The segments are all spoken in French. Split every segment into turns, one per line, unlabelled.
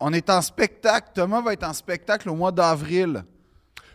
on est en spectacle. Thomas va être en spectacle au mois d'avril.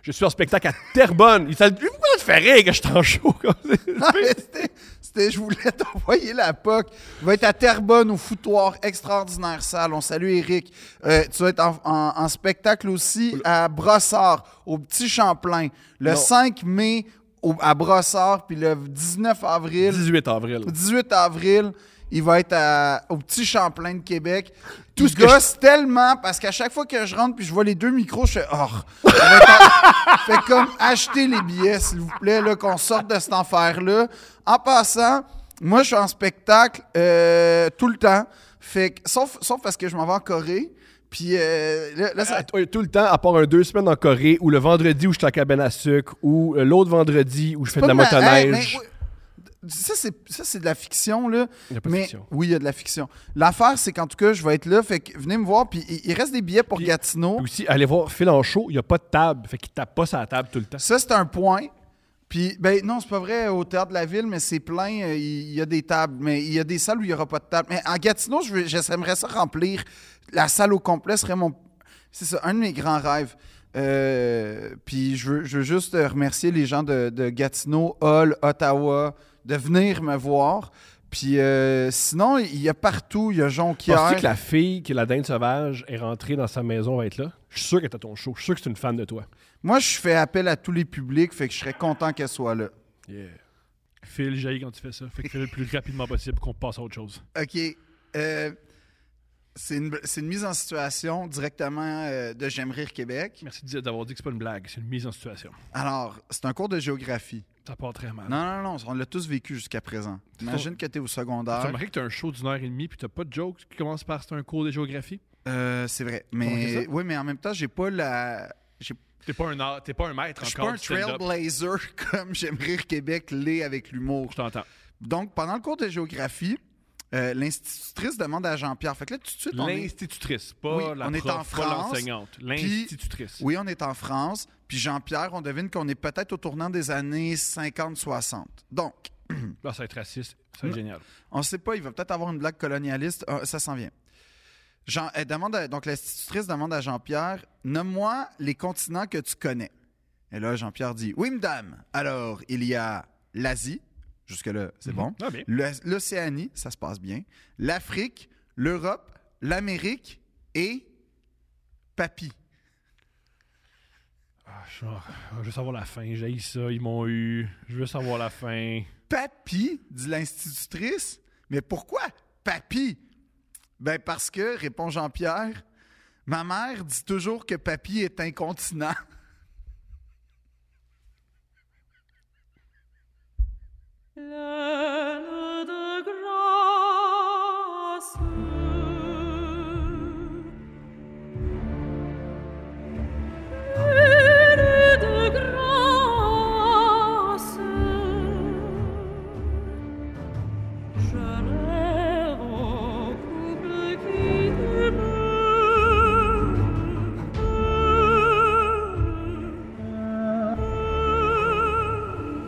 Je suis en spectacle à Terrebonne. Il t'a dit, pourquoi tu fais rire que je suis en show comme
Non,
ça?
mais c'était- c'était- je voulais t'envoyer la POC. Il va être à Terrebonne au foutoir extraordinaire salle. On salue Eric. Euh, tu vas être en, en- en spectacle aussi à Brossard, au Petit Champlain, le
Non.
5 mai au- à Brossard, puis le 19 avril.
18 avril.
Le 18 avril, il va être à- au petit Champlain de Québec. Tout
ce
se
que
gosse tellement parce qu'à chaque fois que je rentre puis je vois les deux micros, je fais oh, on va être en- fait comme acheter les billets s'il vous plaît là qu'on sorte de cet enfer là. En passant, moi je suis en spectacle euh, tout le temps. Fait que- sauf sauf parce que je m'en vais en Corée. Puis euh, là, là, ça,
À- oui, Ah, tout le temps, à part un deux semaines en Corée, ou le vendredi où je suis à la cabane à sucre, ou euh, l'autre vendredi où je fais de la
Pas de la- hey,
motoneige.
mais oui. Ça, c'est, ça, c'est de la fiction, là.
Il y a pas de
mais,
fiction.
Oui, il y a de la fiction. L'affaire, c'est qu'en tout cas, je vais être là. Fait que venez me voir. Puis il il reste des billets pour
Puis-
Gatineau.
Puis aussi, allez voir Phil en show, il n'y a pas de table. Fait qu'il tape pas sa table tout le temps.
Ça, c'est un point. Puis, ben non, c'est pas vrai au théâtre de la ville, mais c'est plein. euh, Il y a des tables, mais il y a des salles où il n'y aura pas de table. Mais en Gatineau, je veux- je- j'aimerais ça remplir. La salle au complet serait mon. C'est ça, un de mes grands rêves. Euh, puis je veux, je veux juste euh, remercier les gens de, de Gatineau, Hall, Ottawa, de venir me voir. Puis euh, sinon, il y a partout, il y a
Penses-tu
Jonquière.
que la fille qui est la dinde sauvage est rentrée dans sa maison, va être là? Je suis sûr qu'elle est à ton show. Je suis sûr que c'est une fan de toi.
Moi, je fais appel à tous les publics, fait que je serais content qu'elle soit là.
Phil jaillit quand tu fais ça. Fait que fais-le le plus rapidement possible qu'on passe à autre chose.
OK. Euh, c'est une, c'est une mise en situation directement euh, de J'aime rire Québec.
Merci de- d'avoir dit que c'est pas une blague, c'est une mise en situation.
Alors, c'est un cours de géographie.
Ça part très mal.
Non, non, non, on l'a tous vécu jusqu'à présent. Imagine que tu es au
T'as
secondaire.
remarqué que t'as un show d'une heure et demie puis t'as pas de joke qui commence par c'est un cours de géographie?
Euh, c'est vrai.
remarqué
Mais
ça?
oui, mais en même temps, j'ai pas la. j'ai-
T'es pas un, art- t'es pas un maître
Je suis
encore
pas un
du stand-up.
trailblazer comme J'aime rire Québec l'est avec l'humour.
Je t'entends.
Donc, pendant le cours de géographie, euh, l'institutrice demande à Jean-Pierre. Fait que là, tout de suite, on est-
L'institutrice, pas
Oui,
la
on est
prof,
en
pas
France,
l'enseignante. L'institutrice.
Oui, on est en France. Puis Jean-Pierre, on devine qu'on est peut-être au tournant des années 50-60. Donc,
Là, ça va être raciste.
Mm.
Ça va être génial.
on ne sait pas, il va peut-être avoir une blague colonialiste. Ah, ça s'en vient. Jean, elle demande à- donc, l'institutrice demande à Jean-Pierre Nomme-moi les continents que tu connais. Et là, Jean-Pierre dit Oui, madame. Alors, il y a l'Asie. Jusque-là, c'est bon.
Ah, bien.
Le- L'Océanie, ça se passe bien. L'Afrique, l'Europe, l'Amérique et Papy.
Ah, je, ah, je veux savoir la fin. J'ai ça. Ils m'ont eu. Je veux savoir la fin.
Papy, dit l'institutrice. Mais pourquoi papy? Ben parce que, répond Jean-Pierre, ma mère dit toujours que papy est incontinent.
Pleine de grâce, pleine de grâce, je rêve au couple qui demeure.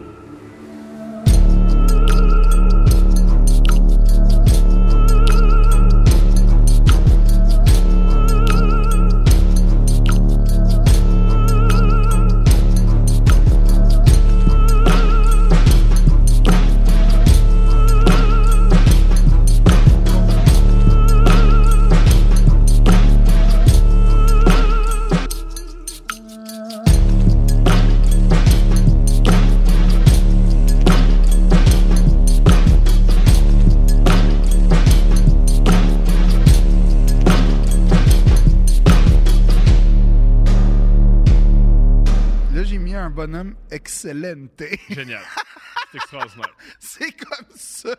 Là, j'ai mis un bonhomme excellente.
Génial. C'est extraordinaire.
C'est comme ça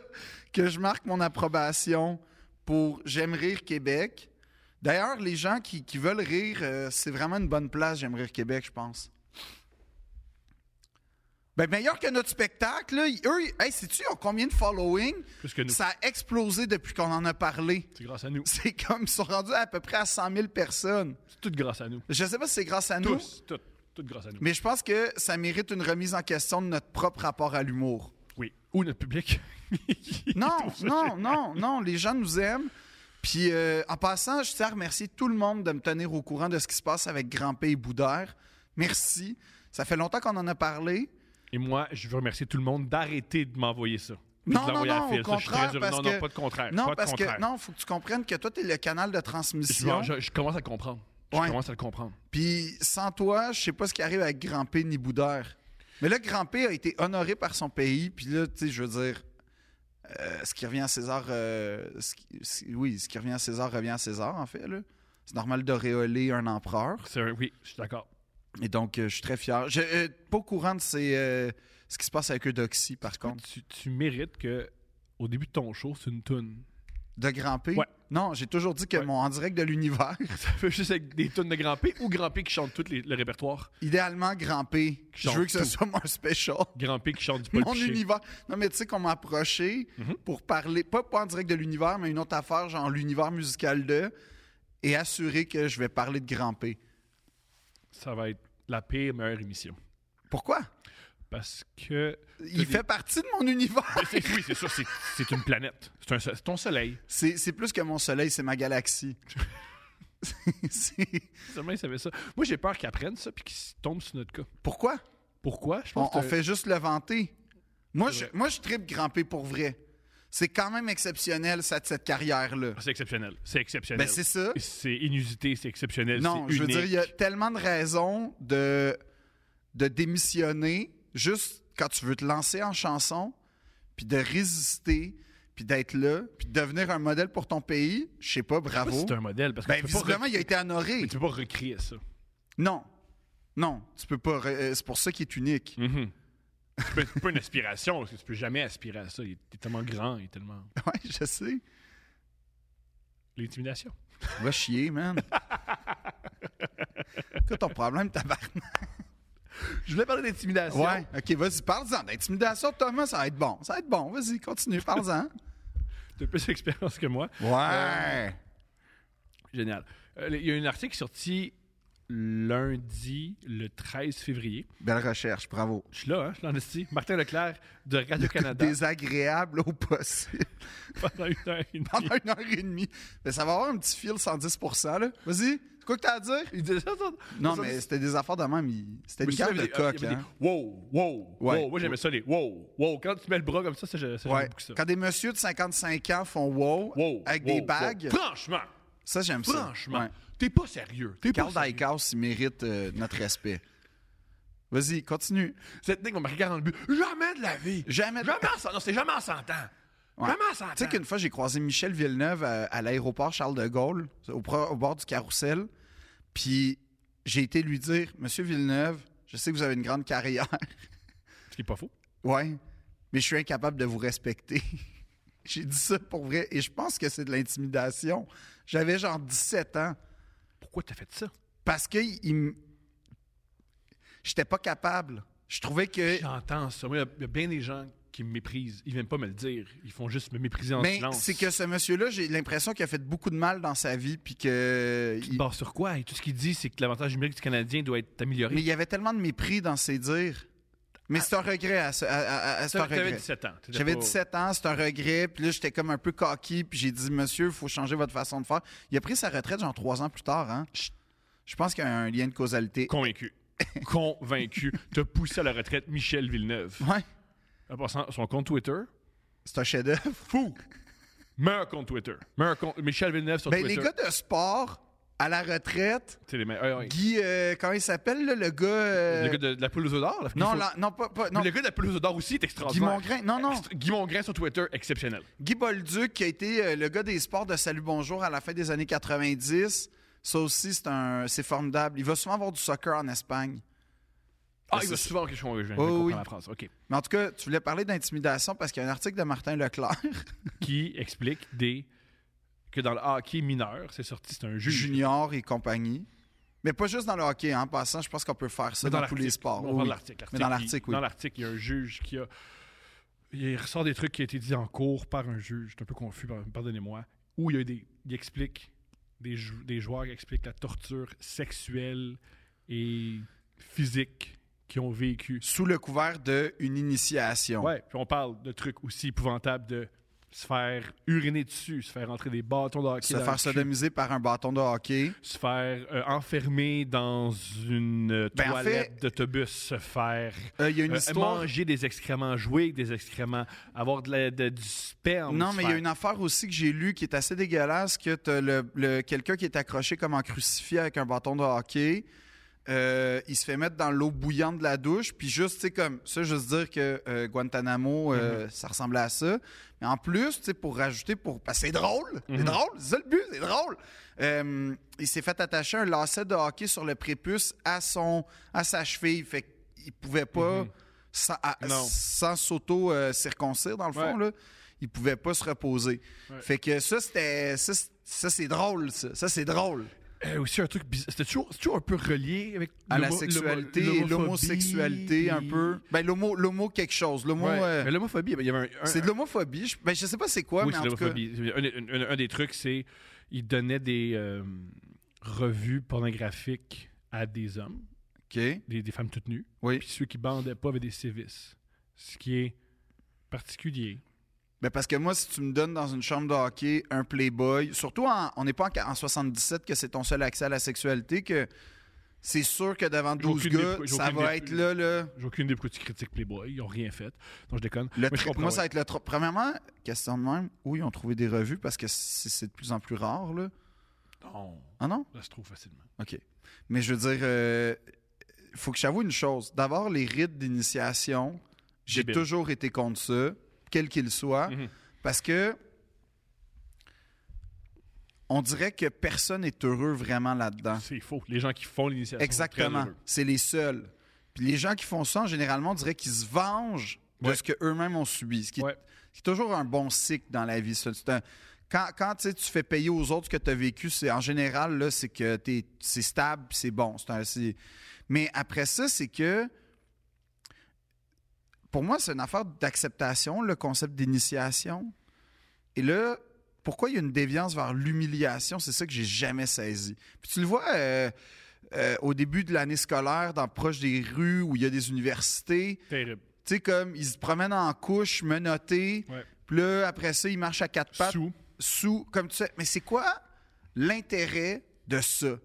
que je marque mon approbation pour J'aime rire Québec. D'ailleurs, les gens qui, qui veulent rire, euh, c'est vraiment une bonne place, J'aime rire Québec, je pense. Ben, meilleur que notre spectacle, là. Ils- Eux, ils- hey, sais-tu, ils ont combien de following?
Plus que nous.
Ça a explosé depuis qu'on en a parlé.
C'est grâce à nous.
C'est comme, ils sont rendus à, à peu près à 100 000 personnes.
C'est tout grâce à nous.
Je sais pas si c'est grâce à nous,
Tous. Tout. Tout grâce à nous.
mais je pense que ça mérite une remise en question de notre propre rapport à l'humour.
Oui. Ou notre public.
Non, non, non, non, les gens nous aiment. Puis euh, en passant, je tiens à remercier tout le monde de me tenir au courant de ce qui se passe avec Grand P et Boudère. Merci. Ça fait longtemps qu'on en a parlé.
Et moi, je veux remercier tout le monde d'arrêter de m'envoyer ça. Puis
Non,
de l'envoyer
non,
à
non,
Phil,
au
ça, je suis
contraire,
très heureux.
parce
non,
que-
non, pas de contraire.
Non,
pas de
parce
contraire.
que non, faut que tu comprennes que toi, t'es le canal de
Je,
transmission.
je- je commence à le comprendre.
Ouais.
Je commence à le comprendre.
Puis sans toi, je sais pas ce qui arrive avec Grand P ni Boudère. Mais là, Grand P a été honoré par son pays. Puis là, tu sais, je veux dire, euh, ce qui revient à César, euh, ce qui- ce- oui, ce qui revient à César revient à César, en fait. là. C'est normal d'auréoler un empereur.
C'est un- Oui, je suis d'accord.
Et donc, euh, je suis très fier. Je euh, pas au courant de ces, euh, ce qui se passe avec Eudoxie, par contre.
Tu, tu mérites que, au début de ton show, c'est une toune.
De Grand P?
Ouais.
Non, j'ai toujours dit que
Ouais.
mon En direct de l'univers,
Ça fait juste avec des tunes de Grand P ou Grand P qui chante tout les- le répertoire.
idéalement Grand P. Je
Genre
veux que ce
tout.
soit mon special.
Grand P qui chante du Paul
Mon
Piché. Mhm.
univers. Non, mais tu sais qu'on m'a approché pour parler, pas, pas en direct de l'univers, mais une autre affaire, genre l'univers musical de, et assurer que je vais parler de Grand P.
Ça va être la pire meilleure émission.
Pourquoi?
Parce que.
Il fait partie de mon univers.
C'est- Oui, c'est sûr, c'est- c'est une planète. C'est un so- c'est ton soleil.
C'est c'est plus que mon soleil, c'est ma galaxie. C'est-
Seulement, ils savaient ça. Moi, j'ai peur qu'ils apprennent ça puis qu'ils tombent sur notre cas.
Pourquoi?
Pourquoi? Je pense
On,
que
on fait juste le vanter. Moi, je,
vrai.
moi, je tripe Grand P pour vrai. C'est quand même exceptionnel, ça, de cette carrière-là.
Ah, c'est exceptionnel. C'est exceptionnel.
Ben, c'est ça.
C'est inusité, c'est exceptionnel.
Non,
c'est
je veux
unique.
dire, il y a tellement de raisons de, de démissionner juste quand tu veux te lancer en chanson, puis de résister, puis d'être là, puis de devenir un modèle pour ton pays. Je sais pas,
Je sais pas si
bravo.
C'est un modèle parce que
Ben,
tu, peux pas
visiblement,
re-
il a été honoré.
mais tu peux pas recréer ça.
Non. Non, tu peux pas. euh, C'est pour ça qu'il est unique.
C'est pas- c'est pas une aspiration parce que tu peux jamais aspirer à ça. Il est tellement grand, il est tellement.
Ouais, je sais.
L'intimidation.
Va chier, man. Quoi ton problème, tabarnak?
Je voulais parler d'intimidation.
Ouais. OK, vas-y, parle-en. D'intimidation, Thomas, ça va être bon. Ça va être bon. Vas-y, continue, parle-en.
Tu as plus d'expérience que moi.
Ouais.
Génial. Euh, Il y a un article qui est sorti lundi, le 13 février.
Belle recherche, bravo.
Je suis là, hein, je suis en esti. Martin Leclerc de Radio-Canada
Désagréable au possible.
pendant une heure et demie.
Pendant une heure et demie. Mais ça va avoir un petit fil 110 là. Vas-y, c'est quoi que t'as à dire?
Il disait ça, ça-
Non,
ça-
mais c'était des affaires de même. il- C'était
Mais
une
ça,
carte
il y
de
avait des- euh,
coq,
il y avait
hein.
des Wow, wow,
Ouais.
wow. Moi, j'aimais ça, les wow, wow. Quand tu mets le bras comme ça, ça, j'ai- ça, j'aime
Ouais.
beaucoup ça.
Quand des messieurs de 55 ans font wow,
Wow,
avec
wow,
des
wow.
bagues,
Franchement,
ça, j'aime ça.
franchement,
Ouais.
t'es pas sérieux. T'es pas
Carl
sérieux.
Dykhouse, il mérite euh, notre respect. Vas-y, continue.
Cette nègre m'a regardé dans le but. Jamais de la vie.
Jamais de-
Jamais en cent- Non, c'est jamais en 100 ans.
Ouais.
Jamais en 100 ans.
Tu sais qu'une fois, j'ai croisé Michel Villeneuve à, à l'aéroport Charles de Gaulle, au, pro- au bord du carrousel, puis j'ai été lui dire « Monsieur Villeneuve, je sais que vous avez une grande carrière.
Ce qui est pas faux.
ouais, mais je suis incapable de vous respecter. » J'ai dit ça pour vrai, et je pense que c'est de l'intimidation. J'avais genre 17 ans.
Pourquoi t'as fait ça?
Parce que il- il m- j'étais pas capable. Je trouvais que...
J'entends ça. Moi, il y a- il y, a bien des gens qui me méprisent. Ils viennent pas me le dire. Ils font juste me mépriser en
Mais
silence.
c'est que ce monsieur-là, j'ai l'impression qu'il a fait beaucoup de mal dans sa vie, puis que. il-
Bon, sur quoi? Et tout ce qu'il dit, c'est que l'avantage numérique du Canadien doit être amélioré.
Mais il y avait tellement de mépris dans ses dires. Mais
Ah,
c'est un regret. à ce- à- à- à- c'est un
T'avais- t'avais
regret.
17 ans. T'étais
J'avais
pas-
17 ans, c'est un regret. Puis là, j'étais comme un peu coquille, puis j'ai dit, monsieur, il faut changer votre façon de faire. Il a pris sa retraite, genre, trois ans plus tard, hein.
Chut.
Je pense qu'il y a un lien de causalité.
Convaincu. Convaincu. T'as poussé à la retraite Michel Villeneuve.
Ouais,
En passant, son compte Twitter.
c'est un chef-d'œuvre.
Fou! Meurs compte Twitter. Meurs compte. Michel Villeneuve sur
Ben, les
Twitter.
gars de sport, à la retraite,
C'est les meilleurs. Ouais, ouais.
Guy, euh, comment il s'appelle, là, le gars. euh,
Le gars de, de la Pelouse d'Or. là,
Non,
faut-
la- non, pas. pas- non.
Mais Le gars de la Pelouse d'Or aussi est
Guy
extraordinaire.
Mongrain. Non, non.
Ext- Guy Mongrain sur Twitter, exceptionnel.
Guy Bolduc, qui a été euh, le gars des sports de Salut Bonjour à la fin des années 90. Ça aussi, c'est un, c'est formidable. Il va souvent avoir du soccer en Espagne.
Ah,
c'est
il va
ça.
souvent quelque chose. Je viens
Oh,
de comprendre
oui.
la phrase. OK.
Mais en tout cas, tu voulais parler d'intimidation parce qu'il y a un article de Martin Leclerc,
Qui explique des que dans le hockey mineur, c'est sorti, c'est un juge.
junior et compagnie. Mais pas juste dans le hockey, hein. en passant, je pense qu'on peut faire ça
Mais
dans, tous
l'article.
les sports.
On
Oui,
parle
oui.
de l'article.
Mais dans l'article, oui.
Dans l'article, il y a un juge qui a. Il ressort des trucs qui ont été dit en cours par un juge. C'est un peu confus, par- pardonnez-moi. Où il y a des. Il explique. Des, jou- des joueurs qui expliquent la torture sexuelle et physique qu'ils ont vécu.
Sous le couvert d'une initiation.
Ouais, puis on parle de trucs aussi épouvantables de se faire uriner dessus, se faire entrer des bâtons de hockey
se
dans le
faire
cul,
sodomiser par un bâton de hockey.
se faire euh, enfermer dans une euh,
Ben, en
toilette
fait-
d'autobus, se faire
Euh, Il y a une
euh,
histoire.
manger des excréments, jouer avec des excréments, avoir de la- de- du sperme.
Non,
se
mais il y a
faire-
une affaire aussi que j'ai lue qui est assez dégueulasse, que t'as le, le- quelqu'un qui est accroché comme en crucifié avec un bâton de hockey. Euh, il se fait mettre dans l'eau bouillante de la douche, puis juste, tu sais, comme ça, juste dire que euh, Guantanamo, euh, ça ressemblait à ça. Mais en plus, tu sais, pour rajouter, pour. Parce que c'est drôle!
Mhm.
C'est drôle! C'est ça le but, c'est drôle! Euh, il s'est fait attacher un lacet de hockey sur le prépuce à son à sa cheville. Fait qu'il pouvait pas sans, à-
Mhm. Non.
sans s'auto-circoncire, dans le fond, là. Il pouvait pas se reposer. Fait que ça, c'était. Ça, c'est- ça, c'est drôle, ça. Ça, c'est drôle.
Euh, aussi un truc bizarre. C'était toujours, c'est toujours un peu relié avec
À la
l'homo-
sexualité
l'homo-
et l'homosexualité,
l'homophobie,
un
puis-
peu. Ben, l'homo, l'homo quelque chose. L'homo.
Ouais,
euh,
mais l'homophobie, ben, il y avait un. un-
c'est de l'homophobie. Je, ben, je sais pas c'est quoi,
oui,
mais
c'est
en tout cas.
l'homophobie. Un, un- un- un des trucs, c'est il donnait des euh, revues pornographiques à des hommes,
OK.
des, des femmes toutes nues,
Oui.
puis ceux qui bandaient pas avaient des sévices. Ce qui est particulier.
Ben parce que moi, si tu me donnes dans une chambre de hockey un Playboy, surtout en- on n'est pas en, en 77 que c'est ton seul accès à la sexualité, que c'est sûr que devant 12
aucune
gars,
des- j'ai
ça
aucune
va
des-
être là, là.
J'ai aucune idée pourquoi tu critiques Playboy, ils ont rien fait. Non, je déconne.
Le
Mais je
tri-
comprends,
moi, ça
ouais.
va être le trop. Premièrement, question de même, où ils ont trouvé des revues parce que c'est c'est de plus en plus rare, là.
Non,
Ah non?
ça se trouve facilement.
OK. Mais je veux dire, euh, faut que j'avoue une chose. D'abord, les rites d'initiation, j'ai
Débile.
toujours été contre ça, quel qu'il soit,
Mhm.
parce que on dirait que personne n'est heureux vraiment là-dedans.
C'est faux. Les gens qui font l'initiation. sont très
Hein? Exactement.
heureux.
C'est les seuls. Puis les gens qui font ça, en généralement, on dirait qu'ils se vengent de
Ouais.
ce qu'eux-mêmes ont subi. Ce qui, est-
Ouais.
ce qui est toujours un bon cycle dans la vie. ça. C'est un- quand quand tu sais, tu fais payer aux autres ce que tu as vécu, c'est, en général, là, c'est que t'es, c'est stable puis c'est bon. C'est un- c'est- mais après ça, c'est que. Pour moi, c'est une affaire d'acceptation, le concept d'initiation. Et là, pourquoi il y a une déviance vers l'humiliation? C'est ça que j'ai jamais saisi. Puis tu le vois euh, euh, au début de l'année scolaire, dans proche des rues où il y a des universités.
Terrible.
Tu sais, comme ils se promènent en couche, menottés.
Ouais.
Puis là, après ça, ils marchent à quatre pattes.
Sous.
Sous, comme tu sais. Mais c'est quoi l'intérêt de ça?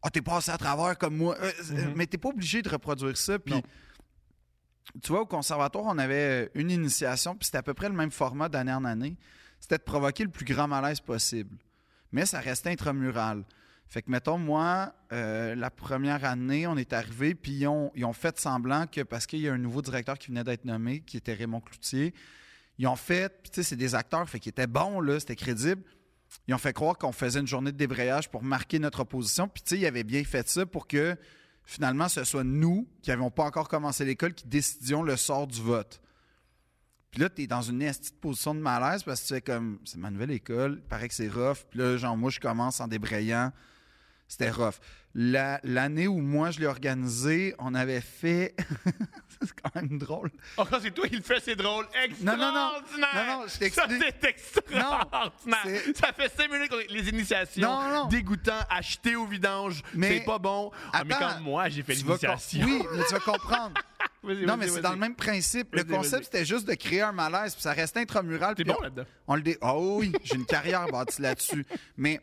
Ah, t'es passé à travers comme moi. Euh, euh, Mais t'es pas obligé de reproduire ça. Puis
Non.
tu vois, au conservatoire, on avait une initiation, puis c'était à peu près le même format d'année en année. C'était de provoquer le plus grand malaise possible. Mais ça restait intramural. Fait que, mettons, moi, euh, la première année, on est arrivé, puis ils ont, ils ont fait semblant que, parce qu'il y a un nouveau directeur qui venait d'être nommé, qui était Raymond Cloutier, ils ont fait, puis tu sais, c'est des acteurs, fait qu'ils étaient bons, là, c'était crédible. Ils ont fait croire qu'on faisait une journée de débrayage pour marquer notre opposition, puis tu sais, ils avaient bien fait ça pour que, finalement, ce soit nous, qui n'avions pas encore commencé l'école, qui décidions le sort du vote. Puis là, t'es dans une esti de position de malaise parce que tu fais comme, c'est ma nouvelle école, il paraît que c'est rough. Puis là, genre, moi, je commence en débrayant. C'était rough. La- L'année où moi, je l'ai organisé, on avait fait... c'est quand même drôle.
Oh, quand c'est toi qui le fais, c'est drôle.
non,
Extraordinaire!
non. Non, non, je t'explique.
Ça, c'est extraordinaire!
Non, c'est-
ça fait 5 minutes qu'on est... Les initiations,
Non, non.
dégoûtant, acheté au vidange,
Mais-
c'est pas bon. ah, mais
Attends,
quand moi, j'ai fait
Tu vas com-
l'initiation...
Oui, mais tu vas comprendre.
Vas-y,
non,
vas-y,
mais c'est
vas-y.
dans le même principe. Le
Vas-y, vas-y.
concept, c'était juste de créer un malaise, puis ça restait intramural.
T'es
puis
bon
on-
là-dedans.
On le dé... Oh oui, j'ai une carrière bâtie là-dessus. Mais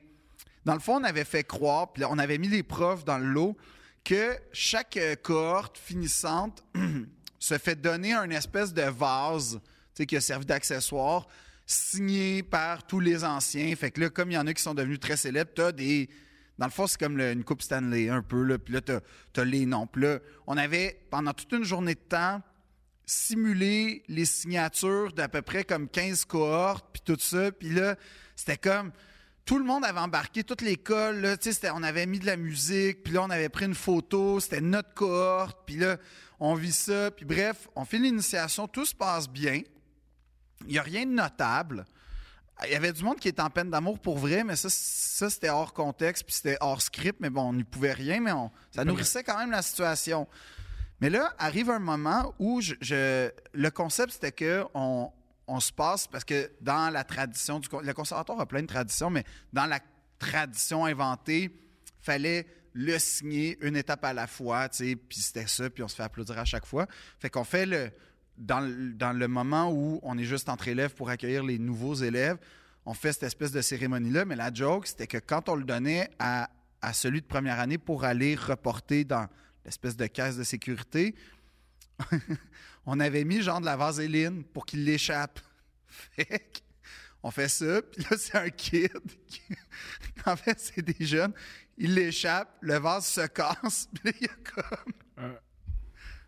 dans le fond, on avait fait croire, puis là, on avait mis les profs dans le lot, que chaque euh, cohorte finissante se fait donner un espèce de vase tu sais, qui a servi d'accessoire, signé par tous les anciens. Fait que là, comme il y en a qui sont devenus très célèbres, t'as des. Dans le fond, c'est comme le- une coupe Stanley, un peu. Là. Puis là, t'as t'as les noms. Puis là, on avait, pendant toute une journée de temps, simuler les signatures d'à peu près comme 15 cohortes, puis tout ça. Puis là, c'était comme... Tout le monde avait embarqué, toute l'école, là, tu sais, c'était- on avait mis de la musique, puis là, on avait pris une photo, c'était notre cohorte, puis là, on vit ça, puis bref, on fait l'initiation, tout se passe bien, il n'y a rien de notable. Il y avait du monde qui était en peine d'amour pour vrai, mais ça, ça c'était hors contexte, puis c'était hors script, mais bon, on n'y pouvait rien, mais on, ça nourrissait quand même la situation. Mais là, arrive un moment où je, je- le concept, c'était que on, on se passe, parce que dans la tradition du... con- Le conservatoire a plein de traditions, mais dans la tradition inventée, fallait le signer une étape à la fois, tu sais, puis c'était ça, puis on se fait applaudir à chaque fois. Fait qu'on fait le, dans, le- dans le moment où on est juste entre élèves pour accueillir les nouveaux élèves, on fait cette espèce de cérémonie-là. Mais la joke, c'était que quand on le donnait à, à celui de première année pour aller reporter dans l'espèce de caisse de sécurité, on avait mis genre de la vaseline pour qu'il l'échappe. Fait que on fait ça, puis là, c'est un kid. qui- en fait, c'est des jeunes. Il l'échappe, le vase se casse, puis là, il y a comme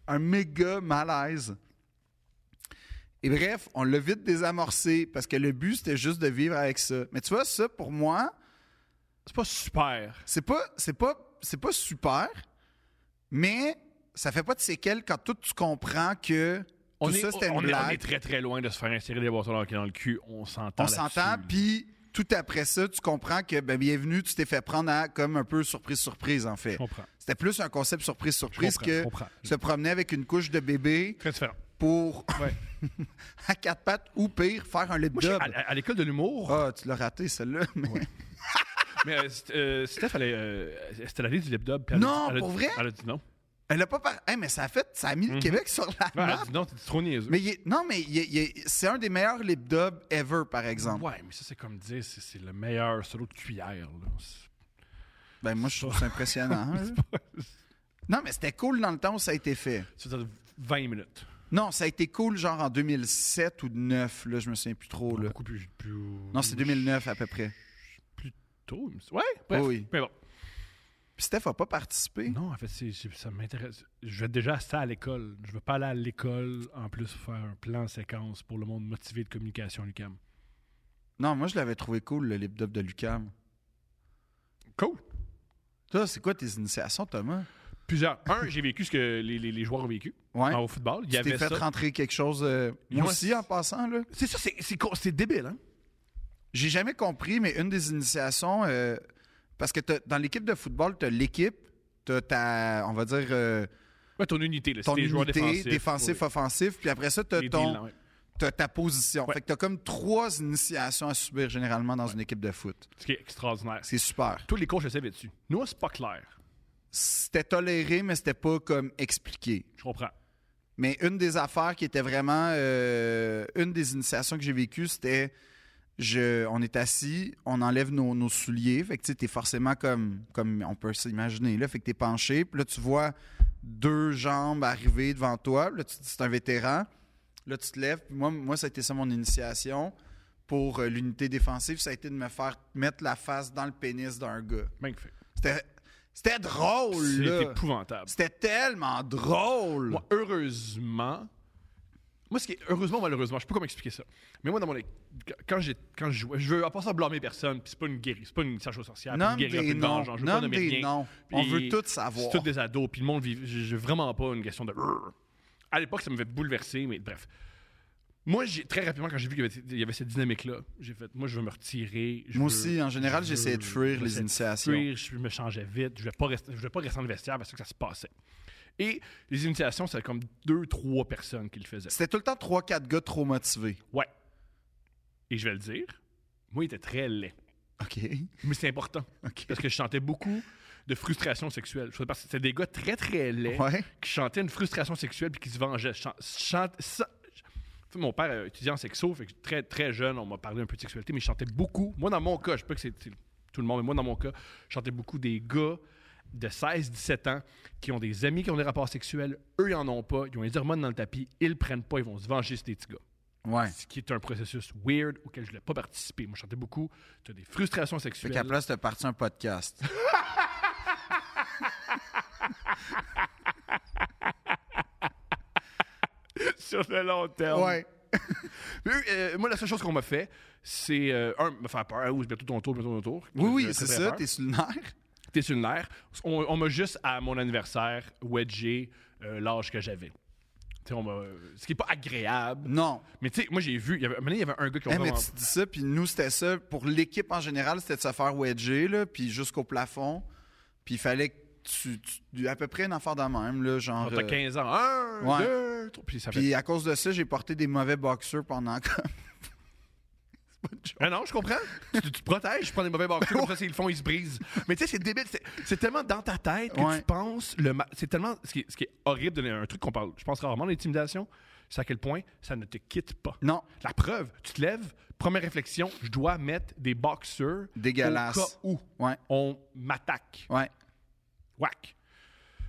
Un-
un méga malaise. Et bref, on l'a vite désamorcé parce que le but, c'était juste de vivre avec ça. Mais tu vois, ça, pour moi,
C'est pas super.
c'est pas, c'est pas, c'est pas super, mais ça fait pas de séquelles quand tout tu comprends que
On,
tout
est,
ça, c'était
on
une
est- on
blague.
est très très loin de se faire insérer des boissons dans le- dans le cul. On s'entend.
On
là-dessus,
s'entend,
là.
puis tout après ça, tu comprends que, ben, bienvenue, tu t'es fait prendre à comme un peu surprise-surprise, en
Je
fait.
comprends.
C'était plus un concept
Je
surprise-surprise
comprends.
que
je comprends.
se promener avec une couche de bébé
Très différent.
pour,
Ouais.
à quatre pattes ou pire, faire un lip
Moi, je-
dub.
à, à l'école de l'humour,
Ah, tu l'as raté, celle-là. mais-
mais euh, c'est- euh, Steph, elle est, euh, c'était l'année du lip dub. puis elle a
Non,
dit- elle a
pour
dit-
vrai?
Elle a dit non.
Elle a pas par... Hey, mais ça a fait, ça a mis le
Mhm.
Québec sur la
Ouais, elle
map.
a dit non, t'es trop niaiseux.
Mais il est- non, mais il est- il est- c'est un des meilleurs lip dub ever, par exemple.
Ouais, mais ça, c'est comme dire, c'est, c'est le meilleur solo de cuillère. Là. C'est-
Ben moi, je trouve ça impressionnant. là. non, mais c'était cool dans le temps où ça a été fait.
Ça veut dire 20 minutes.
Non, ça a été cool genre en 2007 ou 2009, là, je me souviens plus trop. Là.
Beaucoup plus, plus-
Non, c'est 2009 à peu près.
tôt, il me semble. Ouais, bref.
Oui.
Mais bon.
Puis Steph a pas participé.
Non, en fait, c'est, c'est- ça m'intéresse. Je vais déjà à ça à l'école. Je veux pas aller à l'école, en plus, faire un plan séquence pour le monde motivé de communication, Lucam.
Non, moi, je l'avais trouvé cool, le lip dub de Lucam.
Cool.
Toi, c'est quoi tes initiations, Thomas?
Plusieurs. Un, j'ai vécu ce que les, les- les joueurs ont vécu
Ouais.
en- au football. Ah, Il y
tu t'es
avait
fait
ça.
rentrer quelque chose. euh, moi
Moi,
aussi,
c'est-
en passant, là.
C'est ça, c'est- c'est co- c'est débile, hein?
J'ai jamais compris, mais une des initiations, euh, parce que t'as- dans l'équipe de football, tu as l'équipe, tu as ta, on va dire, euh,
Ouais, ton unité, là.
ton
c'est les joueurs
unité,
défensifs.
défensif,
Ouais.
offensif, puis après ça, tu
Les
as,
dealers, ouais.
ta position.
Ouais.
Fait que tu as comme trois initiations à subir généralement dans une équipe de foot.
Ce qui est extraordinaire.
C'est super.
Tous les coachs le savaient dessus. Nous, c'est pas clair.
C'était toléré, mais c'était pas comme expliqué.
Je comprends.
Mais une des affaires qui était vraiment euh, une des initiations que j'ai vécues, c'était je, on est assis, on enlève nos, nos souliers, fait que tu sais, t'es forcément comme comme on peut s'imaginer là, fait que t'es penché, puis là tu vois deux jambes arriver devant toi, puis là tu te dis c'est un vétéran, là tu te lèves, puis moi moi ça a été ça mon initiation pour euh, l'unité défensive, ça a été de me faire mettre la face dans le pénis d'un gars.
Magnifique.
C'était c'était drôle
C'est
Oh là.
épouvantable.
C'était tellement drôle.
Moi, heureusement, moi, ce qui est heureusement, ou malheureusement, je sais pas comment expliquer ça. Mais moi, dans mon é- quand j'ai quand je jouais, je veux en passant blâmer personne, puis c'est pas une guérie, c'est pas une sache aux sorcières, puis
Nomme
une guérie,
des
puis une
noms.
vengeance, je veux pas
Nomme
nommer
des
rien.
noms. On
Puis
veut tout savoir.
C'est tous des ados, puis le monde vit. J'ai j'ai vraiment pas une question de. À l'époque, ça me fait bouleverser, mais bref. Moi, j'ai très rapidement, quand j'ai vu qu'il y avait- il y avait cette dynamique-là, j'ai fait, moi, je veux me retirer. je
Moi
veux-
aussi, en général,
je
j'essayais
veux-
de fuir
je
les
sais
initiations.
fuir, je me changeais vite, je ne voulais, pas rester- je voulais pas rester dans le vestiaire parce que ça se passait. Et les initiations, c'était comme deux, trois personnes qui le faisaient.
C'était tout le temps 3-4 gars trop motivés.
Ouais. Et je vais le dire, moi, il était très laid.
OK.
Mais c'est important
OK.
parce que je chantais beaucoup de frustration sexuelle. Je faisais partie- C'était des gars très, très laids
Ouais.
qui chantaient une frustration sexuelle puis qui se vengeaient. Je chan- chante- ça- je- Mon père euh, étudiant en sexo, fait que très, très jeune, on m'a parlé un peu de sexualité, mais je chantais beaucoup. Moi, dans mon cas, je sais pas que c'est c'est tout le monde, mais moi, dans mon cas, je chantais beaucoup des gars de 16-17 ans qui ont des amis qui ont des rapports sexuels. Eux, ils en ont pas. Ils ont les hormones dans le tapis. Ils le prennent pas. Ils vont se venger sur des petits gars
Ouais.
ce qui est un processus weird auquel je voulais pas participer. Moi, je chantais beaucoup. Tu as des frustrations
Fait
sexuelles.
qu'à place, t'as parti un podcast.
sur le long terme. Mais eux, euh, moi, la seule chose qu'on m'a fait, c'est euh, un, me faire peur. Ah, Ouh, c'est bientôt ton tour, bientôt ton tour.
Oui, oui,
J'ai
c'est
très, très
ça.
peur.
T'es sur le nerf.
T'es sur le nerf. On, on m'a juste, à mon anniversaire, wedgé euh, l'âge que j'avais. Tu sais, on m'a- Ce qui est pas agréable.
Non.
Mais tu sais, moi, j'ai vu. il y avait- à un moment donné, Il y avait un gars qui a
Hey, Eh, mais
vraiment-
tu dis ça, puis nous, c'était ça. Pour l'équipe en général, c'était de se faire wedger, là, puis jusqu'au plafond. Puis il fallait que tu, tu- À peu près une affaire de même, là, genre...
Quand t'as
euh,
15 ans. Un,
Ouais.
deux, trois. Puis ça fait.
Puis à cause de ça, j'ai porté des mauvais boxeurs pendant... comme-
Ah non, je comprends. tu, tu te protèges, je prends des mauvais barres. comme ça, c'est- ils le font, ils se brisent. Mais tu sais, c'est débile. c'est- C'est tellement dans ta tête que
Ouais.
tu penses.
pense le ma- c'est tellement ce qui, est, ce qui est horrible de- un truc qu'on parle je pense rarement l'intimidation C'est à quel point ça ne te quitte pas.
Non.
La preuve, tu te lèves, première réflexion, je dois mettre des boxeurs
Dégueulasse.
au cas où
Ouais.
on m'attaque.
Ouais.
Whack.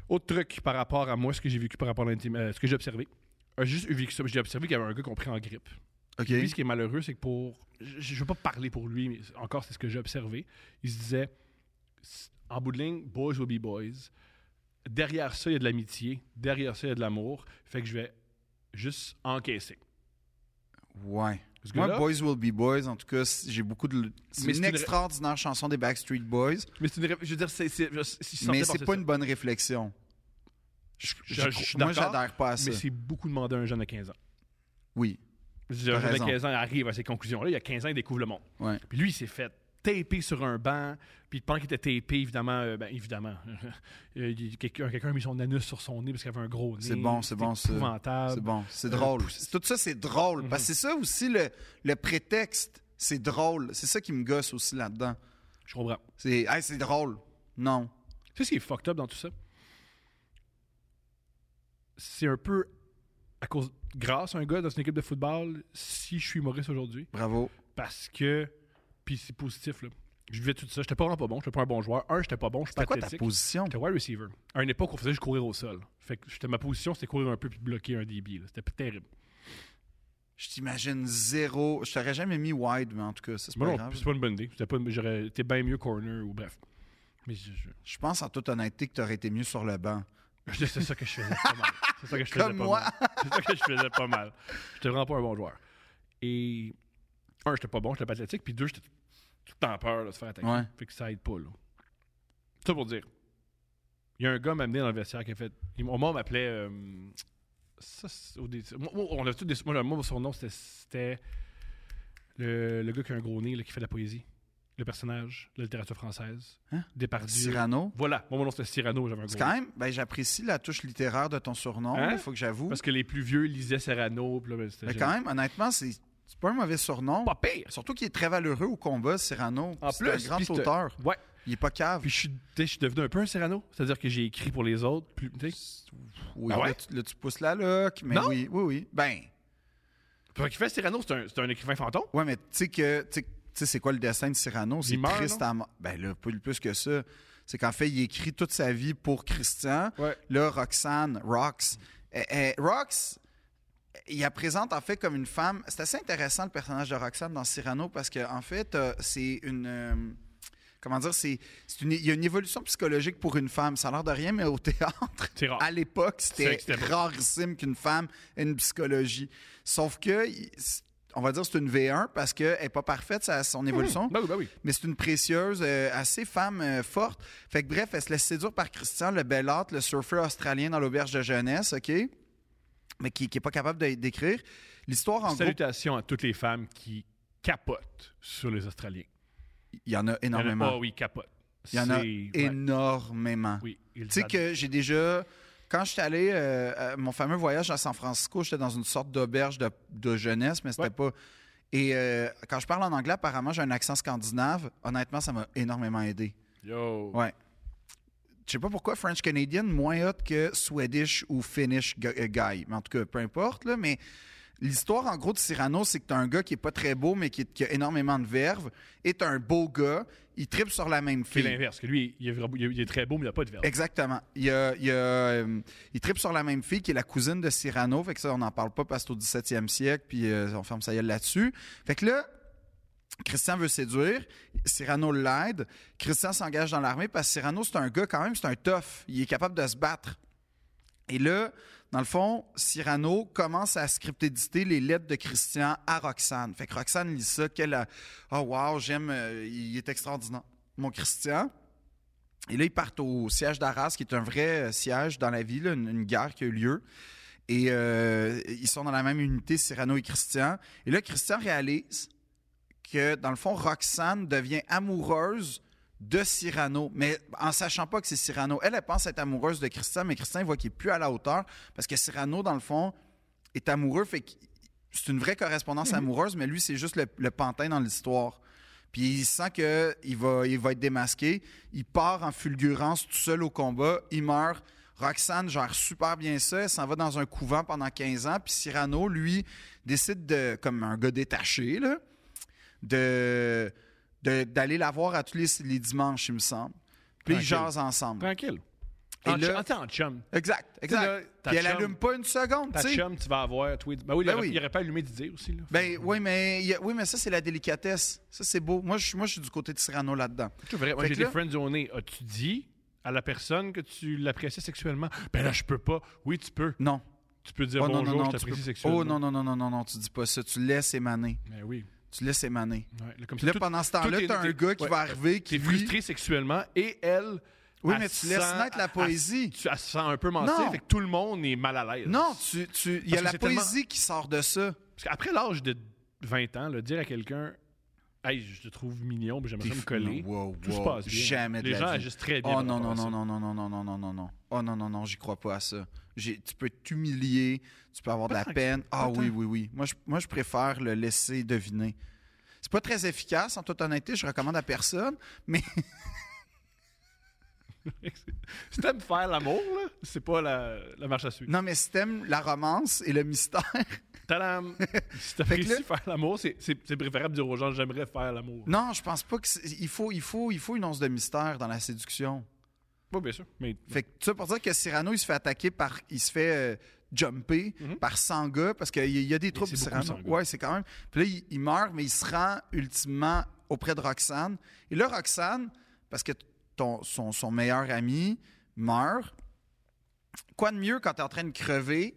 Autre truc par rapport à moi, ce que j'ai vécu par rapport à l'intime- euh, ce que j'ai observé. Euh, J'ai juste vécu ça, mais j'ai observé qu'il y avait un gars qu'on pris en grippe.
OK.
Lui, ce qui est malheureux, c'est que pour. Je ne veux pas parler pour lui, mais encore, c'est ce que j'ai observé. Il se disait, s- en bout de ligne, boys will be boys. Derrière ça, il y a de l'amitié. Derrière ça, il y a de l'amour. Fait que je vais juste encaisser.
Ouais.
Ce
Moi,
gars-là-
Boys Will Be Boys, en tout cas, c- j'ai beaucoup de. C'est
Mais c'est
une
une-
extraordinaire chanson des Backstreet Boys,
Mais c'est une. ré- Je veux dire, c'est. c'est- je- si- si
mais
sortait
c'est
par-
pas une bonne réflexion. Je- je-
Je- je suis
moi,
d'accord,
j'adhère pas à ça.
Mais c'est beaucoup demandé à un jeune de 15 ans.
Oui.
Je veux dire, un
T'as
jeune de
raison.
15 ans il arrive à ces conclusions-là. Il y a 15 ans, il découvre le monde.
Ouais.
Puis lui, il s'est fait taper sur un banc. Puis pendant qu'il était tapé, évidemment, euh, ben, évidemment, euh, il- quelqu'un quelqu'un a mis son anus sur son nez parce qu'il avait un gros nez.
C'est bon, c'est bon, ça.
épouvantable.
C'est bon, c'est
Euh,
drôle.
pousse- Mhm.
Tout ça, c'est drôle. Parce que c'est ça aussi le, le prétexte. C'est drôle. C'est ça qui me gosse aussi là-dedans.
Je comprends.
C'est hey, c'est drôle. Non.
Tu sais ce qui est fucked up dans tout ça? C'est un peu à cause, grâce à un gars dans une équipe de football, si je suis humoriste aujourd'hui,
Bravo.
parce que, puis c'est positif, là. Je vivais tout ça. J'étais pas vraiment pas bon. J'étais pas un bon joueur. Un, j'étais pas bon. Je suis pas
C'est quoi ta
athlétique.
position?
J'étais wide receiver. À une époque, on faisait juste courir au sol. Fait que j'étais- ma position, c'était courir un peu puis bloquer un DB. là. C'était p- terrible.
Je t'imagine zéro. Je t'aurais jamais mis wide, mais en tout cas, ça, c'est
Moi
pas
non,
grave.
c'est pas une bonne idée. C'était pas une- J'aurais été bien mieux corner ou bref. Mais je- je-
Je pense en toute honnêteté que t'aurais été mieux sur le banc.
je- c'est ça que je faisais pas mal. C'est ça que je faisais
Comme
pas
moi.
mal. C'est ça que je faisais pas mal. J'étais vraiment pas un bon joueur. Et un, j'étais pas bon, j'étais pas athlétique. Puis deux, j'étais tout le temps peur là, de se faire attaquer.
Ouais.
Fait que ça aide pas. Là. Ça pour dire. Il y a un gars m'a amené dans le vestiaire qui a fait. il- Moi, on m'appelait. euh, ça, c'est au dé- moi, moi, on a tous des. Moi, le- moi, son nom, c'était- c'était. Le, le gars qui a un gros nez, là, qui fait de la poésie. Le personnage, la littérature française.
Hein?
Despardieu.
Cyrano?
Voilà. Moi, mon nom, c'était Cyrano. J'avais un gros
C'est
nez.
quand même, ben, j'apprécie la touche littéraire de ton surnom, il
Hein?
faut que j'avoue.
Parce que les plus vieux lisaient Cyrano. Puis là, ben, c'était
Mais
j'ai-
quand même, honnêtement, c'est c'est pas un mauvais surnom.
Pas pire.
Surtout qu'il est très valeureux au combat, Cyrano.
En
C'est un
plus, puis
grand
c'est-
auteur.
Ouais.
Il est pas cave.
Puis je suis, tu sais, je suis devenu un peu un Cyrano. C'est-à-dire que j'ai écrit pour les autres. Plus, tu sais.
Oui,
Ah ouais?
là, tu, là, tu pousses la loque, mais
Non?
oui, oui, oui. Ben,
Fait qu'il fait Cyrano, c'est un, c'est un écrivain fantôme.
ouais, mais tu sais que, tu sais- tu sais, c'est quoi le dessin de Cyrano? C'est
meurt,
triste
non?
à mort. Ben là, plus, plus que ça. C'est qu'en fait, il écrit toute sa vie pour Christian.
Ouais.
Là, Roxane, Rox. eh, eh, Rox, il la présente en fait comme une femme. C'est assez intéressant le personnage de Roxane dans Cyrano parce que en fait, euh, c'est une. euh, comment dire, c'est, c'est une, il y a une évolution psychologique pour une femme. Ça a l'air de rien, mais au théâtre,
C'est rare.
à l'époque,
C'est
c'était
extrêmement.
rarissime qu'une femme ait une psychologie. Sauf que, il- c'est- on va dire, c'est une V1 parce qu'elle n'est pas parfaite, ça, son évolution
Ben oui, ben oui.
mais c'est une précieuse, euh, assez femme euh, forte. Fait que bref, elle se laisse séduire par Christian, le bel hâte, le surfeur australien dans l'auberge de jeunesse, OK? Mais qui n'est pas capable de- d'écrire. L'histoire, en gros,
Salutations à toutes les femmes qui capotent sur les Australiens.
il y en a
Il y en a,
énormément.
oh oui, capote.
Il y en a,
C'est- ouais.
énormément.
Oui, ils
Tu sais
adorent.
que j'ai déjà. Quand j'étais allé, euh, à mon fameux voyage à San Francisco, j'étais dans une sorte d'auberge de, de jeunesse, mais c'était
Ouais.
pas. Et euh, quand je parle en anglais, apparemment, j'ai un accent scandinave. Honnêtement, ça m'a énormément aidé.
Yo.
Ouais. Je sais pas pourquoi French Canadian moins hot que Swedish ou Finnish gu- euh, guy. Mais en tout cas, peu importe. Là, mais l'histoire, en gros, de Cyrano, c'est que t'as un gars qui est pas très beau, mais qui, est- qui a énormément de verve. Et t'as un beau gars. Il tripe sur la même
C'est
fille.
l'inverse. que Lui, il est, vraiment- il est- il est très beau, mais il n'a pas de verre.
Exactement. Il, y a, il, y a, euh, il tripe sur la même fille qui est la cousine de Cyrano. Fait que ça, on n'en parle pas parce que c'est au 17e siècle, puis euh, on ferme sa gueule là-dessus. Fait que là, Christian veut séduire, Cyrano l'aide, Christian s'engage dans l'armée parce que Cyrano, c'est un gars quand même, c'est un tough. Il est capable de se battre. Et là, dans le fond, Cyrano commence à scriptéditer les lettres de Christian à Roxane. Fait que Roxane lit ça, qu'elle a. Oh, wow, j'aime, euh, il est extraordinaire. Mon Christian. Et là, ils partent au siège d'Arras, qui est un vrai euh, siège dans la ville, là, une, une guerre qui a eu lieu. Et euh, ils sont dans la même unité, Cyrano et Christian. Et là, Christian réalise que, dans le fond, Roxane devient amoureuse de Cyrano, mais en sachant pas que c'est Cyrano. Elle, elle pense être amoureuse de Christian, mais Christian, il voit qu'il est plus à la hauteur parce que Cyrano, dans le fond, est amoureux. Fait que c'est une vraie correspondance
Mhm.
amoureuse, mais lui, c'est juste le, le pantin dans l'histoire. Puis il sent que il va, il va être démasqué. Il part en fulgurance tout seul au combat. Il meurt. Roxane gère super bien ça, elle s'en va dans un couvent pendant 15 ans, puis Cyrano, lui, décide de, comme un gars détaché, là, de de- d'aller la voir à tous les, les dimanches, il me semble. Puis ils
Tranquille.
jasent ensemble.
Tranquille.
Et
En,
là-
chum- attends, en chum.
Exact,
là,
exact.
ta
Puis elle
chum-
allume pas une seconde,
Ta
tu sais.
chum, tu vas avoir. Toi, ben oui, il
Ben
aurait-
oui.
il aurait pas allumé d'idée aussi. Là.
Ben oui, mais il y a- oui, mais ça c'est la délicatesse. Ça c'est beau. Moi je moi je suis du côté de Cyrano là-dedans.
Tu verrais, moi,
Fait
j'ai
que
des
là-
friends zonés. As-tu dit à la personne que tu l'appréciais sexuellement? Ben là, je peux pas. Oui, tu peux.
Non.
Tu peux dire
Oh, non,
bonjour,
non, non,
je
tu peux-
t'apprécie sexuellement.
oh non non non non non non, tu dis pas ça, tu laisses émaner.
Mais oui.
Tu laisses émaner.
Ouais, là, comme
Puis
ça,
là
tout-
pendant ce temps-là,
tout est-
t'as un
t'es-
gars qui
ouais.
va arriver qui
T'es
lui-
frustré sexuellement et elle.
Oui,
elle
mais
se
tu laisses
sent-
naître la
elle-
poésie.
Elle, tu- elle se sent un peu mentir,
Non.
fait que tout le monde est mal à l'aise.
Non, tu tu il y
Parce
a
que
la
c'est tellement-
poésie qui sort de ça.
Parce qu'après l'âge de 20 ans, là, dire à quelqu'un Hey, je te trouve mignon, puis j'aimerais ça me coller.
Wow,
Tout
wow,
se passe bien.
Jamais de
Les
la
gens
vie.
agissent très bien.
Oh
par
non,
rapport
non,
à
non,
ça.
non, non, non, non, non, non, non, non. Oh non, non, non, j'y crois pas à ça. J'ai- tu peux t'humilier, tu peux avoir de la
tant que
peine. Ah
pas
oui,
tant.
oui, oui. Moi je, moi, je préfère le laisser deviner. C'est pas très efficace, en toute honnêteté, je recommande à personne, mais
Si t'aimes faire l'amour, là, c'est pas la, la marche à suivre.
non, mais si t'aimes la romance et le mystère,
Tadam! Si
Fait
t'apprécies
que
faire l'amour, c'est, c'est, c'est préférable de dire aux gens j'aimerais faire l'amour.
non, je pense pas que c'est- il faut, il faut, il faut une once de mystère dans la séduction.
Oui, bien sûr. Mais
Fait que ça pour dire que Cyrano, il se fait attaquer par. Il se fait euh, jumper par 100 gars parce qu'il y, a- il y a des troubles
Mhm. c'est
de
beaucoup,
Cyrano.
Sanga.
Ouais, c'est quand même. Puis là, il, il meurt, mais il se rend ultimement auprès de Roxane. Et là, Roxane, parce que ton, son, son meilleur ami meurt, quoi de mieux quand t'es en train de crever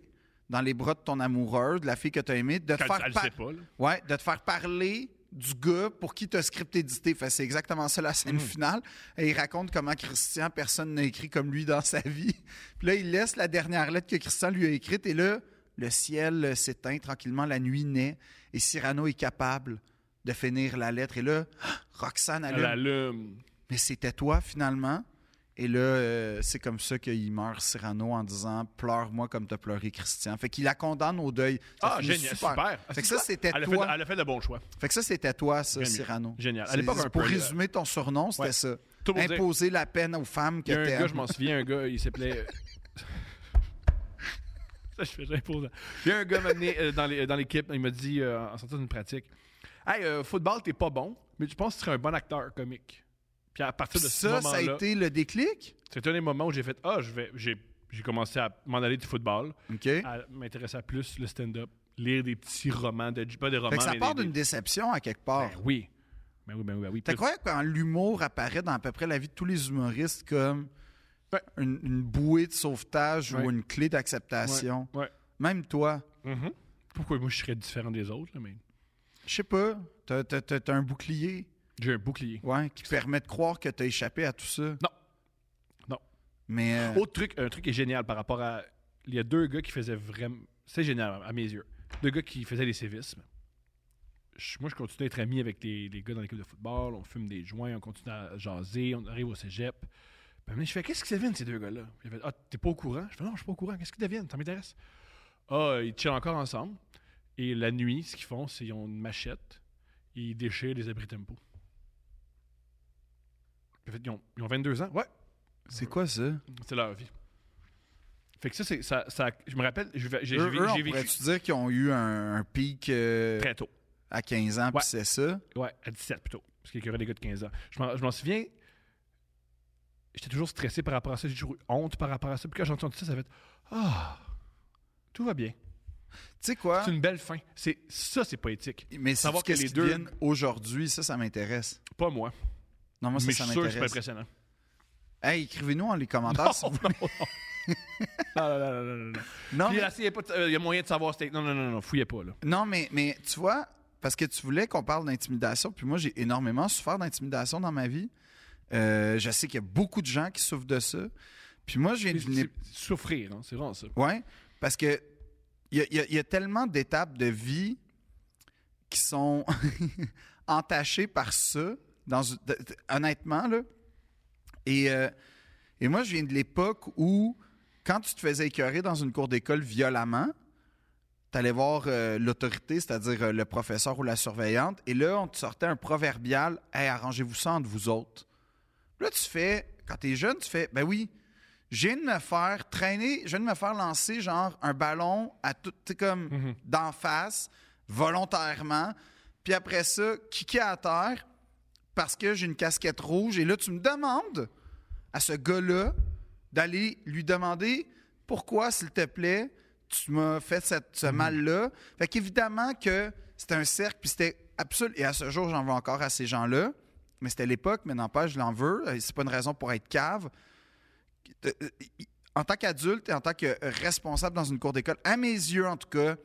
dans les bras de ton amoureux, de la fille que t'as aimée, de te
Quand
faire
elle
par-
sait pas, là.
Ouais, de te faire parler du gars pour qui tu as script édité. Fait que c'est exactement ça la
Mm.
scène finale. Et il raconte comment Christian, personne n'a écrit comme lui dans sa vie. Puis là, il laisse la dernière lettre que Christian lui a écrite. Et là, le ciel euh, s'éteint tranquillement, la nuit naît. Et Cyrano est capable de finir la lettre. Et là, Roxane
elle
allume.
allume.
Mais c'était toi, finalement. Et là, euh, c'est comme ça qu'il meurt Cyrano en disant Pleure-moi comme t'as pleuré Christian. Fait qu'il la condamne au deuil. Ça
Ah,
finit
génial, super.
Fait que ça, c'était
elle a, fait,
toi.
elle a fait de bons choix.
Fait que ça, c'était toi, ça,
Génial.
Cyrano.
Génial. À
C'est-
l'époque, un
Pour
peu, là.
résumer ton surnom, c'était
Ouais.
ça.
Tout pour dire-
Imposer la peine aux femmes
Il
que
y a un
t'aimes.
gars, je m'en souviens, un gars, il s'appelait. euh, ça, je fais j'imposant. Il y a un gars m'a amené euh, dans les- dans l'équipe, il m'a dit euh, en sortant d'une pratique Hey, euh, football, t'es pas bon, mais tu penses que tu serais un bon acteur comique. Puis à partir de ce
ça, ça a
moment-là,
été le déclic.
c'est un des moments où j'ai fait Ah, je vais. J'ai j'ai commencé à m'en aller du football,
OK. Fait
à m'intéresser à plus le stand-up, lire des petits romans, de, pas des romans.
que ça
mais
part
des-
d'une
des-
déception à quelque part.
Ben oui. Ben oui, ben oui, ben oui.
T'as
Puis-
croyable quand l'humour apparaît dans à peu près la vie de tous les humoristes comme
Ouais.
une, une bouée de sauvetage
Ouais.
ou une clé d'acceptation?
Ouais.
Même toi.
Mhm. Pourquoi moi je serais différent des autres, là, mais
Je sais pas. T'as, t'as- t'as- t'as un bouclier
j'ai un bouclier.
ouais, qui te permet de croire que t'as échappé à tout ça. Non.
Non.
Mais. euh,
Autre truc, un truc qui est génial par rapport à. Il y a deux gars qui faisaient vraiment. C'est génial à mes yeux. Deux gars qui faisaient des sévismes. Je- moi, je continue à être ami avec les, les gars dans l'équipe de football. On fume des joints, on continue à jaser, on arrive au cégep. Puis, mais je fais Qu'est-ce qu'ils deviennent, ces deux gars-là Puis, Il fait Ah, t'es pas au courant Je fais Non, je suis pas au courant. Qu'est-ce qu'ils deviennent Ça m'intéresse. Ah, ils chillent encore ensemble. Et la nuit, ce qu'ils font, c'est qu'ils ont une machette et ils déchirent les abris tempo. Puis, en fait, ils ont- ils ont 22 ans. Ouais,
C'est quoi ça?
c'est leur vie. Fait que ça, c'est, ça, ça- je me rappelle, je vais- j'ai,
Eux,
j'ai-
eux, on
j'ai vécu
pourrait-tu dire qu'ils ont eu un, un pic euh,
très tôt.
à 15 ans,
Ouais.
puis c'est ça?
Ouais, à 17 plutôt. Parce qu'il y aurait des gars de 15 ans. Je m'en, je m'en souviens, j'étais toujours stressé par rapport à ça. J'ai toujours eu honte par rapport à ça. Puis quand j'ai entendu ça, ça fait Ah, tout va bien.
Tu sais quoi?
C'est une belle fin. C'est, ça, c'est poétique.
Mais c'est
Savoir
que
que les
les
deux-
deux aujourd'hui, ça, ça m'intéresse.
Pas moi.
Non, moi, ça,
mais je
ça
suis sûr que c'est pas
m'intéresse.
impressionnant.
Hey, écrivez-nous en les commentaires si vous voulez.
Non, non, non, non, non, non.
Non,
Puis
mais,
là, s'il y a pas de- euh, il y a moyen de savoir c'était. Non, non, non, non, fouillez pas, là.
non, mais, mais tu vois, parce que tu voulais qu'on parle d'intimidation, puis moi, j'ai énormément souffert d'intimidation dans ma vie. Euh, je sais qu'il y a beaucoup de gens qui souffrent de ça. Puis moi, j'ai
C'est-
une
c'est- Souffrir, hein, c'est vraiment ça.
Oui, parce que il y, a- il y a- il y a tellement d'étapes de vie qui sont entachées par ça, dans, une- de- de- honnêtement. Là. Et, euh, et moi, je viens de l'époque où, quand tu te faisais écœurer dans une cour d'école violemment, t'allais voir euh, l'autorité, c'est-à-dire euh, le professeur ou la surveillante, et là, on te sortait un proverbial « Hey, arrangez-vous ça entre vous autres ». Là, tu fais, quand t'es jeune, tu fais « Ben oui, je viens de me faire traîner, je viens de me faire lancer genre un ballon à tout, tu sais, comme d'en face, volontairement. Puis après ça, kicker à terre parce que j'ai une casquette rouge. Et là, tu me demandes à ce gars-là d'aller lui demander pourquoi, s'il te plaît, tu m'as fait cette- ce mal-là. Fait qu'évidemment que c'était un cercle, puis c'était absolu. Et à ce jour, j'en veux encore à ces gens-là. Mais c'était l'époque, mais n'empêche, je l'en veux. Euh, C'est pas une raison pour être cave. Euh, euh, En tant qu'adulte et en tant que responsable dans une cour d'école, à mes yeux, en tout cas,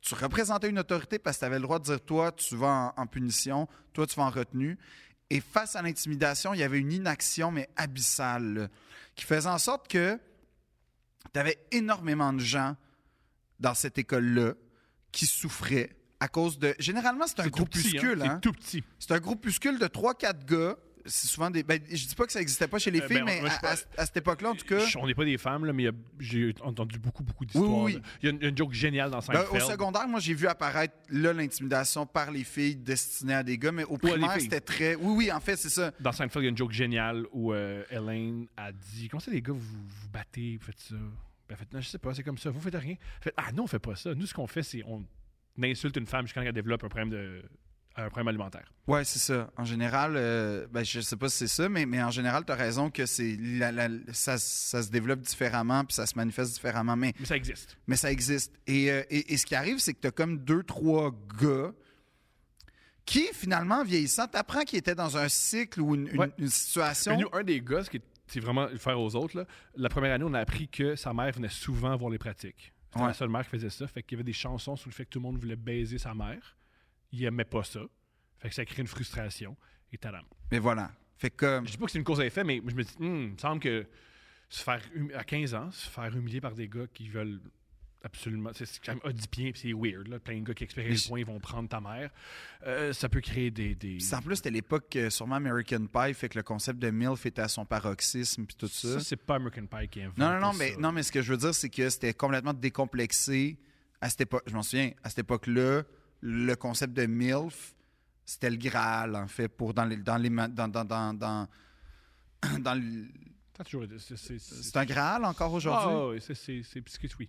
tu représentais une autorité parce que tu avais le droit de dire toi, tu vas en, en punition, toi, tu vas en retenue. Et face à l'intimidation, il y avait une inaction, mais abyssale, là, qui faisait en sorte que tu avais énormément de gens dans cette école-là qui souffraient à cause de. Généralement, c'est un
C'est tout petit. hein.
groupuscule. hein.
C'est tout petit.
C'est un groupuscule de 3-4 gars. C'est souvent des. Ben, je dis pas que ça n'existait pas chez les
Euh,
filles,
ben,
mais
moi, je
à,
pas-
à- à cette époque-là, en tout cas.
Je- on n'est pas des femmes, là, mais il y a- j'ai entendu beaucoup, beaucoup d'histoires.
oui,
là.
oui.
Il y a une, une joke géniale dans
ben,
Seinfeld.
au secondaire, moi, j'ai vu apparaître là l'intimidation par les filles destinée à des gars, mais au
les
primaire,
filles.
c'était très. Oui, oui, en fait, c'est ça.
Dans Seinfeld, il y a une joke géniale où euh, Elaine a dit Comment ça, les gars, vous vous battez, vous faites ça Puis Elle fait Non, je sais pas, c'est comme ça, vous faites rien. Elle fait Ah non, on fait pas ça. Nous, ce qu'on fait, c'est on insulte une femme jusqu'à ce qu'elle développe un problème, de, un problème alimentaire.
Ouais, c'est ça. En général, euh, ben, je sais pas si c'est ça, mais, mais en général, tu as raison que c'est la- la- ça, ça se développe différemment puis ça se manifeste différemment. Mais
Mais ça existe.
mais ça existe. Et, euh, et- et ce qui arrive, c'est que t'as comme deux, trois gars qui, finalement, en vieillissant, t'apprends qu'ils étaient dans un cycle ou une, une-
Ouais.
une
Mais
situation.
nous, un des gars, ce qui est c'est vraiment le faire aux autres, là, la première année, on a appris que sa mère venait souvent voir les pratiques. C'était
Ouais.
la seule mère qui faisait ça. Fait qu'il y avait des chansons sur le fait que tout le monde voulait baiser sa mère. Il aimait pas ça. Fait que ça crée une frustration. Et tadam.
Mais voilà. Fait que, euh,
Je dis pas que c'est une cause à effet, mais je me dis, Hmm, il me semble que se faire hum- à 15 ans, se faire humilier par des gars qui veulent absolument. C'est c'est quand même odipien, puis c'est weird. Là. Plein de gars qui expérimentent
Mais-
le point, ils vont prendre ta mère. Euh, ça peut créer des. des...
pis en plus, c'était l'époque, euh, sûrement, American Pie, fait que le concept de MILF était à son paroxysme puis tout ça.
Ça, c'est pas American Pie qui invente.
non, non, non,
ça.
mais, non, mais ce que je veux dire, c'est que c'était complètement décomplexé à cette époque. Je m'en souviens, à cette époque-là, le concept de MILF, c'était le Graal, en fait, pour dans les. Dans les ma- dans, dans, dans, dans, dans le-
T'as toujours été- c'est- c'est- c'est-
C'est un Graal encore aujourd'hui?
Ah, oui, c'est- c'est c'est biscuit, oui.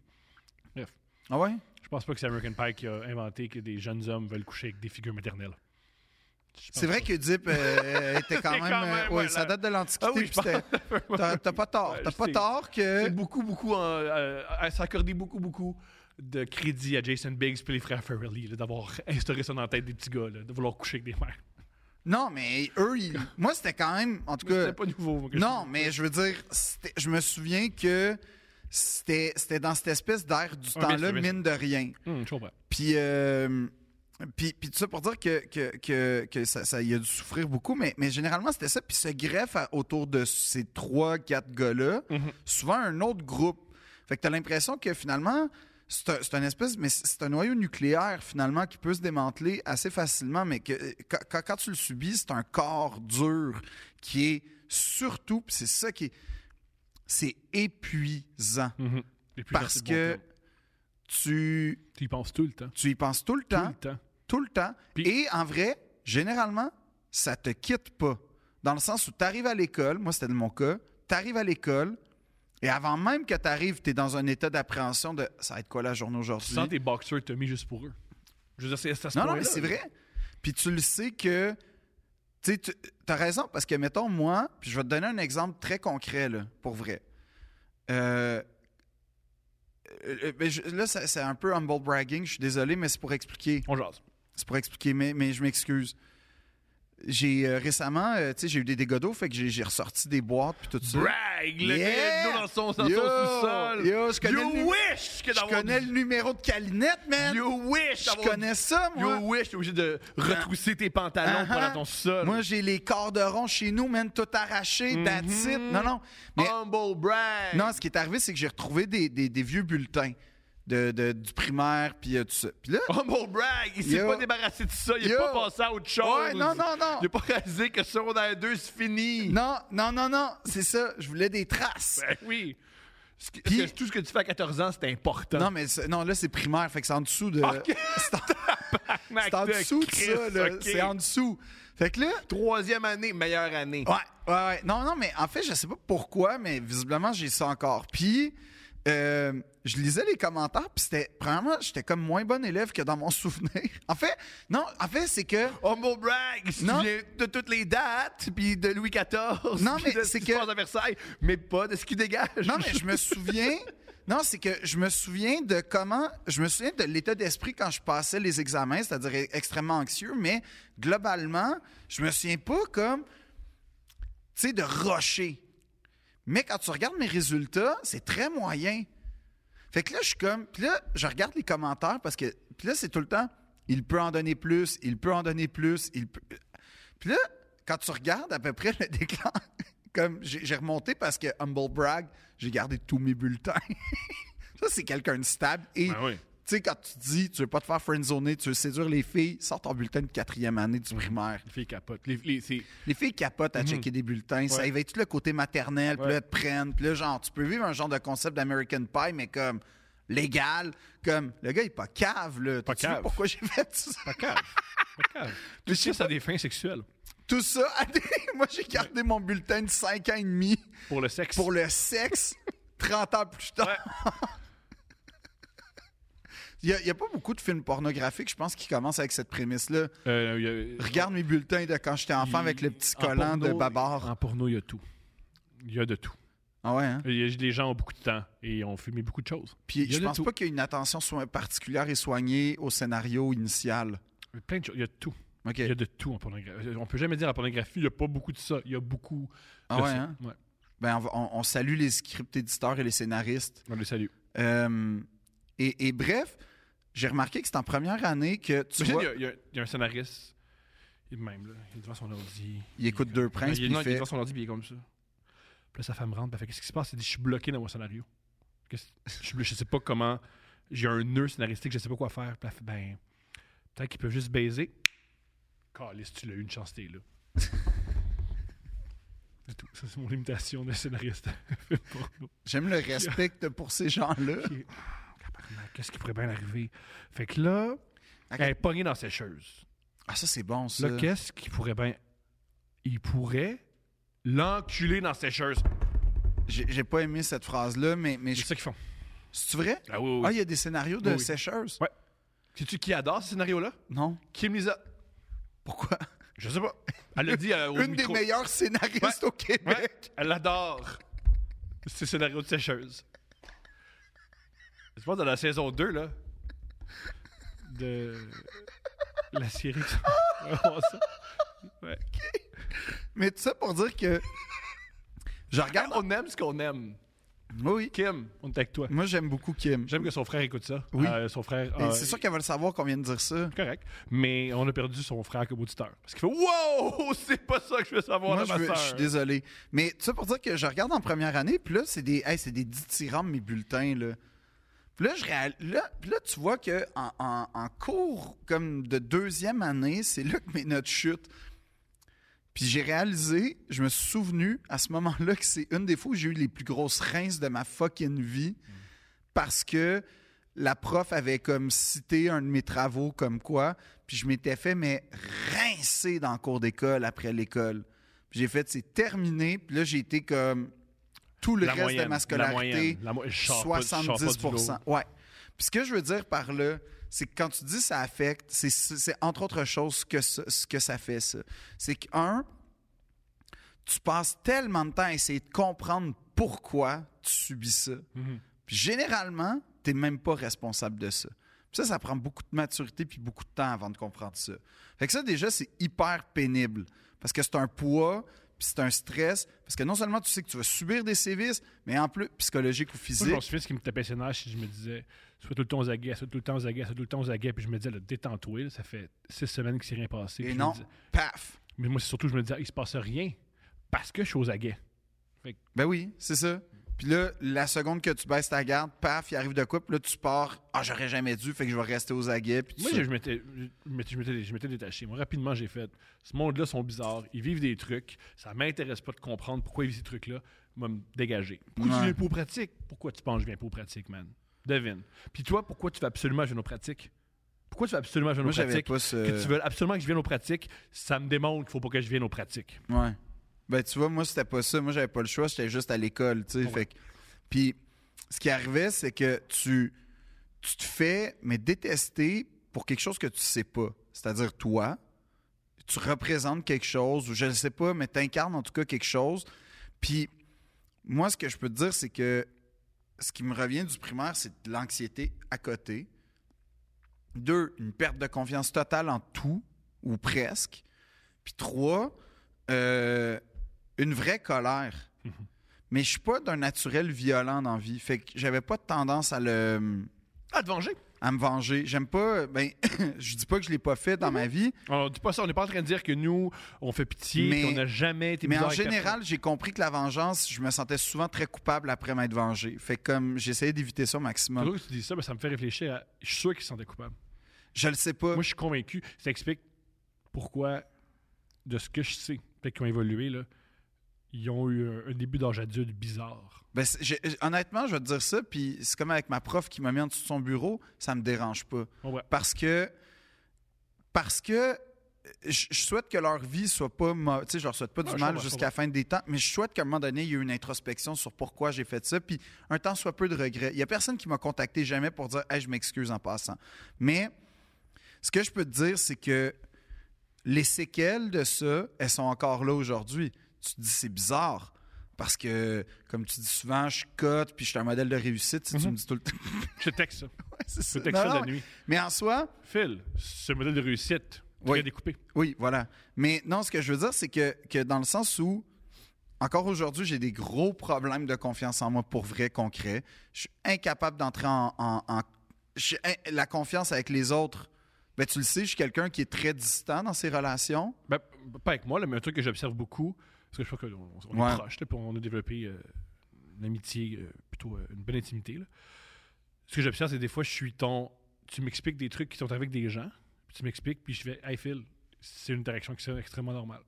Bref.
Ah ouais?
Je pense pas que c'est American Pie qui a inventé que des jeunes hommes veulent coucher avec des figures maternelles. Je pense
C'est vrai
pas.
que Dip euh, était quand
C'est
même.
quand
euh,
même,
ouais,
ouais,
ça
là.
date de l'Antiquité.
Ah oui,
puis
je pense-
c'était- T'as t'as pas tort.
Ouais,
T'as
je
pas
sais.
tort que.
C'est beaucoup, beaucoup, en- euh, à s'accorder beaucoup, beaucoup de crédit à Jason Biggs puis les frères Farrelly là, d'avoir instauré ça dans la tête des petits gars, là, de vouloir coucher avec des mères.
Non, mais eux, ils- moi, c'était quand même. En tout
Mais
cas.
C'était pas nouveau. moi, que je-
Non, mais je veux dire, c'était- je me souviens que c'était c'était dans cette espèce d'air du
Ouais, bien
temps-là,
sûr, bien
mine de rien.
Hum, je comprends.
Puis, euh, puis, puis tout ça pour dire que, que, que, que ça, ça y a dû souffrir beaucoup, mais, mais généralement, c'était ça. Puis se greffe à- autour de ces trois, quatre gars-là,
Mhm.
souvent un autre groupe. Fait que t'as l'impression que finalement, c'est un, c'est un espèce, mais c'est un noyau nucléaire finalement qui peut se démanteler assez facilement, mais que euh, quand, quand- quand tu le subis, c'est un corps dur qui est surtout, puis c'est ça qui est, c'est épuisant
Mhm. Et puis,
parce
merci de bon
que
terme.
tu,
Tu y penses tout le temps.
tu y penses tout le
Tout
temps
le temps.
tout le temps.
Puis-
Et en vrai, généralement, ça te quitte pas. Dans le sens où tu arrives à l'école, moi c'était mon cas, tu arrives à l'école et avant même que tu arrives, tu es dans un état d'appréhension de ça va être quoi la journée
Tu
aujourd'hui.
sens tes boxeurs t'as mis juste pour eux. Je veux dire, c'est c'est à ce
Non, non,
point-là,
mais c'est
là.
vrai. Puis tu le sais que. Tu sais, tu as raison, parce que, mettons, moi, puis je vais te donner un exemple très concret, là, pour vrai. Euh, euh, ben, je- là, ça- c'est un peu humble bragging, je suis désolé, mais c'est pour expliquer.
On jase.
C'est pour expliquer, mais, mais je m'excuse. J'ai euh, récemment, euh, tu sais, j'ai eu des dégâts d'eau, fait que j'ai j'ai ressorti des boîtes puis tout ça.
Brag! Le
Yeah!
gars, il est dans son, dans son
Yo!
sous-sol.
Yo, je connais le
You
nu-
wish que
Je
d'avoir
connais le numéro de Calinette, man!
You wish
je connais ça, moi!
You wish, t'es obligé de retrousser tes pantalons
Ah-ha.
pendant ton sol. Mm-hmm.
Moi, j'ai les cordes ronds chez nous, man, tout arraché, that's it. Non, non. Mais
Humble brag!
non, ce qui est arrivé, c'est que j'ai retrouvé des, des- des vieux bulletins de, de- du primaire, puis euh, tout ça. Puis là,
Humble brag! Il s'est
Yo.
pas débarrassé de ça, il
Yo.
est pas passé à autre chose.
Ouais, non, non, non.
Il a pas réalisé que secondaire 2, c'est fini.
non, non, non, non, c'est ça, je voulais des traces.
Ben oui. Ce que-
Puis-
parce que tout ce que tu fais à 14 ans, c'est important.
Non, mais c'est- non, là, c'est primaire, fait que c'est en dessous de.
Ok.
C'est en- C'est en dessous de ça, là. C'est en dessous. Fait que là,
Troisième année, meilleure année.
Ouais, ouais, ouais. Non, non, mais en fait, je sais pas pourquoi, mais visiblement, j'ai ça encore. Puis, euh, je lisais les commentaires, puis c'était, premièrement, j'étais comme moins bon élève que dans mon souvenir. En fait, non, en fait, c'est que.
Oh,
Homo brag, si
Non.
tu viens de toutes les dates, puis de Louis XIV,
Non,
puis
mais
de ce
c'est
qui
que-
se passe à Versailles, mais pas de ce qui dégage.
Non, mais je me souviens. Non, c'est que je me souviens de comment. Je me souviens de l'état d'esprit quand je passais les examens, c'est-à-dire e- extrêmement anxieux, mais globalement, je me souviens pas comme. Tu sais, de rocher. Mais quand tu regardes mes résultats, c'est très moyen. Fait que là, je suis comme. Puis là, je regarde les commentaires parce que. Puis là, c'est tout le temps. Il peut en donner plus, il peut en donner plus, il peut. Puis là, quand tu regardes à peu près le déclin, comme j'ai j'ai remonté parce que Humble Brag, j'ai gardé tous mes bulletins. Ça, c'est quelqu'un de stable. Et
Ben oui.
tu sais, quand tu dis, tu veux pas te faire friendzoner, tu veux séduire les filles, sors ton bulletin de quatrième année du primaire.
Les filles capotent. Les, les- c'est-
Les filles capotent à checker des bulletins. Ça
Mhm. Ouais.
éveille tout le côté maternel. Puis
Ouais.
là, elles te prennent. Puis là, genre, tu peux vivre un genre de concept d'American Pie, mais comme légal. Comme, le gars, il est pas cave, là. Pas
cave.
pourquoi j'ai fait ça?
Pas cave. Pas cave. Tout ça, ça a des fins sexuelles.
Tout ça, allez, moi, j'ai gardé mon bulletin de 5 ans et demi
Pour le sexe.
pour le sexe 30 ans plus tard. Il n'y a, il y a pas beaucoup de films pornographiques, je pense, qui commencent avec cette prémisse-là.
Euh, il y a-
Regarde mes bulletins de quand j'étais enfant avec le petit
En
collant de
porno,
Babar.
En porno, il y a tout. Il y a de tout.
Ah ouais, hein?
Il y a- les gens ont beaucoup de temps et ont filmé beaucoup de choses.
Puis
Il y a
je
de
pense
tout.
pas qu'il y ait une attention soin- particulière et soignée au scénario initial.
Il y a plein de choses. Il y a de tout.
OK.
Il y a de tout en pornographie. On peut jamais dire en pornographie, il n'y a pas beaucoup de ça. Il y a beaucoup.
Ah
de
ouais,
ça.
hein?
Ouais.
Ben, on, va- on- on salue les script éditeurs et les scénaristes.
On les salue.
Euh, et, et bref, j'ai remarqué que c'est en première année que tu
Imagine,
vois,
il y a- il y, a- il y a un scénariste. Il est de même, là. Il est devant son ordi.
il écoute
est
deux
comme-
princes,
Ben, il, est-
puis
non,
il
il est
fait
devant son ordi, puis il est comme ça. Puis là, sa femme rentre, puis elle fait Qu'est-ce qui se passe Il dit Je suis bloqué dans mon scénario. Qu'est-ce- Je ne sais pas comment. J'ai un nœud scénaristique, je sais pas quoi faire. Puis elle fait Ben, peut-être qu'ils peuvent juste baiser. Caliste, tu l'as eu une chance, t'es là. C'est tout. Ça, c'est mon limitation de scénariste. Porno.
J'aime le respect que t'as pour ces gens-là.
Puis, Tabarnak, Qu'est-ce qui pourrait bien arriver Fait que là, elle est pognée dans ses sécheuse.
Ah, ça, c'est bon, ça.
Là, qu'est-ce qu'il pourrait bien. Il pourrait l'enculer dans ses sécheuse.
J'ai j'ai pas aimé cette phrase-là, mais, mais je...
C'est ça qu'ils font.
c'est vrai?
Ah oui, oui, oui.
Ah, il y a des scénarios de
Oui, oui.
sécheuse?
Ouais. Sais-tu qui adore ce scénario-là
Non.
Kim Lisa.
Pourquoi?
Je sais pas. Elle l'a dit euh, au
Une
micro.
des meilleures scénaristes
Ouais.
au Québec.
Ouais, elle adore ces scénarios de sécheuse. Je pense dans la saison 2, là. De. La série. ça. Ouais.
Mais tout ça pour dire que je regarde.
On aime ce qu'on aime.
Oui.
Kim.
On est avec toi.
Moi, j'aime beaucoup Kim.
J'aime que son frère écoute ça.
Oui.
Euh, son frère.
Et
euh,
Ben, c'est sûr qu'elle va le savoir qu'on vient de dire ça.
correct. Mais on a perdu son frère comme auditeur. Parce qu'il fait
Wow! C'est pas ça que je veux
Oh,
savoir
Moi,
de
je,
ma
veux- je
sœur.
suis désolé. Mais tout ça pour dire que je regarde en première année, puis là, c'est des, hey, c'est des dithyrambes, mes bulletins, là. Puis là, je réal- là, puis là, tu vois que en, en- en cours comme de deuxième année, c'est là que mes notes chutent. Puis j'ai réalisé, je me suis souvenu à ce moment-là que c'est une des fois où j'ai eu les plus grosses rinces de ma fucking vie parce que la prof avait comme cité un de mes travaux comme quoi, puis je m'étais fait mais rincer dans le cours d'école après l'école. Puis j'ai fait c'est terminé, puis là j'ai été comme tout le
la
reste
moyenne,
de ma
La
scolarité
moyenne, la mo- je sors pas- je sors pas du
70
lot.
Ouais. Puis ce que je veux dire par là, c'est que quand tu dis ça affecte, c'est- c'est c'est entre autres choses ce que ça- ce que ça fait, ça. C'est que, un, tu passes tellement de temps à essayer de comprendre pourquoi tu subis ça. Puis généralement, tu n'es même pas responsable de ça. Puis ça, ça prend beaucoup de maturité puis beaucoup de temps avant de comprendre ça. Fait que ça, déjà, c'est hyper pénible parce que c'est un poids puis c'est un stress parce que non seulement tu sais que tu vas subir des sévices, mais en plus, psychologique ou
Moi, je
physique.
me souviens ce qui me tapait ses nerfs si je me disais soit tout le temps aux aguets, soit tout le temps aux aguets, soit tout le temps aux aguets, puis je me disais, là, détends-toi, là, ça fait six semaines qu'il s'est rien passé. Puis
Et
je
non,
me disais-
paf!
mais moi, c'est surtout, je me disais, il se passe rien parce que je suis aux aguets.
Ben oui, c'est ça. Puis là, la seconde que tu baisses ta garde, paf, il arrive de quoi? Puis là, tu pars. Ah, j'aurais jamais dû, fait que je vais rester aux aguets. Puis tout
Moi,
ça.
je je m'étais je m'étais- je m'étais- je m'étais détaché. Moi, rapidement, j'ai fait ce monde-là sont bizarres, ils vivent des trucs, ça m'intéresse pas de comprendre pourquoi ils vivent ces trucs-là, moi, me dégager. Pourquoi
Ouais.
tu viens pas aux pratiques Pourquoi tu penses que je viens pas aux pratiques, man Devine. Puis toi, pourquoi tu vas absolument à nos pratiques Pourquoi tu veux absolument que je vienne
Moi,
aux
j'avais
pratiques?
pas ce.
Que tu veux absolument que je vienne aux pratiques, ça me démontre qu'il faut pas que je vienne aux pratiques.
Ouais. Ben, tu vois, moi, c'était pas ça. Moi, j'avais pas le choix. J'étais juste à l'école, tu sais. Fait que- Puis, ce qui arrivait, c'est que tu, tu te fais, mais détester pour quelque chose que tu sais pas. C'est-à-dire, toi, tu représentes quelque chose, ou je ne sais pas, mais t'incarnes en tout cas quelque chose. Puis, moi, ce que je peux te dire, c'est que ce qui me revient du primaire, c'est de l'anxiété à côté. Deux, une perte de confiance totale en tout, ou presque. Puis trois, euh, une vraie colère. Mais je suis pas d'un naturel violent dans la vie. Fait que j'avais pas de tendance à le
Ah, te venger.
à me venger. J'aime pas. Ben, je dis pas que je l'ai pas fait dans
Mm-hmm.
ma vie,
Alors, dis pas ça, on n'est pas en train de dire que nous, on fait pitié,
Mais-
qu'on n'a jamais été
mais en
bizarre avec personne.
général, j'ai compris que la vengeance, je me sentais souvent très coupable après m'être vengé. Fait que comme j'essayais d'éviter ça au
C'est
maximum.
drôle que tu dis ça, mais ça me fait réfléchir à. Je suis sûr qu'ils se sentaient coupables.
Je le sais pas.
Moi, je suis convaincu. Ça explique pourquoi, de ce que je sais, peut-être qu'ils ont évolué, là, ils ont eu un, un début d'âge adulte bizarre.
Ben, c'est- j'ai- honnêtement, je vais te dire ça, puis c'est comme avec ma prof qui m'a mis en dessous de son bureau, ça me dérange pas.
Bon, ouais.
parce que parce que euh, je je souhaite que leur vie soit pas ma- tu sais je leur souhaite pas
Ouais,
du
je
mal
comprends, je
jusqu'à la fin des temps mais je souhaite qu'à un moment donné il y ait une introspection sur pourquoi j'ai fait ça puis un temps soit peu de regrets il y a personne qui m'a contacté jamais pour dire hey je m'excuse en passant mais ce que je peux te dire c'est que les séquelles de ça elles sont encore là aujourd'hui tu te dis c'est bizarre parce que comme tu dis souvent je cote puis je suis un modèle de réussite tu sais,
Mhm.
tu me dis tout le temps
Je te texte ça.
C'est
Je
ça.
te texte ça
Non,
de
non,
la nuit.
mais en soi
Phil, ce modèle de réussite, très
Oui.
découpé.
Oui, voilà. Mais non, ce que je veux dire, c'est que, que dans le sens où, encore aujourd'hui, j'ai des gros problèmes de confiance en moi pour vrai, concret. Je suis incapable d'entrer en. en- en- je suis in- la confiance avec les autres. Ben, tu le sais, je suis quelqu'un qui est très distant dans ses relations.
Ben, pas avec moi, là, mais un truc que j'observe beaucoup, parce que je crois qu'on on
Ouais.
est proche, là, puis on a développé euh, une amitié, euh, plutôt euh, une bonne intimité. là. Ce que j'observe, c'est des fois, je suis ton. Tu m'expliques des trucs qui sont avec des gens, puis tu m'expliques, puis je vais, hey Phil, c'est une interaction qui est extrêmement normale.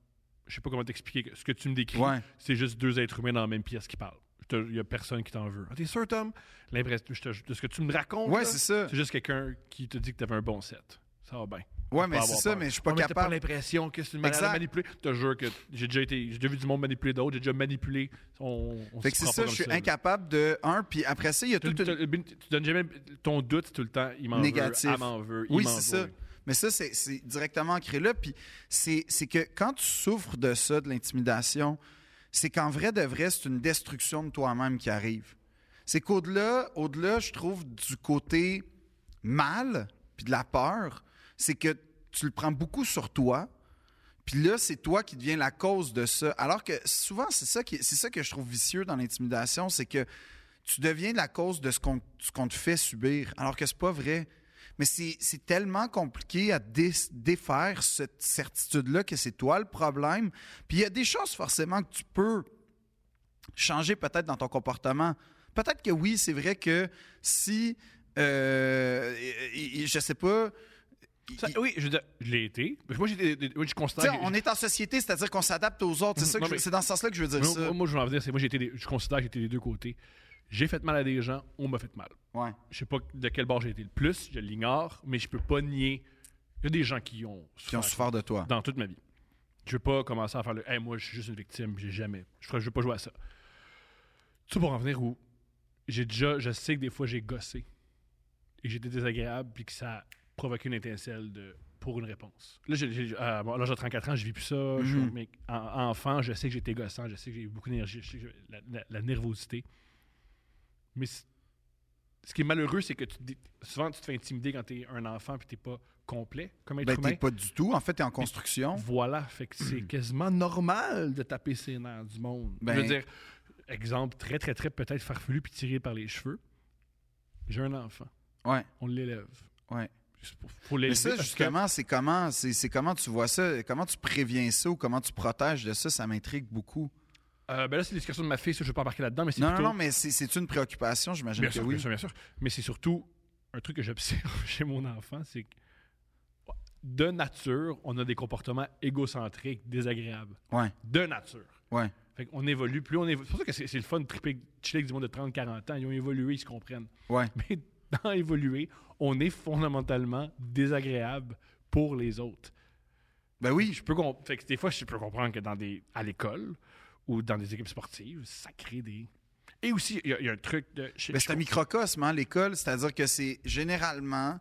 Je sais pas comment t'expliquer. que Ce que tu me décris,
Ouais.
c'est juste deux êtres humains dans la même pièce qui parlent. Il n'y a personne qui t'en veut. Ah, T'es sûr, Tom? L'impression je te- de ce que tu me racontes,
Ouais,
là,
c'est ça.
c'est juste quelqu'un qui te dit que t'avais un bon set. Ça va bien.
Ouais, mais
Faut
c'est
avoir
ça,
peur.
mais je suis pas
Ouais, mais t'as pas
capable.
l'impression que c'est une manière de
Exact.
manipuler. Je te jure que j'ai déjà été, j'ai déjà vu du monde manipuler d'autres, j'ai déjà manipulé. On, on
Fait
se
que c'est
prend pas
ça,
comme
je suis
là.
incapable de. Un, puis après ça, il y a
T'as-
toute une.
t'as- Tu donnes jamais ton doute c'est tout le temps. Il m'en
Négatif.
veut, elle m'en veut, il
Oui,
m'en
c'est
veut.
ça. Mais ça, c'est c'est directement ancré là. Puis c'est c'est que quand tu souffres de ça, de l'intimidation, c'est qu'en vrai de vrai, c'est une destruction de toi-même qui arrive. C'est qu'au-delà, au-delà, je trouve, du côté mal, puis de la peur, c'est que tu le prends beaucoup sur toi. Puis là, c'est toi qui deviens la cause de ça. Alors que souvent, c'est ça, qui, c'est ça que je trouve vicieux dans l'intimidation, c'est que tu deviens la cause de ce qu'on, ce qu'on te fait subir, alors que c'est pas vrai. Mais c'est, c'est tellement compliqué à dé- défaire cette certitude-là que c'est toi le problème. Puis il y a des choses forcément que tu peux changer peut-être dans ton comportement. Peut-être que oui, c'est vrai que si, euh, et- et- je sais pas,
Ça- oui, je veux dire, je l'ai été. Moi, j'ai des- des- moi,
tu
je
sais,
considère. que-
on est en société, c'est-à-dire qu'on s'adapte aux autres. C'est, ça que
Non,
je-
mais-
c'est dans ce sens-là que je veux dire
moi,
ça.
moi, moi, je veux en venir, c'est moi, j'ai été des- je considère que j'étais des deux côtés. J'ai fait mal à des gens, on m'a fait mal.
Ouais.
Je sais pas de quel bord j'ai été le plus, je l'ignore, mais je peux pas nier. Il y a des gens qui ont
Qui ont
souffert.
souffert de toi.
dans toute ma vie. Je veux pas commencer à faire le Hey, moi, je suis juste une victime, j'ai jamais. Je ferais- je veux pas jouer à ça. Tout pour en venir où j'ai déjà, je sais que des fois j'ai gossé et j'étais désagréable puis que ça a provoqué une étincelle de pour une réponse. Là, j'ai, j'ai- à mon- à l'âge de 34 ans, je vis plus ça. je suis-
Mhm.
mais en- enfant, je sais que j'étais gossant, je sais que j'ai eu beaucoup d'énergie, je sais que j'avais la, la- la nervosité. Mais c- ce qui est malheureux, c'est que tu, te dis- souvent tu te fais intimider quand t'es un enfant puis t'es pas complet comme être
Ben,
humain.
t'es pas du tout. En fait, t'es en construction.
Voilà, fait que c'est quasiment normal de taper ses nerfs du monde.
Hmm. Ben-
Je veux dire, exemple très, très, très peut-être farfelu puis tiré par les cheveux. J'ai un enfant,
Ouais,
on l'élève.
ouais.
C'est pour- Faut
Mais
l'élever.
ça,
parce que-
justement, c'est comment, c'est, c'est comment tu vois ça, comment tu préviens ça ou comment tu protèges de ça, ça m'intrigue beaucoup.
Euh, ben là, c'est l'éducation de ma fille, ça, je ne vais pas embarquer là-dedans, mais c'est
Non, non,
plutôt.
non, mais c'est, c'est une préoccupation, j'imagine
bien
que
sûr,
oui.
bien sûr, bien sûr. Mais c'est surtout un truc que j'observe chez mon enfant, c'est que de nature, on a des comportements égocentriques, désagréables.
Ouais,
De nature.
ouais.
Fait qu'on évolue, plus on évolue. C'est pour ça que c'est c'est le fun de triper, de chiller avec du monde de 30-40 ans. Ils ont évolué, ils se comprennent.
Ouais.
Mais maintenant évolué, on est fondamentalement désagréable pour les autres.
Ben oui.
Je peux com- fait que des fois, je peux comprendre que dans des, à l'école ou dans des équipes sportives, ça crée des. Et aussi, il y, a- il y a un truc de. je-
Ben,
je
c'est un microcosme, hein, l'école. C'est-à-dire que c'est généralement,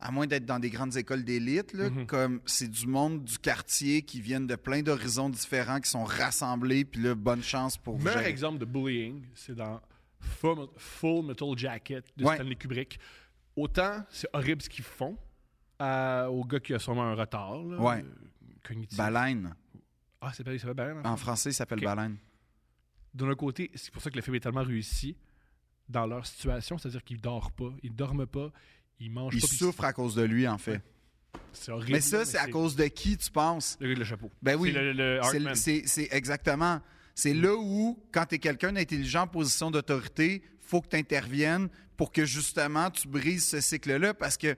à moins d'être dans des grandes écoles d'élite, là,
Mm-hmm.
comme c'est du monde du quartier qui viennent de plein d'horizons différents, qui sont rassemblés, puis là, bonne chance pour vous.
meilleur
gérer.
exemple de bullying, c'est dans Full, Full Metal Jacket de
Ouais.
Stanley Kubrick. Autant c'est horrible ce qu'ils font euh, au gars qui a sûrement un retard là,
Ouais. Ben,
euh, cognitif.
Baleine.
Ah, c'est pas ça va bien.
En français, il s'appelle
Ok.
baleine.
D'un autre côté, c'est pour ça que le film est tellement réussi dans leur situation, c'est-à-dire qu'ils dorment pas, ils dorment pas, ils mangent
Il
pas. puis
souffre à cause de lui, en fait.
C'est horrible.
Mais ça, c'est à cause de qui, tu penses?
Le gars avec le chapeau.
Ben oui.
C'est le, le
C'est-
euh, Hartman.
C'est c'est exactement. C'est là où, quand tu es quelqu'un d'intelligent en position d'autorité, faut que tu interviennes pour que justement tu brises ce cycle-là. Parce que,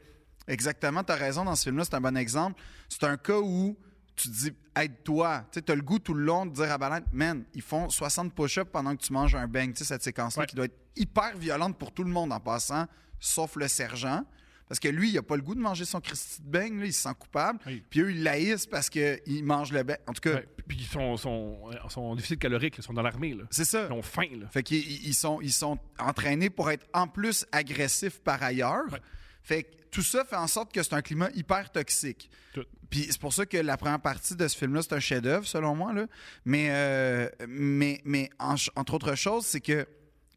exactement, tu as raison dans ce film-là, c'est un bon exemple. C'est un cas où tu te dis aide-toi. Tu as le goût tout le long de dire à Baleine, man, ils font 60 push-ups pendant que tu manges un bang. Tu sais, cette séquence-là
Ouais.
qui doit être hyper violente pour tout le monde en passant, sauf le sergent. Parce que lui, il a pas le goût de manger son Christy de bang, là, il se sent coupable.
Oui.
Puis eux, ils l'haïssent parce qu'ils mangent le bang. En tout cas,
Ouais, puis ils sont, sont, euh, sont en déficit calorique, ils sont dans l'armée. là.
c'est ça.
Ils ont faim. Là.
Fait qu'ils ils- ils sont, ils sont entraînés pour être en plus agressifs par ailleurs.
Ouais.
Fait que tout ça fait en sorte que c'est un climat hyper toxique.
Tout.
Puis c'est pour ça que la première partie de ce film-là, c'est un chef-d'œuvre, selon moi. Là. Mais, euh, mais, mais en- entre autres choses, c'est que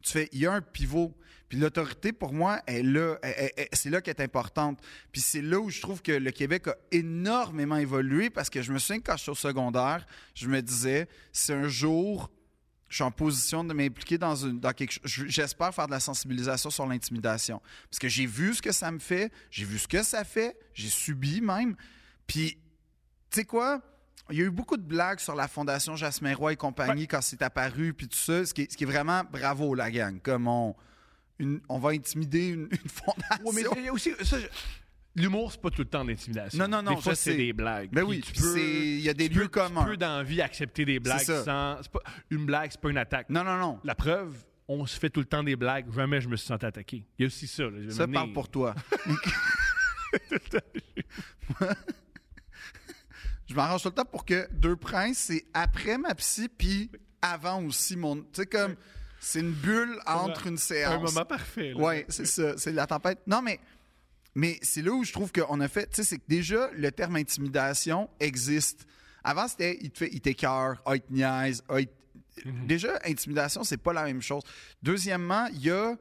tu fais, il y a un pivot. Puis l'autorité, pour moi, est là, elle- elle- elle- c'est là qu'elle est importante. Puis c'est là où je trouve que le Québec a énormément évolué parce que je me souviens que quand je suis au secondaire, je me disais, c'est un jour, je suis en position de m'impliquer dans, une, dans quelque chose. je- J'espère faire de la sensibilisation sur l'intimidation. Parce que j'ai vu ce que ça me fait, j'ai vu ce que ça fait, j'ai subi même. Puis, tu sais quoi? Il y a eu beaucoup de blagues sur la Fondation Jasmin Roy et compagnie quand c'est apparu, puis tout ça, ce qui, est, ce qui est vraiment bravo, la gang. Comme on, une- on va intimider une, une fondation.
Ouais, mais il y a aussi. ça, je- L'humour, c'est pas tout le temps de l'intimidation.
Non, non, non,
Des fois,
je sais.
c'est des blagues.
Ben
Puis
oui,
tu
puis
peux-
c'est- il y a des
tu
lieux
peux-
communs.
Tu peux d'envie accepter des blagues
C'est ça.
sans. c'est Pas... Une blague, c'est pas une attaque.
non, non, non.
La preuve, on se fait tout le temps des blagues. Jamais je me suis senti attaqué. Il y a aussi ça. là. Je vais
Ça
m'amener-
parle pour toi. je m'arrange tout le temps pour que Deux Princes, c'est après ma psy, puis avant aussi mon. Tu sais, comme. C'est une bulle entre une séance.
Un moment parfait. là.
Ouais, c'est ça. C'est la tempête. Non, mais. Mais c'est là où je trouve qu'on a fait. Tu sais, c'est que déjà, le terme intimidation existe. Avant, c'était il te fait, il t'écœure, ah, il te niaise, ah, il te- Déjà, intimidation, c'est pas la même chose. Deuxièmement, il y a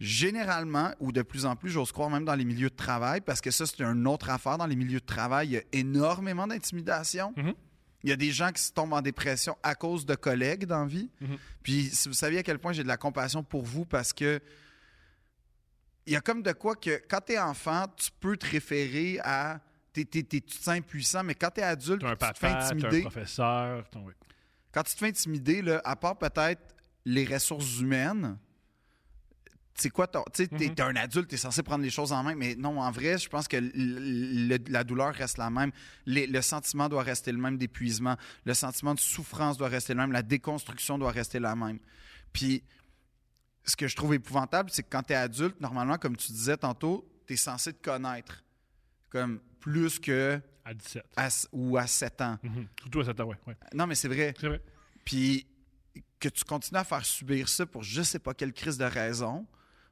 généralement, ou de plus en plus, j'ose croire, même dans les milieux de travail, parce que ça, c'est une autre affaire. Dans les milieux de travail, il y a énormément d'intimidation.
Mhm.
Il y a des gens qui se tombent en dépression à cause de collègues dans la vie.
Mhm.
Puis, si vous saviez à quel point j'ai de la compassion pour vous, parce que il y a comme de quoi que quand t'es enfant, tu peux te référer à. t'es- t'es- t'es- tu te sens impuissant, mais quand t'es adulte,
T'as un
tu te fais
papa, t'as un
intimider.
professeur. t'as- ouais.
Quand tu te fais intimider, là, à part peut-être les ressources humaines, c'est quoi ton. Tu sais, t'es t'es un adulte, t'es censé prendre les choses en main, mais non, en vrai, je pense que l- le- la douleur reste la même. Les- le sentiment doit rester le même d'épuisement. Le sentiment de souffrance doit rester le même. La déconstruction doit rester la même. Puis, ce que je trouve épouvantable, c'est que quand t'es adulte, normalement, comme tu disais tantôt, t'es censé te connaître. Comme plus que.
À 17.
à- ou à 7 ans.
Mhm. Surtout à 7 ans, ouais. ouais.
Non, mais c'est vrai
C'est vrai.
puis que tu continues à faire subir ça pour je sais pas quelle crise de raison,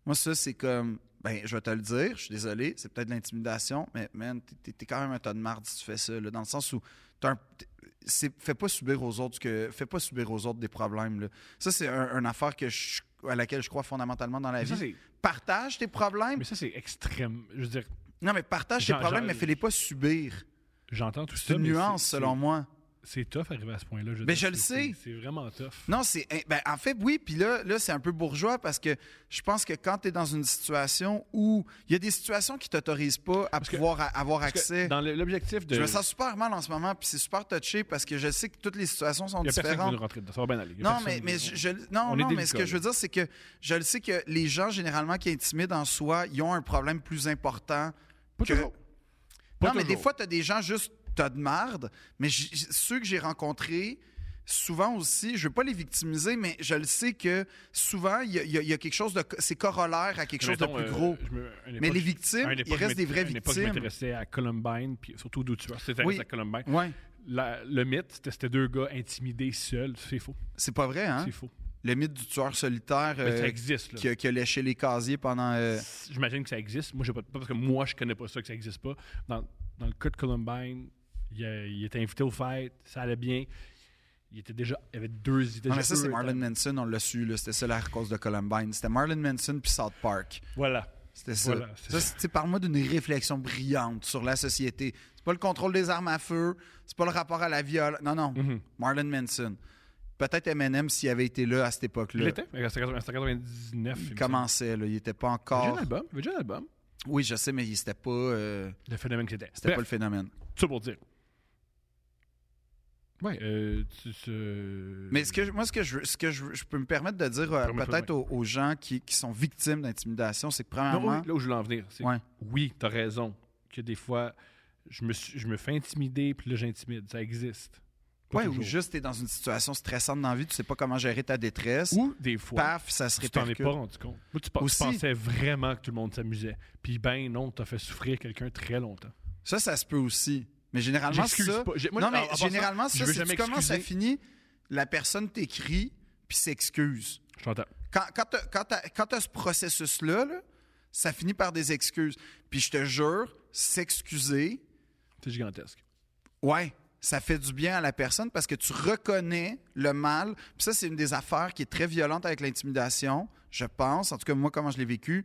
moi, ça, c'est comme, ben, je vais te le dire, je suis désolé, c'est peut-être de l'intimidation, mais man, t'es- t'es t'es quand même un tas de marde si tu fais ça, là, dans le sens où t'as un- t'es- c'est- fais pas subir aux autres que fais pas subir aux autres des problèmes là. ça c'est un- une affaire que je- à laquelle je crois fondamentalement dans la
Mais ça,
vie
c'est-
partage tes problèmes
mais ça, c'est extrême. Je veux dire,
non mais partage tes
Jean-
problèmes
Jean-
mais fais-les pas subir
j'entends tout ça.
c'est une
mais
nuance
c'est-
selon moi
C'est c'est tough arriver à ce point-là. veux
Mais
dire,
je le
c'est-
sais.
C'est c'est vraiment tough.
Non, c'est. eh, ben, en fait, oui. Puis là, là c'est un peu bourgeois parce que je pense que quand tu es dans une situation où. Il y a des situations qui t'autorisent pas à
que-
pouvoir a- avoir
Parce que
accès.
Dans le- l'objectif de.
Je me sens super mal en ce moment, puis c'est super touché parce que je sais que toutes les situations sont
Il y a personne qui veut
différentes.
nous rentrer dedans. Ça va bien aller. Il y a
Non,
personne
mais,
qui-
mais je, je- non,
on est
non, mais ce
délicat,
que je veux dire, c'est que je le sais que les gens généralement qui intimident en soi, ils ont un problème plus important
Pas
que.
toujours. Pas
non, mais des
toujours.
fois, t'as des gens juste, t'as de marde, mais j- j- ceux que j'ai rencontrés, souvent aussi, je veux pas les victimiser, mais je le sais que souvent, il y, a- il y a- il y a quelque chose de. C'est corollaire à quelque chose de
Mettons,
plus
euh,
gros.
je me- à une
mais
époque,
les
à
victimes,
une
il
époque, je
reste des
m'int-
vraies
à une époque, Je
victimes.
m'intéressais à Columbine, puis surtout d'où tu vas. C'était
Oui.
à Columbine.
Ouais,
La- le mythe, c'était c'était deux gars intimidés seuls. C'est faux.
c'est pas vrai, hein?
C'est faux.
Le mythe du tueur solitaire
Mais
euh,
ça existe. Là.
qui, a, qui a léché les casiers pendant. euh,
J'imagine que ça existe. Moi, j'ai pas, pas parce que moi, je connais pas ça, que ça existe pas. Dans, dans le cas de Columbine, il, a- il était invité aux fêtes, ça allait bien. Il était déjà, il avait deux. il était
Non, mais
déjà hein.
ça, c'est
heureux.
Marlon Manson, on l'a su, là, c'était ça la cause de Columbine. C'était Marlon Manson puis South Park.
Voilà.
C'était ça.
Voilà, c'est
ça,
ça.
c'est- tu sais, parle-moi d'une réflexion brillante sur la société. C'est pas le contrôle des armes à feu, c'est pas le rapport à la violence. Non, non.
Mm-hmm.
Marlon Manson. Peut-être Eminem s'il avait été là à cette époque-là.
Il était. mais C'était en 99.
Il
me
commençait, là. Il était pas encore.
semble. Il avait déjà un album. Il avait déjà un album.
Oui, je sais, mais il c'était pas. euh,
Le phénomène que c'était.
C'était
Bref.
pas le phénomène.
Ça pour dire. Ouais, euh, tu, tu-
Mais ce que je- moi, ce que je, veux- ce que je, veux- je peux me permettre de dire euh,
Permets-toi,
peut-être aux, aux gens qui, qui sont victimes d'intimidation, c'est que
Non,
premièrement,
oui, là où je voulais en venir, c'est
Ouais.
oui, t'as raison que des fois je me suis- je me fais intimider puis là j'intimide, ça existe. Pas
ouais, ou
toujours.
juste t'es dans une situation stressante dans la vie, tu sais pas comment gérer ta détresse,
ou des fois
paf, ça se
tu t'en es
répercute.
pas rendu compte. Moi, tu, pe- tu
Aussi-
pensais vraiment que tout le monde s'amusait. Puis ben non, t'as fait souffrir quelqu'un très longtemps.
Ça, ça se peut aussi. Mais généralement,
J'excuse
ça.
pas. J'ai- moi,
non,
en- en
mais
passant,
généralement,
je
ça,
veux
c'est
jamais
comment ça
excuser.
finit. La personne t'écrit puis s'excuse.
Je t'entends.
Quand, quand t'as- quand t'as- quand t'as ce processus-là, là, ça finit par des excuses. Puis je te jure, s'excuser,
C'est gigantesque.
Ouais, ça fait du bien à la personne parce que tu reconnais le mal. Puis ça, c'est une des affaires qui est très violente avec l'intimidation, je pense. En tout cas, moi, comment je l'ai vécu,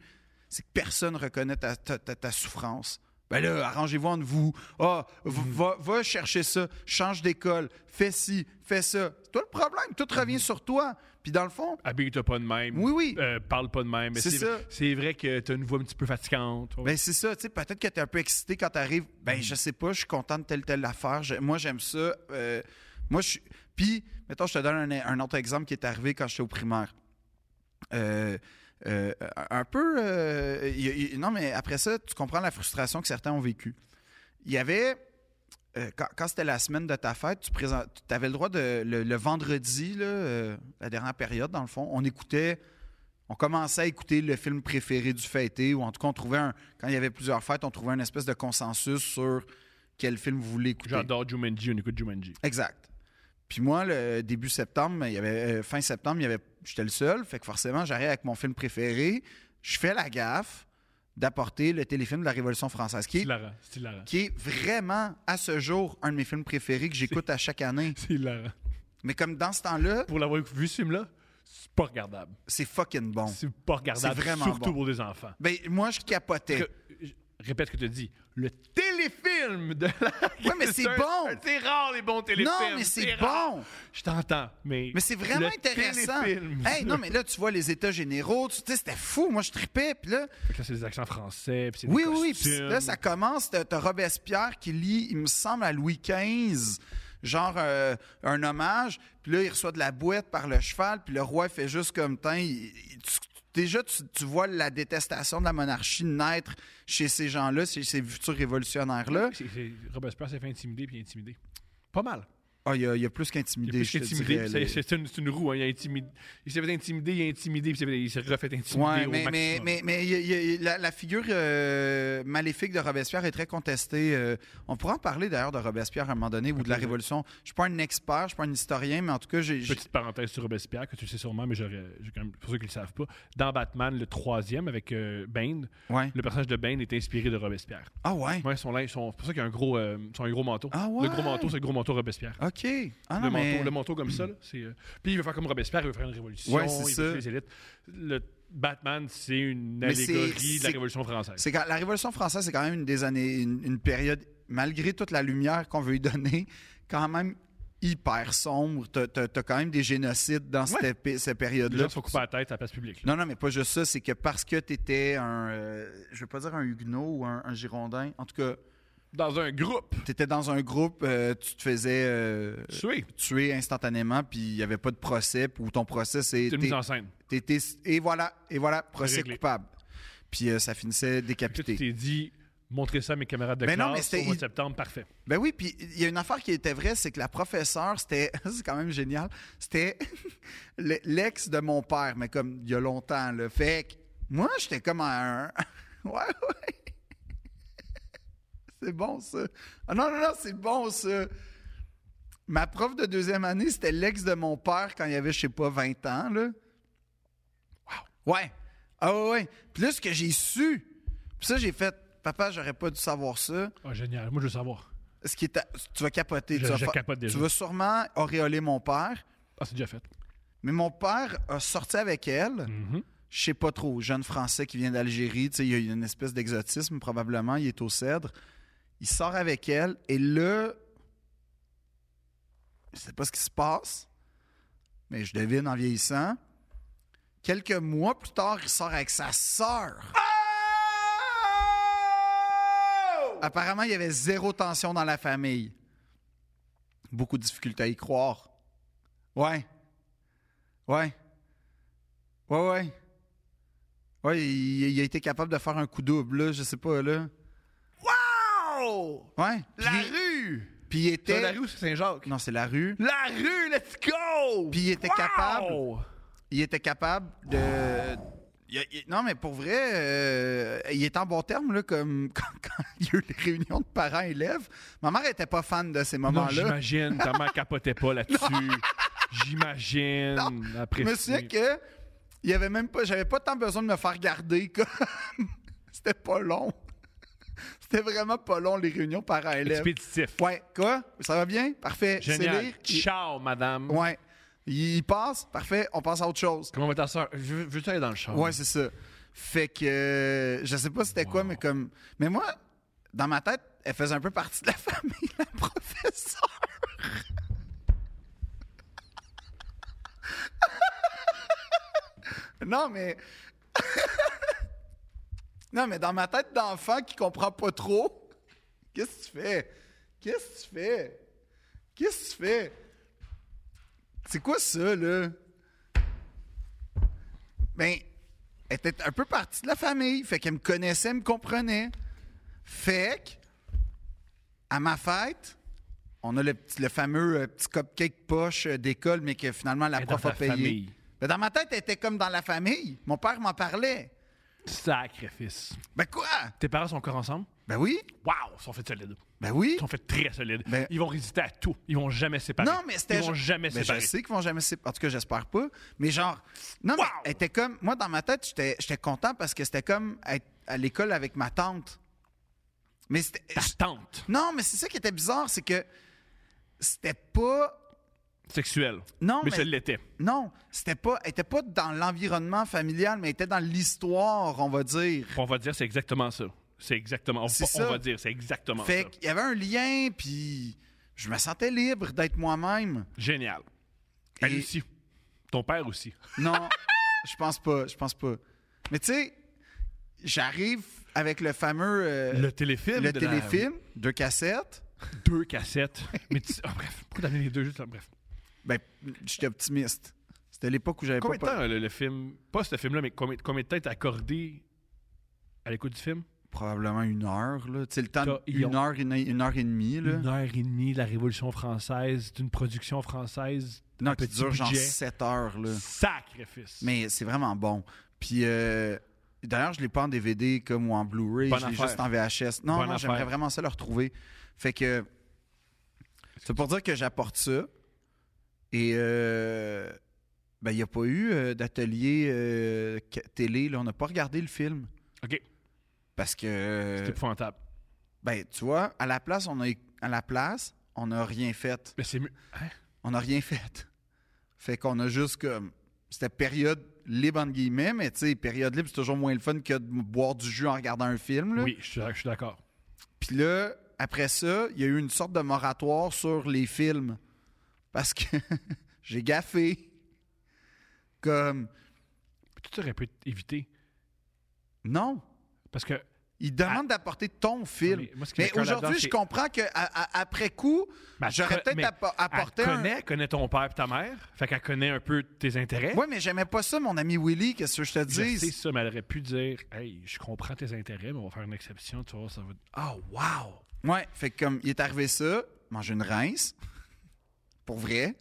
c'est que personne reconnaît ta, ta- ta- ta souffrance. Ben là, arrangez-vous entre vous. Ah, v- va, va chercher ça. Change d'école. Fais ci, fais ça. C'est toi le problème. Tout revient sur toi. Puis dans le fond,
Habille-toi pas de même.
Oui, oui.
Euh, parle pas de même. Mais
C'est ça.
C'est vrai que t'as une voix un petit peu fatigante.
Ben c'est ça, tu sais, peut-être que t'es un peu excité quand t'arrives. Ben je sais pas, je suis content de telle telle affaire. Je- moi j'aime ça. Euh, moi je suis. Puis, mettons, je te donne un, un autre exemple qui est arrivé quand j'étais au primaire. Euh, euh, un peu. euh, il y a- il- non mais après ça, tu comprends la frustration que certains ont vécue. Il y avait. euh, quand quand c'était la semaine de ta fête, tu avais le droit de. Le, le vendredi, là, euh, la dernière période, dans le fond, on écoutait on commençait à écouter le film préféré du fêté, ou en tout cas, on trouvait un. Quand il y avait plusieurs fêtes, on trouvait une espèce de consensus sur quel film vous voulez écouter.
J'adore Jumanji, on écoute Jumanji.
Exact. Puis moi, le début septembre, il y avait, euh, fin septembre, il y avait, j'étais le seul. Fait que forcément, j'arrive avec mon film préféré. Je fais la gaffe d'apporter le téléfilm de la Révolution française, qui
C'est
est,
hilarant. C'est hilarant.
qui est vraiment, à ce jour, un de mes films préférés que j'écoute à chaque année.
C'est hilarant.
Mais comme dans ce temps-là,
Pour l'avoir vu ce film-là, c'est pas regardable.
c'est fucking bon.
C'est pas regardable,
C'est vraiment
surtout
bon.
pour des enfants.
Ben, moi, je capotais.
Que- je- répète ce que tu dis. Le téléfilm de la.
Ouais, mais c'est
un-
bon.
C'est rare les bons téléfilms.
Non, mais c'est
rare.
bon.
Je t'entends, mais.
Mais c'est vraiment
le
intéressant.
Téléfilm.
Hey, non, mais là, tu vois les états généraux, tu tu sais, c'était fou. Moi, je tripais. Puis là,
Fait que là, c'est des accents français. Puis c'est
oui,
des
oui, oui.
costumes.
Puis là, ça commence. T'as t'as Robespierre qui lit, il me semble, à Louis XV, genre euh, un hommage. Puis là, il reçoit de la bouette par le cheval. Puis le roi fait juste comme tain. il- il- tu- Déjà, tu, tu vois la détestation de la monarchie naître chez ces gens-là, chez ces futurs révolutionnaires-là.
C'est- c'est- Robespierre s'est fait intimider puis intimider. Pas mal.
Ah, il y, a- il y a plus
Il a
qu'intimider,
plus
je te
qu'intimidé,
dirais,
puis
là.
c'est- C'est une, c'est une roue. hein, Il, a intimidé- il s'est fait intimider, il a intimidé, puis il s'est fait- il s'est refait intimider.
Ouais,
au
mais,
maximum.
mais, mais, mais il y a- il y a- la, la figure euh, maléfique de Robespierre est très contestée. euh. on pourra en parler d'ailleurs de Robespierre à un moment donné ou de la
plaisir.
Révolution. Je suis pas un expert, je suis pas un historien, mais en tout cas, j'ai. j'ai-
Petite parenthèse sur Robespierre, que tu sais sûrement, mais j'aurais, j'ai quand même, pour ceux qui ne le savent pas, dans Batman, le troisième, avec euh, Bane,
Ouais.
le personnage de Bane est inspiré de Robespierre.
Ah ouais.
Ouais, son linge, son- c'est pour ça qu'il y a un gros, euh, son gros manteau.
Ah ouais?
Le gros manteau, c'est le gros manteau Robespierre.
Ok. Ah non,
le, manteau,
mais.
le manteau comme ça, là, c'est... euh, Puis il veut faire comme Robespierre, il veut faire une révolution,
Ouais, c'est
il
ça.
veut tuer les élites. Le Batman, c'est une
Mais c'est-
allégorie de
c'est-
la Révolution française.
C'est quand- la Révolution française, c'est quand même une des années, une, une période, malgré toute la lumière qu'on veut y donner, quand même hyper sombre. T'as t'as- t'as quand même des génocides dans cette, épi- cette
Les
période-là.
gens se font couper la tête à la place publique. là.
Non, non, mais pas juste ça. C'est que parce que tu étais un. euh, je vais pas dire un huguenot ou un, un girondin. En tout cas,
Dans un groupe,
tu étais dans un groupe, euh, tu te faisais euh,
tué,
tuer instantanément, puis il n'y avait pas de procès, ou ton procès, c'est.
c'est une
t'es-
mise en scène.
t'es- t'es- Et voilà, et voilà, procès
Réglé.
coupable. Puis euh, ça finissait
Puis là, tu
décapité.
t'es dit, montrer ça à mes camarades de
Mais
classe
non, mais c'était-
au mois de septembre, parfait.
Ben oui, puis il y a une affaire qui était vraie, c'est que la professeure, c'était, c'est quand même génial, c'était le- l'ex de mon père, mais comme il y a longtemps, le fait que moi, j'étais comme un... Ouais, ouais. C'est bon, ça. Ah non, non, non, c'est bon, ça. Ma prof de deuxième année, c'était l'ex de mon père quand il avait, je sais pas, 20 ans, là. Wow. Ouais. Ah ouais, ouais. Puis là, ce que j'ai su, puis ça, j'ai fait, papa, j'aurais pas dû savoir ça
Ah, génial. Moi, je veux savoir.
ce qui est à- tu vas capoter.
Je-
tu, vas
je
fa-
capote déjà.
tu vas sûrement auréoler mon père.
Ah, c'est déjà fait.
Mais mon père a sorti avec elle,
Mhm.
je sais pas trop, jeune Français qui vient d'Algérie, tu sais, il y a une espèce d'exotisme probablement, il est au cèdre. Il sort avec elle et là, je sais pas ce qui se passe, mais je devine en vieillissant. Quelques mois plus tard, il sort avec sa sœur. Apparemment, il y avait zéro tension dans la famille. Beaucoup de difficultés à y croire. Ouais. Ouais. Ouais, ouais. Ouais, il, il a été capable de faire un coup double, là, je sais pas, là.
Wow!
Ouais. Puis,
La rue!
puis il était.
C'est la rue ou c'est Saint-Jacques?
Non, c'est la rue.
La rue, let's go!
Puis il était
Wow!
capable. Il était capable de. il a- il- non, mais pour vrai, euh, il est en bon terme, là, comme quand, quand il y a eu les réunions de parents-élèves. Ma mère était pas fan de ces
Non,
moments-là.
j'imagine. Ta mère capotait pas là-dessus. J'imagine. Après,
Je me souviens que il y avait même pas. J'avais pas tant besoin de me faire garder comme. C'était pas long. C'était vraiment pas long, les réunions parents-élèves.
Expéditif.
Ouais, quoi? Ça va bien? Parfait. C'est
Génial.
lire. Il-
Ciao, madame.
Ouais. Il passe, parfait, on passe à autre chose.
Comment va ta soeur? Veux-tu aller dans le char?
Ouais, c'est ça. Fait que euh, je sais pas c'était quoi, mais comme. Mais moi, dans ma tête, elle faisait un peu partie de la famille, la professeure. non, mais. non, mais dans ma tête d'enfant qui comprend pas trop, qu'est-ce que tu fais? Qu'est-ce que tu fais? Qu'est-ce que tu fais? C'est quoi ça, là? Ben, elle était un peu partie de la famille. Fait qu'elle me connaissait, elle me comprenait. Fait que, à ma fête, on a le, petit- le fameux euh, petit cupcake poche euh, d'école, mais que finalement la
Et
prof
dans
a
ta
payé.
famille.
Ben, dans ma tête, elle était comme dans la famille. Mon père m'en parlait.
Sacrifice.
Ben quoi?
Tes parents sont encore ensemble?
Ben oui?
Waouh, ils sont faits solides.
Ben oui?
Ils sont faits très solides.
Ben-
Ils vont résister à tout. Ils vont jamais se séparer.
Non, mais c'était.
Ils vont jamais se
mais
séparer.
Je sais qu'ils vont jamais se séparer. En tout cas, j'espère pas. Mais genre. Non, mais
Wow!
elle était comme. Moi, dans ma tête, j'étais j'étais content parce que c'était comme être à l'école avec ma tante. Mais c'était.
Ta tante
Non, mais c'est ça qui était bizarre, c'est que c'était pas.
sexuelle.
Non,
mais,
mais-
ça l'était.
Non, c'était pas. Elle était pas dans l'environnement familial, mais elle était dans l'histoire, on va dire.
On va dire, c'est exactement ça. C'est exactement. On,
C'est
va-
ça.
on va dire, c'est exactement
Fait
ça.
qu'il y avait un lien, puis je me sentais libre d'être moi-même.
Génial. Elle
Et-
aussi. Ton père aussi.
Non, je pense pas, je pense pas. Mais tu sais, j'arrive avec le fameux euh,
Le téléfilm.
le
de la-
téléfilm, deux cassettes.
Deux cassettes. mais tu- ah, bref, pourquoi t'amener les deux juste là? Bref.
Ben, j'étais optimiste. C'était l'époque où j'avais
Combien de
pas
temps le, le film, pas ce film-là, mais combien, combien de temps t'as accordé à l'écoute du film?
probablement une heure là, tu sais le temps
T'as-
de- une
ils ont-
heure une, une heure et demie là.
Une heure et demie de la Révolution française, d'une production française.
Non,
un
qui
petit
dure genre
budget.
7 heures. Là.
Sacrifice.
Euh. Mais c'est vraiment bon. Puis euh, d'ailleurs, je l'ai pas en DVD comme ou en Blu-ray.
Bonne
Je l'ai
affaire.
juste en VHS. Non,
Bonne
non, j'aimerais
affaire.
vraiment ça le retrouver. Fait que c'est pour dire que j'apporte ça. Et euh, ben, il n'y a pas eu euh, d'atelier euh, ca- télé. Là. On n'a pas regardé le film.
OK,
Parce que. euh,
c'est épouvantable.
ben, tu vois, à la place, on a à la place, on n'a rien fait
Mais c'est mieux. Hein?
on n'a rien fait. Fait qu'on a juste comme. C'était période libre, entre guillemets, mais tu sais, période libre, c'est toujours moins le fun que de boire du jus en regardant un film. là.
Oui, je suis, je suis d'accord.
Puis là, après ça, il y a eu une sorte de moratoire sur les films. Parce que j'ai gaffé. Comme.
Mais Tout aurait pu être évité.
Non.
Parce que
Il demande d'apporter ton film.
Ah. mais moi, ce qui
Mais
m'écoeure
aujourd'hui,
là-dedans,
je
c'est- Ben,
comprends qu'après coup, j'aurais peut-être appo- apporté
Elle
un.
connaît, connaît ton père et ta mère. Fait qu'elle connaît un peu tes intérêts.
Oui, mais j'aimais pas ça, mon ami Willy, qu'est-ce que je te
Je sais
dis?
ça, mais elle aurait pu dire Hey, je comprends tes intérêts, mais on va faire une exception. Tu vois, ça va. Ah, wow!
Ouais, fait que comme il est arrivé ça, manger une rince, pour vrai.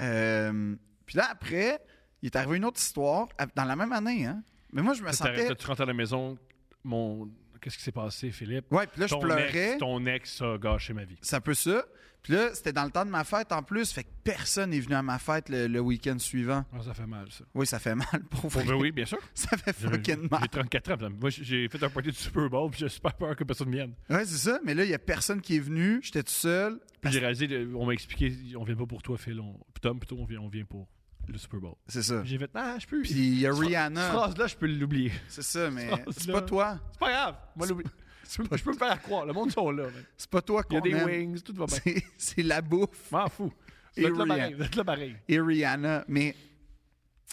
Euh, puis là, après, il est arrivé une autre histoire, à- dans la même année, hein. Mais moi, je me sentais.
T'arrêtes, tu rentres à la maison, mon. Qu'est-ce qui s'est passé, Philippe?
Ouais, puis là, je
ton
pleurais.
Ex, ton ex a gâché ma vie.
C'est un peu ça. Puis là, c'était dans le temps de ma fête en plus, fait que personne n'est venu à ma fête le, le week-end suivant.
Ah, ça fait mal, ça.
Oui, ça fait mal, pour vrai.
Ben oui, bien sûr.
Ça fait
J'ai
fucking mal.
j'ai 34 ans. madame. Moi, j'ai fait un party du Super Bowl, puis j'ai super peur que personne vienne.
Ouais, c'est ça. Mais là, il y a personne qui est venu. J'étais tout seul.
Puis j'ai réalisé, le- on m'a expliqué, on vient pas pour toi, Phil. On, Tom, plutôt, on vient, on vient pour le Super Bowl.
C'est ça.
J'ai fait, ah, je peux.
Euh. Puis il y a
Cette
Rihanna.
phrase-là, je peux l'oublier.
C'est ça, mais
phrase-là.
c'est pas toi.
C'est pas grave. Moi, l'oublie. Je peux, je peux me faire croire. Le monde sont là. man.
C'est pas toi
Il y
qu'on
a des
aime.
wings, tout va bien.
C'est- C'est la bouffe
Je m'en fous. Vous
Et
êtes là
Rihanna.
pareil. Vous êtes là pareil.
et Rihanna. Mais.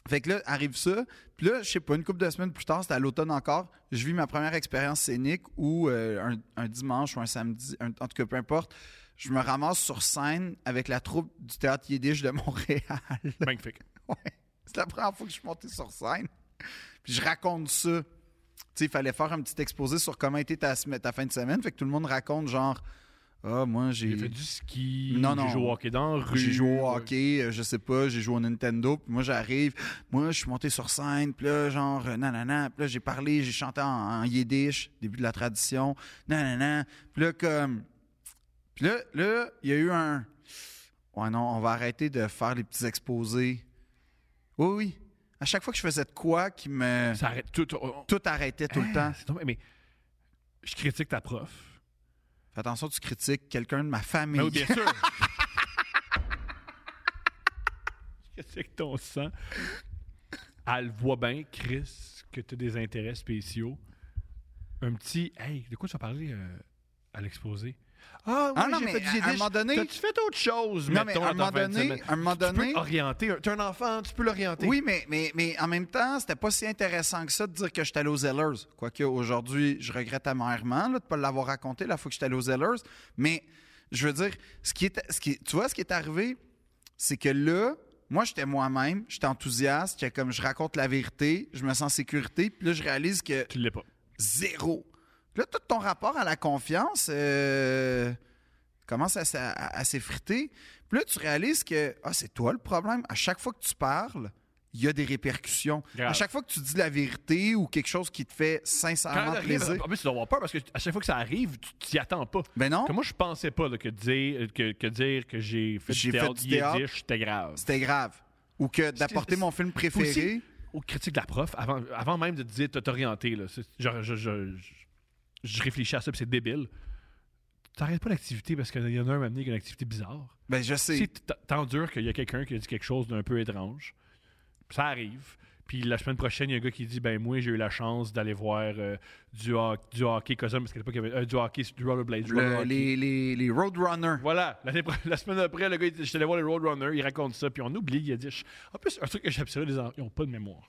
Fait que là, arrive ça. Puis là, je sais pas, une couple de semaines plus tard, c'était à l'automne encore, je vis ma première expérience scénique où euh, un, un dimanche ou un samedi, un- en tout cas, peu importe, je me ramasse sur scène avec la troupe du théâtre Yiddish de Montréal.
Magnifique.
Ouais. C'est la première fois que je suis monté sur scène. Puis je raconte ça. Tu sais, il fallait faire un petit exposé sur comment était ta, sem- ta fin de semaine. Fait que tout le monde raconte genre Ah, moi,
J'ai fait
j'ai.
du ski.
Non, non.
J'ai joué au hockey dans la rue.
J'ai joué au hockey, euh, je sais pas, j'ai joué au Nintendo, puis moi j'arrive, moi je suis monté sur scène, puis là genre euh, nanana, puis là j'ai parlé, j'ai chanté en, en yiddish, début de la tradition, nanana, puis là comme, puis là, là, il y a eu un, ouais non, on va arrêter de faire les petits exposés. Oui, oui, à chaque fois que je faisais de quoi qui me,
Ça arrête tout. on-
tout arrêtait tout le temps.
C'est tombé- Mais je critique ta prof.
Fais attention, tu critiques quelqu'un de ma famille.
Mais Ben Ah oui, bien sûr. je critique ton sang. Elle voit bien, Chris, que tu as des intérêts spéciaux. Un petit. Hey, de quoi tu vas parler euh, à l'exposé? Ah,
Ah, non, mais à- à un moment donné-
T'as-tu fait autre chose,
Non, mais
mettons,
à un
dans
moment
ta fin de
donné,
semaine?
à un moment
Tu
donné,
peux orienter. un- T'es un enfant, tu peux l'orienter.
Oui, mais, mais, mais en même temps, c'était pas si intéressant que ça de dire que j'étais allé aux Zellers. Quoique aujourd'hui, je regrette amèrement là, de pas l'avoir raconté la fois que j'étais allé aux Zellers. Mais je veux dire, ce qui est, ce qui, tu vois, ce qui est arrivé, c'est que là, moi, j'étais moi-même, j'étais enthousiaste, j'étais comme je raconte la vérité, je me sens en sécurité, puis là, je réalise que
Tu l'es pas.
zéro. Là, tout ton rapport à la confiance euh, commence à, s- à- à s'effriter. Puis là, tu réalises que ah, c'est toi le problème. À chaque fois que tu parles, il y a des répercussions.
Grave.
À chaque fois que tu dis la vérité ou quelque chose qui te fait
Quand
sincèrement
elle arrive,
plaisir.
en plus, tu dois avoir peur parce que à chaque fois que ça arrive, tu t'y attends pas.
Ben non,
Que moi, je pensais pas là, que, dire, que, que dire que j'ai fait
J'ai
du théâtre
fait du théâtre.
yiddish, c'était grave.
c'était grave. Ou que d'apporter
c'est-
mon film
Faut
préféré.
Aussi, aux critiques de la prof, avant, avant même de te dire, de t'orienter, là, c'est- genre, je, je, je, je réfléchis à ça, puis c'est débile. T'arrêtes pas l'activité parce qu'il y en a un m'a amené avec une activité bizarre.
Ben, je sais.
Si t- t'endures qu'il y a quelqu'un qui a dit quelque chose d'un peu étrange, ça arrive. Puis la semaine prochaine, il y a un gars qui dit Ben, moi, j'ai eu la chance d'aller voir euh, du, ho- du hockey Cosum, parce qu'à l'époque, il y avait euh, du hockey, du rollerblade. Du
Le-
roller hockey.
les, les, les Roadrunners.
Voilà, l'année pro- la semaine après, le gars, il dit, j'étais allé voir les Roadrunners, il raconte ça, puis on oublie, il a dit. je- En plus, un truc que j'ai observé, les enfants, ils n'ont pas de mémoire.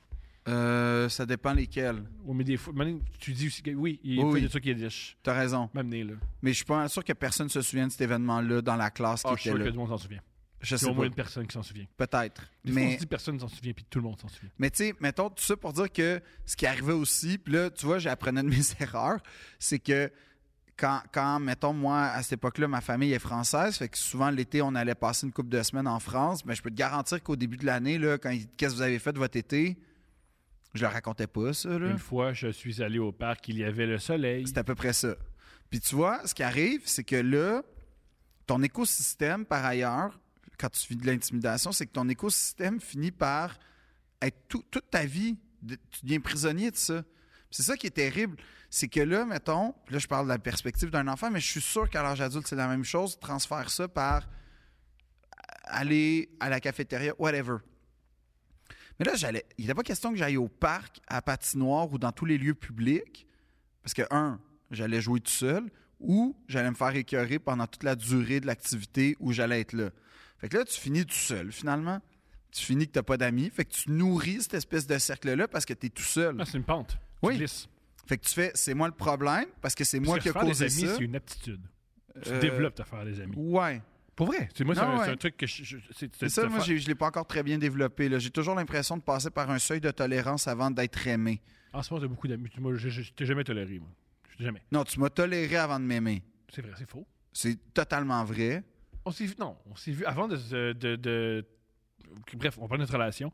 Euh, ça dépend lesquels.
Oui, mais des fois, maintenant, tu dis aussi que oui, il
Oui,
fait
oui.
des trucs qui disent.
T'as raison.
M'amener là.
Mais je suis pas sûr que personne se souvienne de cet événement-là dans la classe qui
Ah, je suis
était
sûr que
là.
tout le monde s'en souvient.
Je
Il y a
sais
au moins une
pas.
personne qui s'en souvient.
Peut-être.
Des fois, on
Mais
se dit personne ne s'en souvient, puis tout le monde s'en souvient.
Mais tu sais, mettons tout ça pour dire que ce qui arrivait aussi, puis là, tu vois, j'apprenais de mes erreurs, c'est que quand, quand, mettons, moi, à cette époque-là, ma famille est française, fait que souvent l'été, on allait passer une couple de semaines en France, mais je peux te garantir qu'au début de l'année, là, quand ils- qu'est-ce que vous avez fait de votre été, je leur racontais pas ça, là.
Une fois, je suis allé au parc, il y avait le soleil.
C'est à peu près ça. Puis tu vois, ce qui arrive, c'est que là, ton écosystème, par ailleurs, quand tu vis de l'intimidation, c'est que ton écosystème finit par être tout- toute ta vie. de- tu deviens prisonnier de ça. Puis C'est ça qui est terrible. C'est que là, mettons, puis là, je parle de la perspective d'un enfant, mais je suis sûr qu'à l'âge adulte, c'est la même chose. Transfère ça par aller à la cafétéria, whatever. Mais là, j'allais. Il n'était pas question que j'aille au parc, à la patinoire ou dans tous les lieux publics. Parce que, un, j'allais jouer tout seul ou j'allais me faire écœurer pendant toute la durée de l'activité où j'allais être là. Fait que là, tu finis tout seul, finalement. Tu finis que t'as pas d'amis. Fait que tu nourris cette espèce de cercle-là parce que tu es tout seul.
Ah, c'est une pente. Tu
Oui.
glisses.
Fait que tu fais, c'est moi le problème, parce que c'est moi
Parce
qui
que
ai
faire des
causé
amis,
ça.
c'est une aptitude. Tu
Euh,
développes à faire des amis.
Ouais.
Pour vrai. C'est- Moi, c'est
Non,
un,
ouais.
c'est un truc que je. je- c'est-
C'est
c'est-
ça,
c'est
moi,
fa-
j'ai- je ne l'ai pas encore très bien développé. là. J'ai toujours l'impression de passer par un seuil de tolérance avant d'être aimé.
En ce moment, j'ai beaucoup d'amis. Moi, je, je- je t'ai jamais toléré, moi. Je t'ai jamais.
Non, tu m'as toléré avant de m'aimer.
C'est vrai, c'est faux.
C'est totalement vrai.
On s'est vu. Non, on s'est vu avant de, se- de- de- Bref, on parle de notre relation.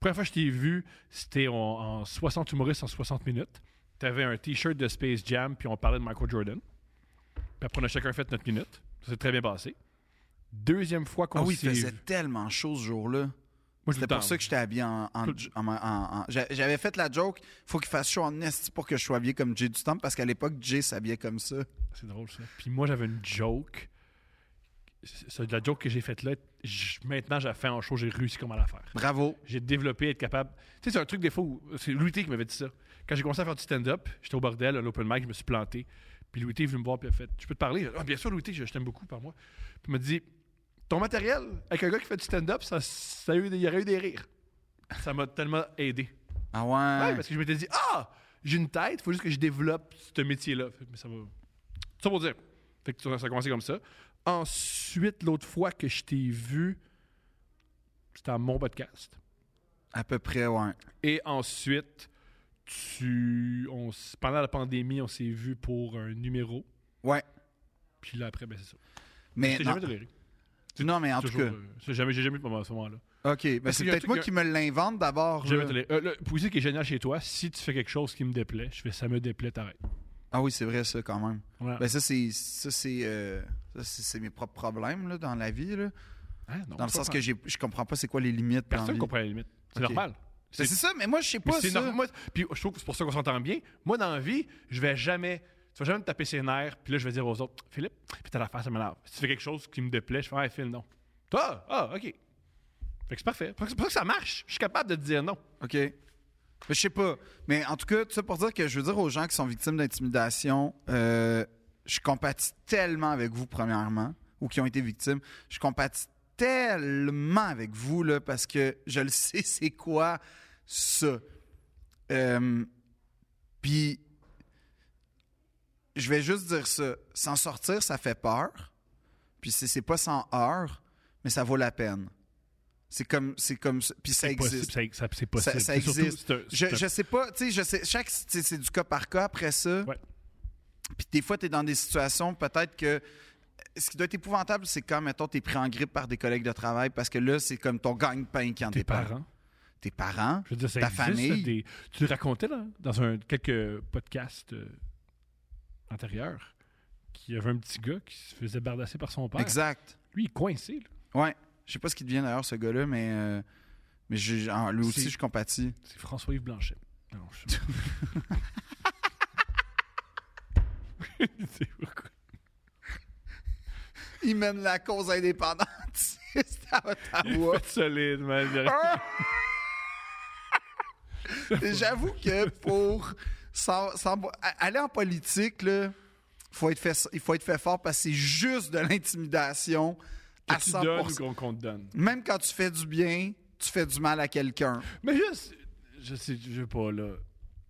Première fois que je t'ai vu, c'était en, en 60 humoristes en 60 minutes. T'avais un t-shirt de Space Jam, puis on parlait de Michael Jordan. Puis après, on a chacun fait notre minute. Ça s'est très bien passé. Deuxième fois qu'on
Ah oui, il
s'est
faisait
vu.
tellement chaud ce jour-là.
Moi, je
C'était
le
pour ça que j'étais habillé en. en-
Tout-
en- en- en- j'a- J'avais fait la joke, faut qu'il fasse chaud en esti pour que je sois habillé comme Jay du temps, parce qu'à l'époque, Jay s'habillait comme ça.
C'est drôle ça. Puis moi j'avais une joke. C'est c'est de la joke que j'ai faite là. je- maintenant j'ai fait en show, j'ai réussi comment la faire.
Bravo.
J'ai développé être capable. Tu sais, c'est un truc des fois où c'est Louis T qui m'avait dit ça. Quand j'ai commencé à faire du stand-up, j'étais au bordel, à l'open mic, je me suis planté. Puis Louis T est venu me voir puis il a fait Je peux te parler? Ah, bien sûr, Louis T, je, je t'aime beaucoup par moi. Puis il m'a dit Ton matériel avec un gars qui fait du stand-up, ça, ça a eu des- il y aurait eu des rires. Ça m'a tellement aidé.
Ah
Ouais,
ouais.
parce que je m'étais dit, ah, j'ai une tête, faut juste que je développe ce métier-là. Fait que- Mais ça va. Ça pour dire. Fait que ça ça a commencé comme ça. Ensuite, l'autre fois que je t'ai vu, c'était à mon podcast.
à peu près, ouais.
Et ensuite, tu, on, s- pendant la pandémie, on s'est vu pour un numéro.
Ouais.
Puis là, après, ben, c'est ça.
Mais
J'ai
non,
jamais toléré.
non, mais en tout
Toujours,
cas.
euh, c'est jamais, j'ai jamais eu de moment à ce moment-là.
OK. Mais
Parce
c'est
qu'il y a un
peut-être
truc-
moi
il y a-
qui me l'invente d'abord.
Jamais
là.
toléré. Euh, le aussi, qui est génial chez toi, si tu fais quelque chose qui me déplaît, je fais ça me déplaît, t'arrêtes.
Ah oui, c'est vrai, ça, quand même.
Voilà.
Ben ça, c'est ça, c'est, euh, ça, c'est- c'est mes propres problèmes là, dans la vie. là.
Hein? Non,
Dans le
pas
sens
tant.
que j'ai- je comprends pas c'est quoi les limites. dans la
Personne
vie.
ne comprend la limite. C'est
Ok.
normal.
Ben, c'est ça, mais moi, je sais
mais
pas
c'est
ça.
normal. Moi, Puis je trouve que c'est pour ça qu'on s'entend bien. Moi, dans la vie, je vais jamais. Tu vas jamais me taper ses nerfs, puis là, je vais dire aux autres Philippe, puis t'as l'affaire, ça m'énerve. Si tu fais quelque chose qui me déplaît, je fais Ah, Phil, non. Toi, ah, OK. Fait que c'est parfait. C'est pour ça que ça marche. Je suis capable de te dire non.
OK. Ben, je sais pas. Mais en tout cas, tout ça pour dire que je veux dire aux gens qui sont victimes d'intimidation, euh, je compatis tellement avec vous, premièrement, ou qui ont été victimes. Je compatis tellement avec vous, là, parce que je le sais, c'est quoi ça. Euh, Puis, je vais juste dire ça. S'en sortir, ça fait peur. Puis, c'est c'est pas sans heure, mais ça vaut la peine. C'est comme, c'est comme, ça. puis ça
C'est
existe.
possible, ça- ça- C'est possible.
Ça- ça
C'est surtout-
existe.
c'est un-
Je,
c'est un-
je sais pas, tu sais, je sais, chaque, c'est c'est du cas par cas après ça.
Ouais.
Puis des fois, tu es dans des situations, peut-être que. euh, Ce qui doit être épouvantable, c'est quand, mettons, t'es pris en grippe par des collègues de travail parce que là, c'est comme ton gagne-pain quand
Tes
t'es par-
parents.
Tes parents.
Je veux dire, ça
Ta
existe,
famille.
là, des- Tu racontais là, dans un, quelques podcasts euh, antérieurs qu'il y avait un petit gars qui se faisait bardasser par son père.
Exact.
Lui, il est coincé. là.
Ouais. Je sais pas ce qui devient d'ailleurs ce gars-là, mais, euh, mais j'ai- ah, lui aussi,
C'est-
je compatis.
C'est François-Yves Blanchet. Non, je sais pas. C'est pourquoi.
Il mène la cause indépendantiste à
Il
Ottawa.
fait solide, man. Il aurait-
Ah! J'avoue que pour sans- sans- a- aller en politique, là, faut être fait, il faut être fait fort parce que c'est juste de l'intimidation à
Que tu donnes
100%.
ou qu'on- qu'on te donne.
Même quand tu fais du bien, tu fais du mal à quelqu'un.
Mais juste, je sais, je sais pas, là.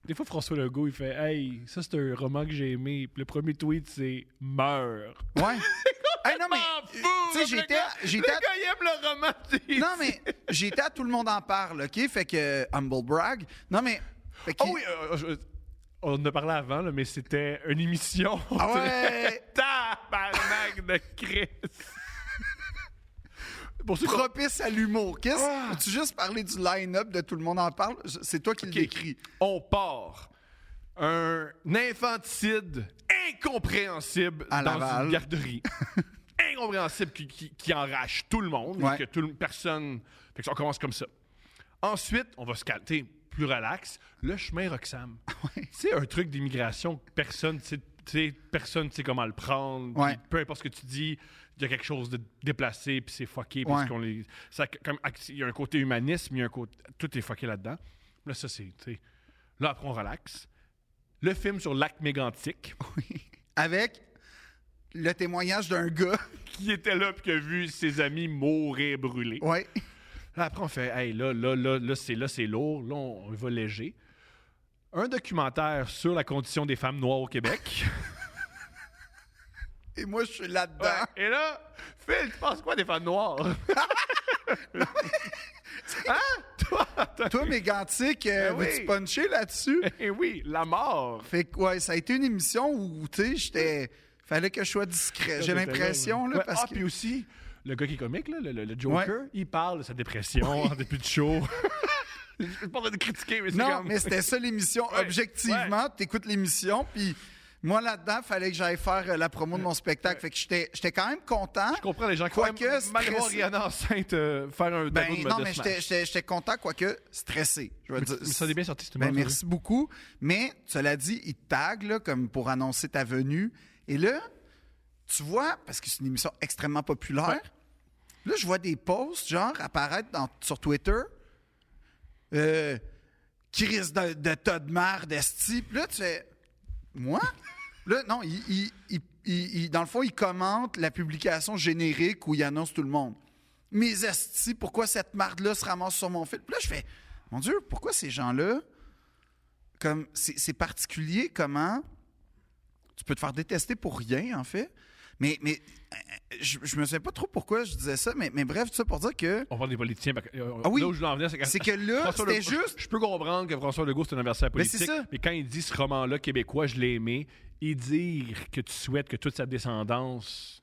Des fois, François Legault, il fait Hey, ça, c'est un roman que j'ai aimé. Puis le premier tweet, c'est Meurs. Ah,
Ouais. Hey, non, mais, tu sais, j'étais- j'étais à-
il aime le roman. tu sais.
non, mais j'étais à Tout le monde en parle, OK? Fait que, humble brag. Non, mais... fait que-
Oh oui, euh, je- on en a parlé avant, là, mais c'était une émission.
Ah ouais!
Tabarnak de Chris! Pour ceux qui ont-
Propice à l'humour. Qu'est-ce
Ah.
tu juste parler du line-up de Tout le monde en parle? C'est toi qui
Ok.
le décris.
on part. Un infanticide incompréhensible
À
dans
Laval.
une garderie. incompréhensible qui, qui, qui enrage tout le monde.
Ouais.
Que tout le- personne... Fait que ça, on commence comme ça. Ensuite, on va se calter plus relax. Le chemin Roxham. C'est un truc d'immigration que personne sait, tu sais, personne sait comment le prendre.
Ouais.
Peu importe ce que tu dis, il y a quelque chose de déplacé, puis c'est fucké. puis
Ouais.
c'est qu'on les- ça, comme, ac- il y a un côté humanisme, il y a un côté, tout est fucké là-dedans. Là, ça, c'est. tu sais, Là, après, on relaxe. Le film sur Lac Mégantic,
avec le témoignage d'un gars.
qui était là puis qui a vu ses amis mourir brûlés.
Ouais.
Là, après, on fait, hey, là, là, là, là, c'est, là, c'est lourd. Là, on, on va léger. un documentaire sur la condition des femmes noires au Québec.
Et moi, je suis là-dedans.
Ouais. Et là, Phil, tu penses quoi des femmes noires? hein? Toi, attends.
Toi, mégantique, euh,
Ben oui.
veux-tu puncher là-dessus?
Eh oui, la mort.
fait que, ouais, ça a été une émission où, tu sais, j'étais. Fallait que je sois discret. J'ai l'impression, là,
Ouais,
parce
ah,
que.
puis aussi, le gars qui est comique, là, le, le- le Joker, il parle de sa dépression en début de show. Je peux pas le critiquer, mais c'est
Non,
comme-
mais c'était ça l'émission.
Ouais,
Objectivement, t'écoutes l'émission, puis moi là-dedans, fallait que j'aille faire euh, la promo de mon spectacle. Fait que j'étais j'étais quand même content.
Je comprends les gens qui
Quoique,
aiment malgré
stressé.
Rihanna enceinte euh, faire un
Ben
tableau de
non,
de
mais
smash.
j'étais- j'étais j'étais content, quoique stressé. Je veux
Mais
dire.
tu- mais ça en est bien sorti, c'est une
Ben,
bonne
merci beaucoup. Mais cela dit, ils te taguent là, comme pour annoncer ta venue. Et là, tu vois, parce que c'est une émission extrêmement populaire, là, je vois des posts, genre, apparaître dans- sur Twitter. Euh, qui risque de, de tas de marre d'esti. Puis là, tu fais. Moi? là, non, il, il- il- il- il- dans le fond, il commente la publication générique où il annonce tout le monde. Mes estis, pourquoi cette marde-là se ramasse sur mon fil? Puis là, je fais. Mon Dieu, pourquoi ces gens-là. Comme. C'est c'est particulier comment. Tu peux te faire détester pour rien, en fait. Mais, mais euh, je, je me souviens pas trop pourquoi je disais ça, mais, mais bref, tout ça pour dire que.
On parle des politiciens. parce que, euh,
Ah oui.
Là où je voulais en venir, c'est
C'est que là,
François
c'était
Legault-
juste-
Je peux comprendre que François Legault, c'est un adversaire
Mais c'est
politique.
ça.
mais quand il dit ce roman-là québécois, je l'ai aimé, et dire que tu souhaites que toute sa descendance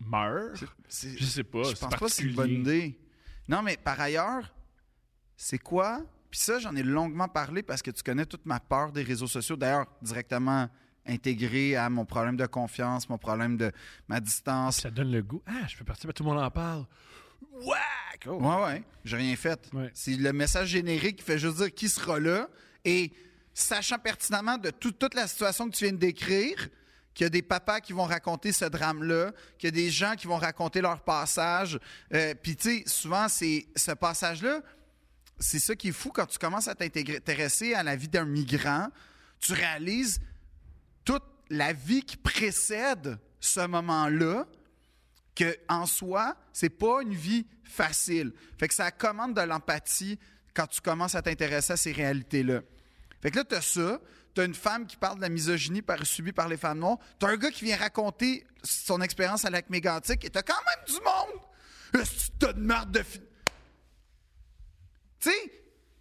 meure,
c'est-
je sais pas.
Je pense pas que c'est une bonne
particulier.
idée. Non, mais par ailleurs, c'est quoi? Puis ça, j'en ai longuement parlé parce que tu connais toute ma peur des réseaux sociaux. D'ailleurs, directement intégré à mon problème de confiance, mon problème de ma distance.
Ça donne le goût. Ah, je peux participer, tout le monde en parle. Whack! Oh.
Ouais, ouais, j'ai rien fait.
Ouais.
C'est le message générique qui fait juste dire qui sera là et sachant pertinemment de tout- toute la situation que tu viens de décrire, qu'il y a des papas qui vont raconter ce drame-là, qu'il y a des gens qui vont raconter leur passage. Euh, Puis, tu sais, souvent, c'est ce passage-là, c'est ça qui est fou quand tu commences à t'intéresser à la vie d'un migrant, tu réalises toute la vie qui précède ce moment-là que en soi, c'est pas une vie facile. Fait que ça commande de l'empathie quand tu commences à t'intéresser à ces réalités-là. Fait que là, t'as ça, t'as une femme qui parle de la misogynie par, subie par les femmes noires, t'as un gars qui vient raconter son expérience à lac mégantic et t'as quand même du monde! Est-ce que t'as de merde de fi- Tu sais,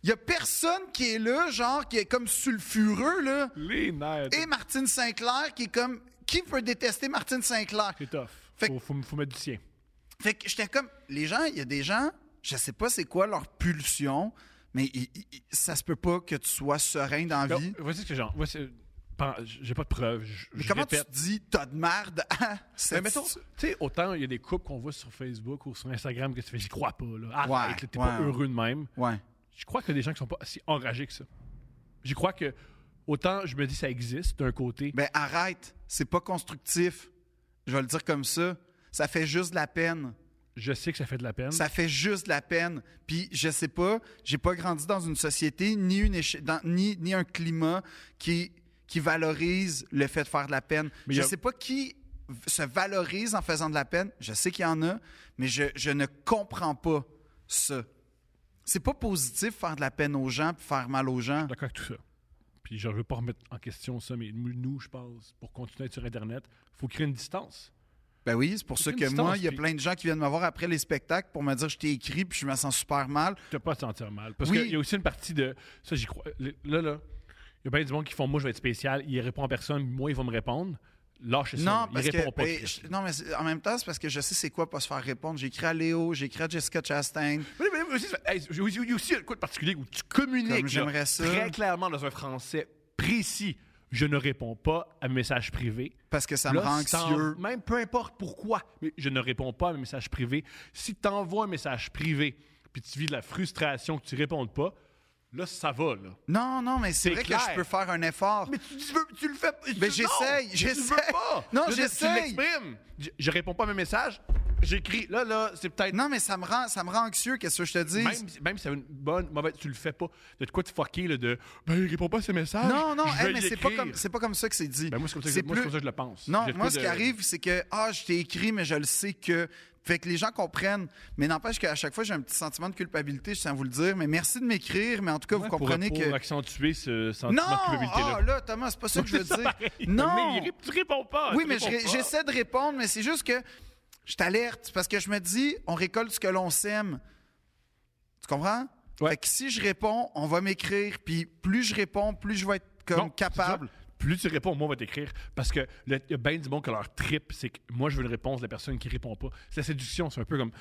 y a personne qui est là, genre, qui est comme sulfureux, là.
Les nerfs.
Et Martine Sinclair qui est comme. Qui peut détester Martine Sinclair?
C'est tough.
Fait que-
Faut, faut, faut mettre du sien.
Fait que j'étais comme, les gens, il y a des gens, je sais pas c'est quoi leur pulsion, mais i- i- i- ça se peut pas que tu sois serein dans la
Non,
vie.
Voici ce que j'en. voici- pen- J'ai pas de preuves. je-
Mais
je
comment
répète.
tu te dis, t'as de merde à
Mais
cette...
mettons, tu sais, autant il y a des couples qu'on voit sur Facebook ou sur Instagram que tu fais, j'y crois pas, là. Arrête,
Ouais,
là, t'es
ouais.
pas heureux de même.
Ouais.
Je crois qu'il y a des gens qui sont pas si enragés que ça. J'y crois que, autant je me dis ça existe d'un côté,
Ben arrête, c'est pas constructif. Je vais le dire comme ça. Ça fait juste de la peine.
je sais que ça fait de la peine.
Mm. Ça fait juste de la peine. Puis je sais pas, j'ai pas grandi dans une société ni une éche- dans- ni, ni un climat qui qui valorise le fait de faire de la peine.
Mais
je
y a-
sais pas qui v- se valorise en faisant de la peine. Je sais qu'il y en a, mais je, je ne comprends pas ça. C'est pas positif faire de la peine aux gens puis faire mal aux gens.
D'accord avec tout ça. Puis je veux pas remettre en question ça, mais nous, nous, je pense, pour continuer à être sur Internet, faut créer une distance.
Ben oui, c'est pour
C'est
ça
une
que moi,
distance,
il y a
puis-
plein de gens qui viennent me voir après les spectacles pour me dire je t'ai écrit puis je me sens super mal.
Tu n'as pas à te sentir mal. Parce
Oui.
qu'il y a aussi une partie de. Ça, j'y crois. Le- Là, là, il y a bien du monde qui font Moi, je vais être spécial. Il répond en personne. Moi, ils vont me répondre. Lâchez
Non,
ça. Il
parce que,
répond pas.
ben,
Chris.
je- non, mais c'est- en même temps, c'est parce que je sais c'est quoi pas se faire répondre. J'ai écrit à Léo, j'ai écrit à Jessica Chastain.
Mais, mais, mais aussi, ça- hey, il y a aussi- il y a aussi un coup de particulier où tu communiques
Comme j'aimerais
là,
ça.
très clairement dans un français précis.
Je ne réponds pas à mes messages privés.
Parce que ça me
Là,
rend
si t'en-
anxieux.
Même peu importe pourquoi, mais je ne réponds pas à mes messages privés. Si tu envoies un message privé, puis tu vis de la frustration que tu ne répondes pas, là, ça va. Là.
Non, non, mais c'est
C'est
vrai
clair.
que je peux faire un effort.
Mais tu, tu veux- tu le fais tu-
Mais
non,
j'essaye,
tu le veux
j'essaye.
pas.
Non,
Je veux dire,
j'essaye.
Tu l'exprimes. Je, je réponds pas à mes messages. J'écris. Là, là, c'est peut-être.
Non, mais ça me rend, ça me rend anxieux, qu'est-ce que je te dis?
Même, si- même si c'est une bonne, mauvaise, tu le fais pas. De quoi tu fucker là, de ben il répond pas à ses messages.
Non, non,
je
hey,
vais
mais
y
c'est pas,
écrire.
comme- c'est pas comme ça que c'est dit.
Ben, moi, c'est comme, ça que- moi,
plus-
c'est comme ça que je le pense.
Non,
J'ai de
moi,
quoi
ce
de-
qui arrive, c'est que, ah, je t'ai écrit, mais je le sais que. Fait que les gens comprennent. Mais n'empêche qu'à chaque fois, j'ai un petit sentiment de culpabilité, je tiens à vous le dire. Mais merci de m'écrire, mais en tout cas, vous
Pour-
comprenez
pour,
que.
accentuer ce sentiment
Non!
de culpabilité-là.
Ah, là, Thomas, c'est pas ça que je veux dire. Non!
Mais il- tu réponds pas.
Oui,
tu
mais
réponds
je ré-
pas.
j'essaie de répondre, mais c'est juste que je t'alerte parce que je me dis, on récolte ce que l'on sème. Tu comprends?
Ouais.
Fait que si je réponds, on va m'écrire, puis plus je réponds, plus je vais être comme
Non,
capable.
c'est ça. Plus tu réponds, moi, on va t'écrire. Parce que le- il y a bien du monde que leur trip, c'est que moi, je veux une réponse de la personne qui répond pas. C'est la séduction, c'est un peu comme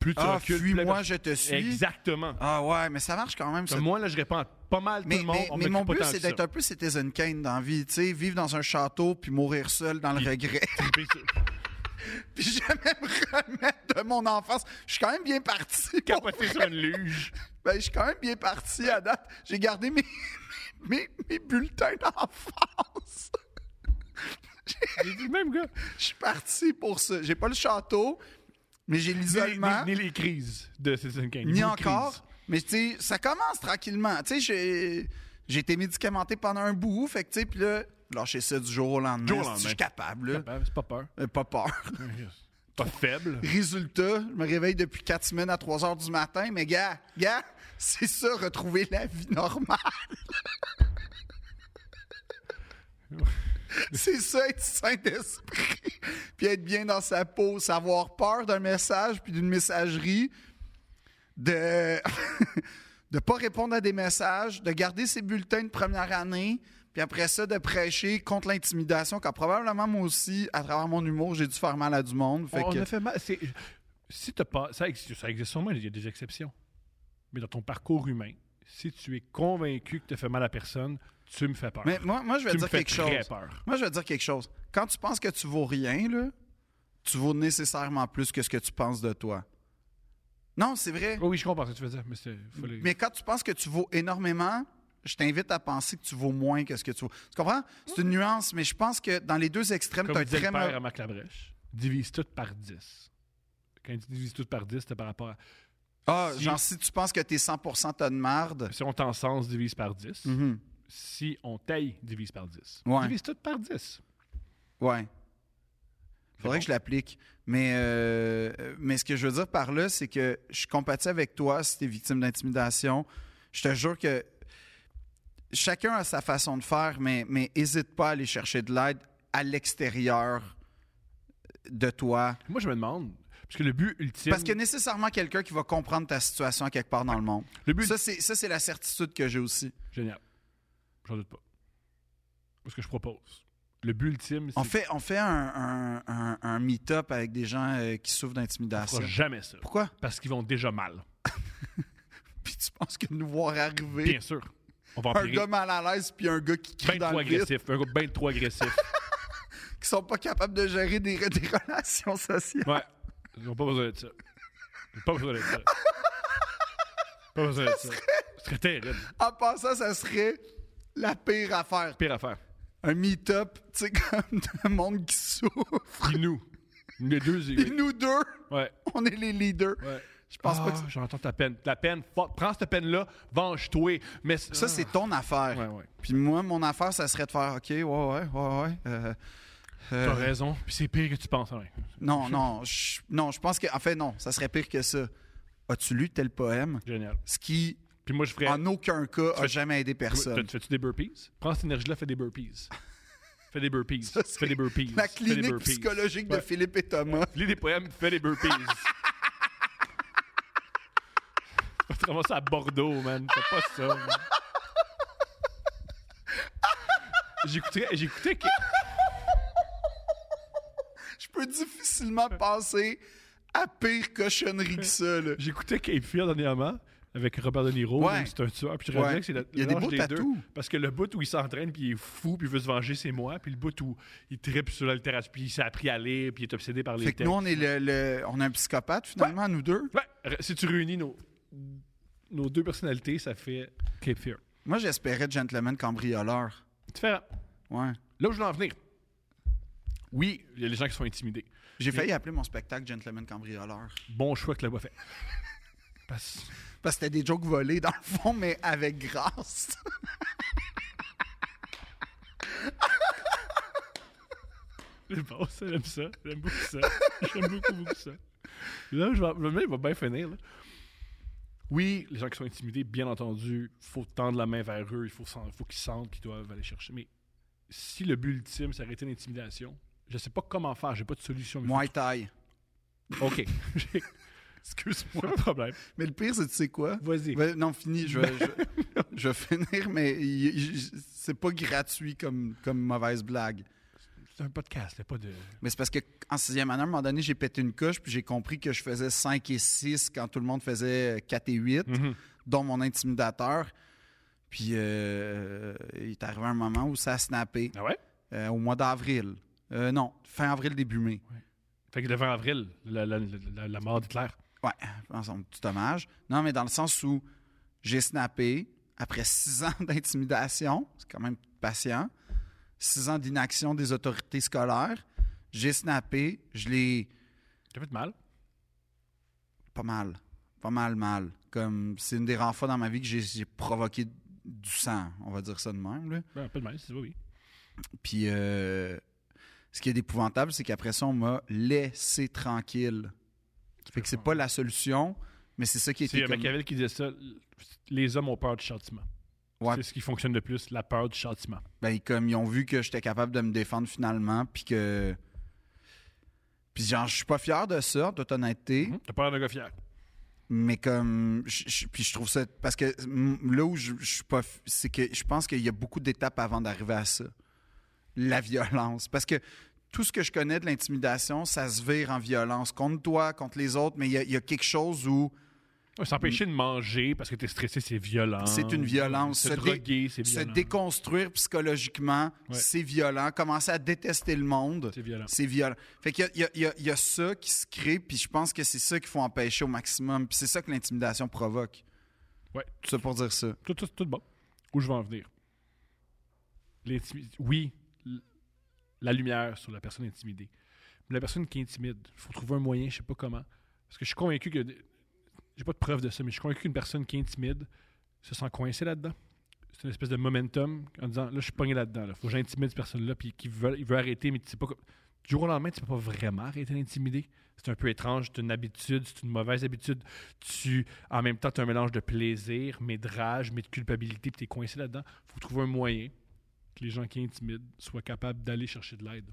plus tu
Ah,
recules. plus la
fuis-moi, je
personne-
te suis.
Exactement.
Ah ouais, mais ça marche quand même.
Comme
ça.
Moi, là, je réponds à pas mal
Mais,
tout le monde.
mais-
on
mais
m'écrit
mon
pas
but,
tant
c'est
que ça.
d'être un peu Citizen Kane dans la vie, tu sais, vivre dans un château puis mourir seul dans le regret.
Triper sur-
puis jamais me remettre de mon enfance. Je suis quand même bien parti. pour
Capoter sur une luge.
Ben, je suis quand même bien parti à date. J'ai gardé mes, mes, mes bulletins d'enfance.
J'ai dit le même gars.
Je suis parti pour ça. J'ai pas le château, mais j'ai l'isolement.
Ni, ni- ni les crises de Citizen Kane.
Ni
les
encore.
crises.
Mais tu sais, ça commence tranquillement. Tu sais, j'ai- j'ai été médicamenté pendant un bout. Fait que tu sais, puis là, lâcher ça du jour au lendemain.
Jour au
si Je suis
lendemain.
capable, là.
Ben, C'est pas peur.
Euh, pas peur.
Pas faible.
Résultat, je me réveille depuis quatre semaines à 3 heures du matin, mais gars, gars, c'est ça, retrouver la vie normale. c'est ça, être saint d'esprit, puis être bien dans sa peau, savoir peur d'un message, puis d'une messagerie, de de pas répondre à des messages, de garder ses bulletins de première année, puis après ça, de prêcher contre l'intimidation, quand probablement moi aussi, à travers mon humour, j'ai dû faire mal à du monde. Fait
on
que...
a fait mal. c'est- Si t'as pas. Ça existe, ça existe sûrement, il y a des exceptions. Mais dans ton parcours humain, si tu es convaincu que tu fait mal à personne, tu me fais peur.
Mais moi, moi je vais
tu me
dire
fais
quelque chose.
très peur.
Moi, je vais dire quelque chose. Quand tu penses que tu vaux rien, là, tu vaux nécessairement plus que ce que tu penses de toi. Non, c'est vrai.
Oui, oui, je comprends ce que tu veux dire, mais c'est. faut les-
Mais quand tu penses que tu vaux énormément, je t'invite à penser que tu vaux moins que ce que tu vaux. Tu comprends? C'est une nuance, mais je pense que dans les deux extrêmes, tu
Comme
as un
disait
très
le père
mauvais-
à Marc Labrèche, divise tout par 10. Quand il dit divise tout par 10, c'était par rapport à.
Ah,
Si-
genre, si tu penses que t'es 100% tonne de marde.
Si on t'encense, divise par 10.
Mhm.
Si on taille, divise par 10.
Ouais.
Divise tout par 10.
Ouais. Faudrait
bon.
que je l'applique. Mais, euh, euh, mais ce que je veux dire par là, c'est que je compatis avec toi si t'es victime d'intimidation. Je te jure que chacun a sa façon de faire, mais mais hésite pas à aller chercher de l'aide à l'extérieur de toi.
Moi, je me demande, parce que le but ultime.
Parce qu'il y a nécessairement quelqu'un qui va comprendre ta situation quelque part dans le monde.
le but
Ça, c'est ça, c'est la certitude que j'ai aussi.
Génial. J'en doute pas. Ce que je propose. Le but ultime, c'est
On fait, on fait un, un- un- un meet-up avec des gens euh, qui souffrent
qu'on
d'intimidation.
fera jamais ça.
Pourquoi?
Parce qu'ils vont déjà mal.
Puis tu penses que nous voir arriver...
Bien sûr. On va
un
empirer.
gars mal à l'aise puis un gars qui crie
Ben
dans
trop
le vide,
agressif. Un gars ben trop agressif.
qui sont pas capables de gérer des, des relations sociales.
Ouais. Ils n'ont pas besoin de ça. Ils n'ont pas besoin de ça. Pas besoin de ça. Ce serait terrible.
En passant, ça serait la pire affaire.
Pire affaire.
Un meet-up, tu sais, comme un monde qui souffre.
Puis nous. Les deux.
Puis
ils-
nous deux,
Ouais.
on est les leaders.
Ouais.
Je pense pas que
Ah, J'entends ta peine. La peine, fuck. Prends cette peine-là, venge-toi. Mais Ah.
ça, c'est ton affaire.
Ouais, ouais.
Puis moi, mon affaire, ça serait de faire OK, ouais, ouais, ouais, ouais. euh, euh,
T'as raison. Puis c'est pire que tu penses. hein. ouais.
non, non, je, non, je pense que. En fait, non, ça serait pire que ça. As-tu lu tel poème?
Génial.
Ce qui,
Puis moi, je ferais.
en aucun cas, a
fais-
jamais aidé personne.
Tu fais-tu des burpees? Prends cette énergie-là, fais des burpees. fais des burpees.
Ça, c'est
fais des burpees.
La
Fais des
clinique
burpees.
psychologique de
Ouais.
Philippe et Thomas.
Lis des poèmes, fais des burpees. tu vas te ramasser à Bordeaux, man. Fais pas ça. man. J'écouterais. J'écoutais. que-
Je peux difficilement passer à pire cochonnerie que ça. là.
J'écoutais Cape Fear dernièrement avec Robert De Niro,
Ouais.
où c'est un tueur, puis je
Ouais.
réalisais que c'est le-
Il y a
le
des
mélange
beaux
deux.
tatous.
Parce que le bout où il s'entraîne, puis il est fou, puis il veut se venger, c'est moi, puis le bout où il tripe sur la littérature, puis il s'est appris à lire, puis il est obsédé par les
Fait que
textes.
nous, on est le, le- on est un psychopathe finalement, nous deux.
Ouais, r- si tu réunis nos, nos deux personnalités, ça fait Cape Fear.
Moi, j'espérais gentleman cambrioleur.
Différent.
Ouais.
Là où je veux en venir. Oui, il y a les gens qui sont intimidés.
J'ai failli appeler mon spectacle gentleman cambrioleur.
Bon choix que la voix fait. Parce-
Parce que c'était des jokes volés dans le fond, mais avec grâce.
C'est bon, ça, j'aime ça. J'aime beaucoup ça. J'aime beaucoup, beaucoup ça. Là, je vais, le mec va bien finir. là. Oui, les gens qui sont intimidés, bien entendu, faut tendre la main vers eux, il faut, s'en- faut qu'ils sentent qu'ils doivent aller chercher. Mais si le but ultime, c'est arrêter l'intimidation, je sais pas comment faire, j'ai pas de solution. mais
Muay Thai.
faut- OK. J'ai- Excuse-moi. Pas de problème.
Mais le pire, c'est tu sais quoi?
Vas-y.
Ben, non, fini, je vais, je, je vais finir, mais il- il- c'est pas gratuit comme, comme mauvaise blague.
C'est un podcast, là, pas de...
Mais c'est parce que en sixième année, à un moment donné, j'ai pété une coche, puis j'ai compris que je faisais 5 et 6 quand tout le monde faisait 4 et 8, dont mon intimidateur. Puis euh, il est arrivé un moment où ça a snappé,
Ah ouais?
euh, au mois d'avril. Euh, non, fin avril, début mai.
Fait que le 20 avril, la, la, la- la- la mort d'Hitler.
Ouais, en somme, tout hommage. Non, mais dans le sens où j'ai snappé après six ans d'intimidation, c'est quand même patient, six ans d'inaction des autorités scolaires, j'ai snappé, je l'ai
T'as fait mal?
pas mal, pas mal mal. Comme c'est une des rares fois dans ma vie que j'ai- j'ai provoqué du sang, on va dire ça de même. là.
Ben, pas de mal, c'est oui.
Puis euh, ce qui est épouvantable, c'est qu'après ça, on m'a laissé tranquille. Fait que c'est pas la solution, mais c'est ça qui
C'est
était comme...
Machiavel qui disait ça, les hommes ont peur du châtiment.
Ouais.
C'est ce qui fonctionne le plus, la peur du châtiment.
Ben, comme ils ont vu que j'étais capable de me défendre finalement, puis que. Puis genre, je suis pas fier de ça, en toute honnêteté,
Mhm. T'as peur d'un gars fier.
mais comme. je- je- Puis je trouve ça. Parce que mm, là où je je suis pas. fi- C'est que je pense qu'il y a beaucoup d'étapes avant d'arriver à ça. La violence. Parce que tout ce que je connais de l'intimidation, ça se vire en violence contre toi, contre les autres, mais il y a- il y, a quelque chose où.
Ouais, S'empêcher de manger parce que t'es stressé, c'est violent.
Hmm. C'est une violence.
Se
Se dé-
droguer, c'est
Se
violent.
déconstruire psychologiquement,
Ouais.
c'est violent. Commencer à détester le monde.
C'est violent.
C'est violent. Fait qu'il y a, il y a- il y a ça qui se crée, puis je pense que c'est ça qu'il faut empêcher au maximum. Puis c'est ça que l'intimidation provoque.
Ouais.
Tout ça pour dire ça.
Tout, tout, tout bon. Où je vais en venir? L'intimi- Oui, l- la lumière sur la personne intimidée. Mais la personne qui est intimide, il faut trouver un moyen, je sais pas comment. Parce que je suis convaincu que. J'ai pas de preuve de ça, mais je suis convaincu qu'une personne qui est intimide se sent coincée là-dedans. C'est une espèce de momentum en disant là, je suis pogné là-dedans. Là. Faut que j'intimide cette personne-là, puis qu'il veut, il veut arrêter, mais tu sais pas. co- Du jour au lendemain, tu peux pas vraiment arrêter d'intimider. C'est un peu étrange, c'est une habitude, c'est une mauvaise habitude. Tu, en même temps, tu as un mélange de plaisir, mais de rage, mais de culpabilité, puis tu es coincé là-dedans. faut trouver un moyen que les gens qui intimident soient capables d'aller chercher de l'aide.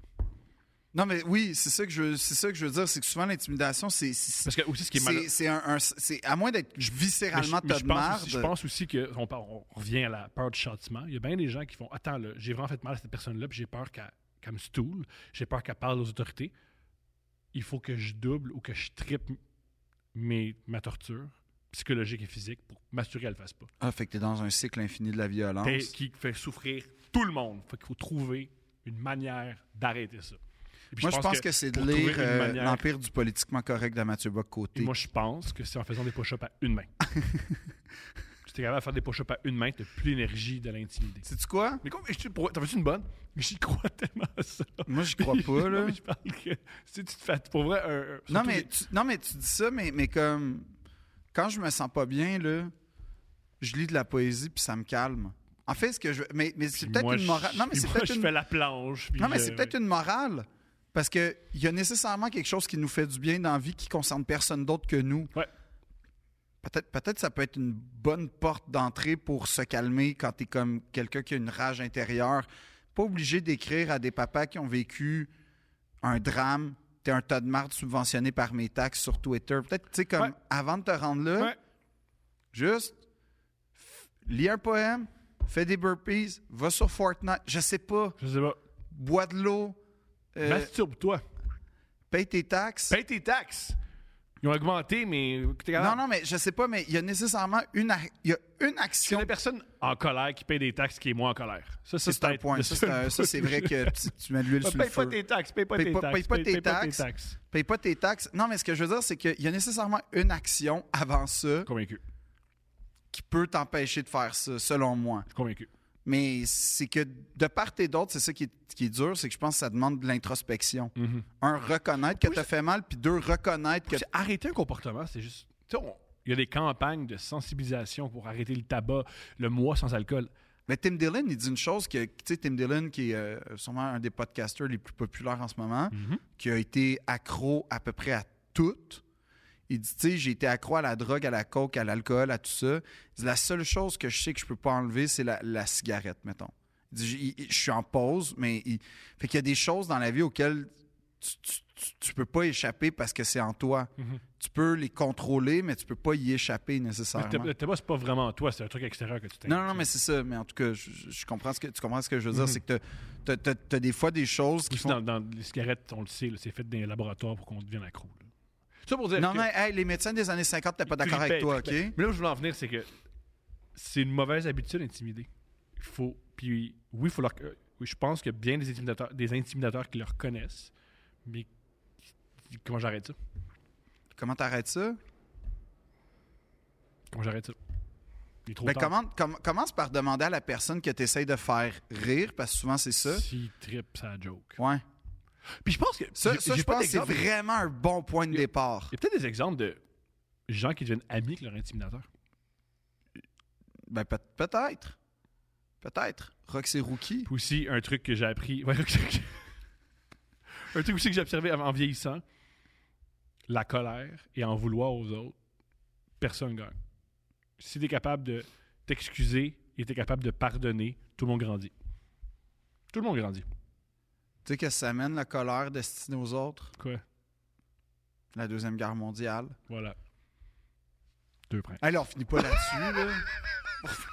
Non, mais oui, c'est ça que je, c'est ça que je veux dire. C'est que souvent, l'intimidation, c'est. c'est-
Parce que aussi, ce qui est mal.
C'est c'est un, un- c'est- à moins d'être
Mais je-
viscéralement
mais
top
je, pense
marde.
aussi, je pense aussi que on, par- on revient à la peur du châtiment. Il y a bien des gens qui font Attends, là, j'ai vraiment fait mal à cette personne-là, puis j'ai peur qu'elle qu'elle me stoule, j'ai peur qu'elle parle aux autorités. Il faut que je double ou que je triple mes, ma torture psychologique et physique pour m'assurer qu'elle ne le fasse pas.
Ah, fait que t'es dans un cycle infini de la violence.
Fait- qui fait souffrir tout le monde. Fait qu'il faut trouver une manière d'arrêter ça. Et puis
Moi, je pense, que, c'est de
pour trouver
lire
une
euh,
manière-
L'Empire du politiquement correct de Mathieu
Et
Bock-Côté.
moi, je pense que c'est en faisant des push-ups à une main. si t'es capable de faire des push-ups à une main, t'as plus l'énergie de l'intimider.
Sais-tu quoi?
Mais quoi, mais je- pour- t'en veux-tu une bonne? J'y crois tellement à ça.
Moi, j'y crois pas, là.
Non, mais je parle que si tu te fais pour vrai un- un-
Non
surtout
mais,
des-
tu, non, mais tu dis ça, mais, mais comme. Quand je me sens pas bien, là, je lis de la poésie, puis ça me calme. En fait, ce que je. Mais, mais c'est
Puis
peut-être
moi,
une morale.
je-
Non, mais c'est
moi,
peut-être
je
une.
fais la planche. puis euh,
Non, mais
je-
c'est peut-être une morale. Parce qu'il y a nécessairement quelque chose qui nous fait du bien dans la vie qui concerne personne d'autre que nous.
Ouais.
Peut-être peut ça peut être une bonne porte d'entrée pour se calmer quand t'es comme quelqu'un qui a une rage intérieure. Pas obligé d'écrire à des papas qui ont vécu un drame. T'es un tas de marde subventionné par mes taxes sur Twitter. Peut-être, tu sais, comme
Ouais.
avant de te rendre là,
Ouais.
juste f- lis un poème, fais des burpees, va sur Fortnite, je sais pas,
Je sais pas.
bois de l'eau. euh,
Masturbe-toi.
paye tes taxes.
Paye tes taxes. Ils ont augmenté, mais t'es capable.
Non, non, mais je sais pas, mais il y a nécessairement une, ac- il y a une
Il y a
action.
des personnes en colère qui payent des taxes qui est moins en colère. Ça, ça,
C'est un
peut-être
point.
le
Ça, c'est
seul
un- ça, c'est vrai que tu, tu mets de l'huile
Paye
sur le
pas
feu.
tes taxes, paye pas
Paye
tes
pas-
taxes.
paye pas tes taxes.
taxes.
Paye pas tes taxes. Non, mais ce que je veux dire, c'est qu'il y a nécessairement une action avant ça
Convaincu.
qui peut t'empêcher de faire ça, selon moi.
Convaincu.
Mais c'est que de part et d'autre, c'est ça qui est, qui est dur, c'est que je pense que ça demande de l'introspection.
Mm-hmm.
Un, reconnaître que t'as fait mal, puis deux, reconnaître que...
Puis Arrêter un comportement, c'est juste. tu sais, on- Il y a des campagnes de sensibilisation pour arrêter le tabac, le mois sans alcool.
Mais Tim Dillon, il dit une chose que, tu sais, Tim Dillon, qui est euh, sûrement un des podcasters les plus populaires en ce moment, qui a été accro à peu près à tout, Il dit, tu sais, j'ai été accro à la drogue, à la coke, à l'alcool, à tout ça. Il dit, la seule chose que je sais que je peux pas enlever, c'est la, la cigarette, mettons. Il dit, J- il- je suis en pause, mais il... fait qu'il y a des choses dans la vie auxquelles tu, tu- tu- tu peux pas échapper parce que c'est en toi. Tu peux les contrôler, mais tu peux pas y échapper
Le
nécessairement.
tab- le tabac, c'est pas vraiment toi, c'est un truc extérieur que tu t'inquiètes.
Non, non, mais c'est ça. Mais en tout cas, je, je- je comprends ce que, tu comprends ce que je veux
Mhm.
dire. C'est que t'as- t'as as, des fois des choses qui
Aussi,
font.
dans, dans les cigarettes, on le sait, là, c'est fait dans les laboratoires pour qu'on devienne accro. là. Ça pour dire
Non,
que-
mais hey, les médecins des années 50 t'es pas d'accord avec
Trippait,
toi, OK?
trippait. Mais là où je voulais en venir, c'est que c'est une mauvaise habitude intimider. Il faut. Puis oui, il faut leur. euh, oui, je pense que bien des intimidateurs, des intimidateurs qui le reconnaissent, mais comment j'arrête ça
Comment t'arrêtes ça?
Comment j'arrête ça Il est trop
Ben,
tard.
comment, com- commence par demander à la personne que t'essayes de faire rire, parce que souvent c'est ça.
S'il trippe sa joke.
Ouais.
Puis je pense que.
Ça,
j'ai-
ça,
j'ai
je
pas
pense que c'est
d'exemple.
vraiment un bon point de
Il y a-
départ.
Il y a peut-être des exemples de gens qui deviennent amis avec leur intimidateur.
Ben, peut- peut-être. Peut-être. Roxy Rookie.
Puis aussi, un truc que j'ai appris. ouais, un truc aussi que j'ai observé en en vieillissant la colère et en vouloir aux autres, personne gagne. Si tu es capable de t'excuser et tu es capable de pardonner, tout le monde grandit. Tout le monde grandit.
Tu sais que ça amène la colère destinée aux autres,
Quoi?
la Deuxième Guerre mondiale.
Voilà. Deux princes.
Alors, on finit pas là-dessus, là.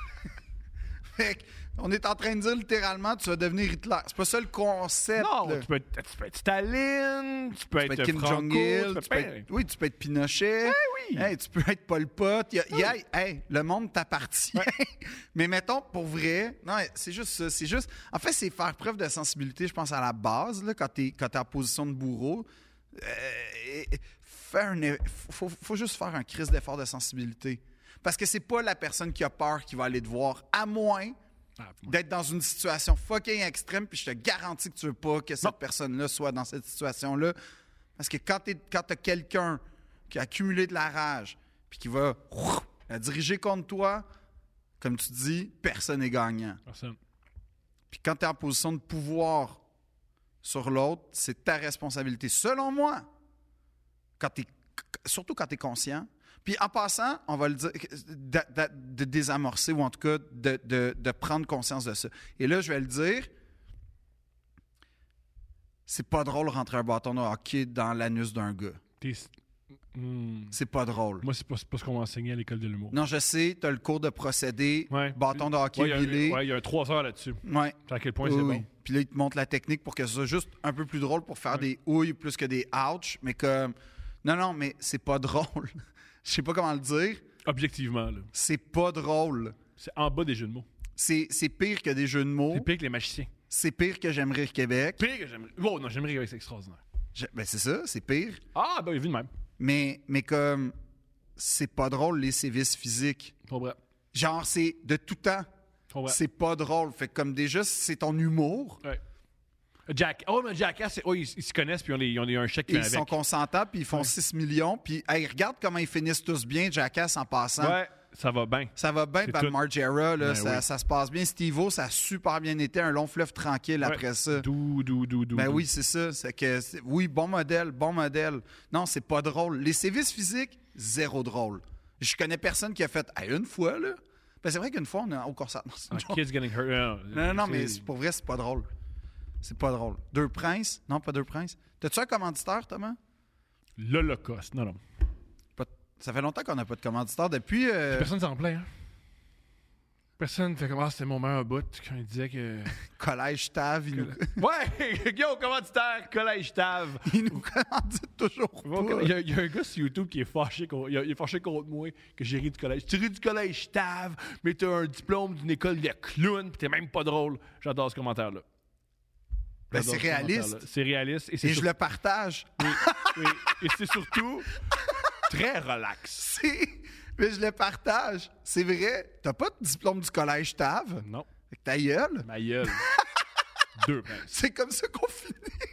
Fait que, on est en train de dire littéralement, tu vas devenir Hitler. C'est pas ça le concept.
Non,
là.
tu peux, être, tu peux être Staline, tu peux,
Tu peux
être,
être Kim
Franco,
Jong-il,
tu peux-
tu peux
ben,
être- oui, tu peux être Pinochet,
oui.
Hey, tu peux être Pol Pot. Y a- y a- hey, le monde t'appartient. Mais mettons, pour vrai, non, c'est juste ça. C'est juste, en fait, c'est faire preuve de sensibilité, je pense, à la base, là, quand t'es quand t'es en position de bourreau. Euh, et- et faire un eff- faut, faut juste faire un crise d'effort de sensibilité. Parce que c'est pas la personne qui a peur qui va aller te voir, à moins
Ah, moi,
d'être dans une situation fucking extrême, puis je te garantis que tu veux pas que cette personne-là soit dans cette situation-là. Parce que quand, t'es- quand t'as quelqu'un qui a accumulé de la rage, puis qui va ouf, la diriger contre toi, comme tu dis, personne n'est gagnant.
personne.
Puis quand t'es en position de pouvoir sur l'autre, c'est ta responsabilité, selon moi. Quand t'es- surtout quand tu es conscient. Puis en passant, on va le dire, de, de- de désamorcer ou en tout cas de, de- de prendre conscience de ça. Et là, je vais le dire, c'est pas drôle rentrer un bâton de hockey dans l'anus d'un gars.
T'es- Hmm.
C'est pas drôle.
Moi, c'est pas, c'est pas ce qu'on m'a enseigné à l'école de l'humour.
Non, je sais, t'as le cours de procédé,
Ouais.
bâton de hockey,
Ouais, il y a un-
pilé.
ouais, il y a un 3 heures là-dessus.
Ouais.
À quel point
Oui,
c'est
oui.
bon.
Puis là, il te montre la technique pour que ce soit juste un peu plus drôle pour faire des houilles plus que des ouch, mais comme. Non, non, mais c'est pas drôle. Je sais pas comment le dire.
Objectivement, là.
C'est pas drôle.
C'est en bas des jeux de mots.
C'est c'est pire que des jeux de mots.
C'est pire que les magiciens.
C'est pire que J'aime rire Québec.
Pire que j'aimerais. Wow, non, j'aimerais que c'est extraordinaire.
Je- Ben, c'est ça, c'est pire.
Ah, ben, vu de même.
Mais, mais comme. C'est pas drôle, les sévices physiques.
Pas vrai.
Genre, c'est de tout temps.
Pas vrai.
C'est pas drôle. Fait que comme déjà, c'est ton humour.
Ouais. Jack. Oh, mais Jack, ah, c'est- oh, ils, ils se connaissent, puis on les- ils ont eu un chèque qui
Et
vient
ils sont
avec.
consentants, puis ils font 6 millions. Puis, hey, regarde comment ils finissent tous bien, Jackass, en passant.
Ouais, ça va bien.
Ça va bien,
C'est
Pam
tout.
Margera, là,
Ben
ça,
oui.
ça se passe bien. Steve-O, ça a super bien été, un long fleuve tranquille après ça.
Dou, dou, dou, dou.
Ben
dou.
oui, c'est ça. C'est que, c'est- oui, bon modèle, bon modèle. Non, c'est pas drôle. Les sévices physiques, zéro drôle. Je connais personne qui a fait hey, une fois, là. Ben, c'est vrai qu'une fois, on a au concert. Non, c'est une
Ah,
joke.
kids getting hurt. Non,
non, non, non, mais c'est- pour vrai, c'est pas drôle. C'est pas drôle. Deux princes? Non, pas deux princes. T'as-tu un commanditaire, Thomas?
L'Holocauste. Non, non.
Euh. Pas- Ça fait longtemps qu'on n'a pas de commanditaire depuis. euh,
Personne s'en plaint, hein. Personne fait comment c'était mon meilleur bout quand il disait que.
Collège Tav, ils nous,
ouais! Yo, commanditaire, collège Tave!
ils nous commanditent toujours.
Il
pas.
y, a, il y a un gars sur YouTube qui est fâché, contre- il a- il est fâché contre moi que j'ai ri du collège. Tu ris du collège, tave, mais t'as un diplôme d'une école de clown, pis t'es même pas drôle. J'adore ce commentaire-là.
Ben, c'est
J'adore ce commentaire-là.
réaliste.
C'est réaliste et c'est
Et je
sur-
le partage.
oui, et c'est surtout très relax.
C'est- Mais je le partage. C'est vrai. T'as pas de diplôme du collège TAV.
Non,
Fait que ta gueule.
ma gueule. Deux. ben,
C'est comme ça qu'on finit.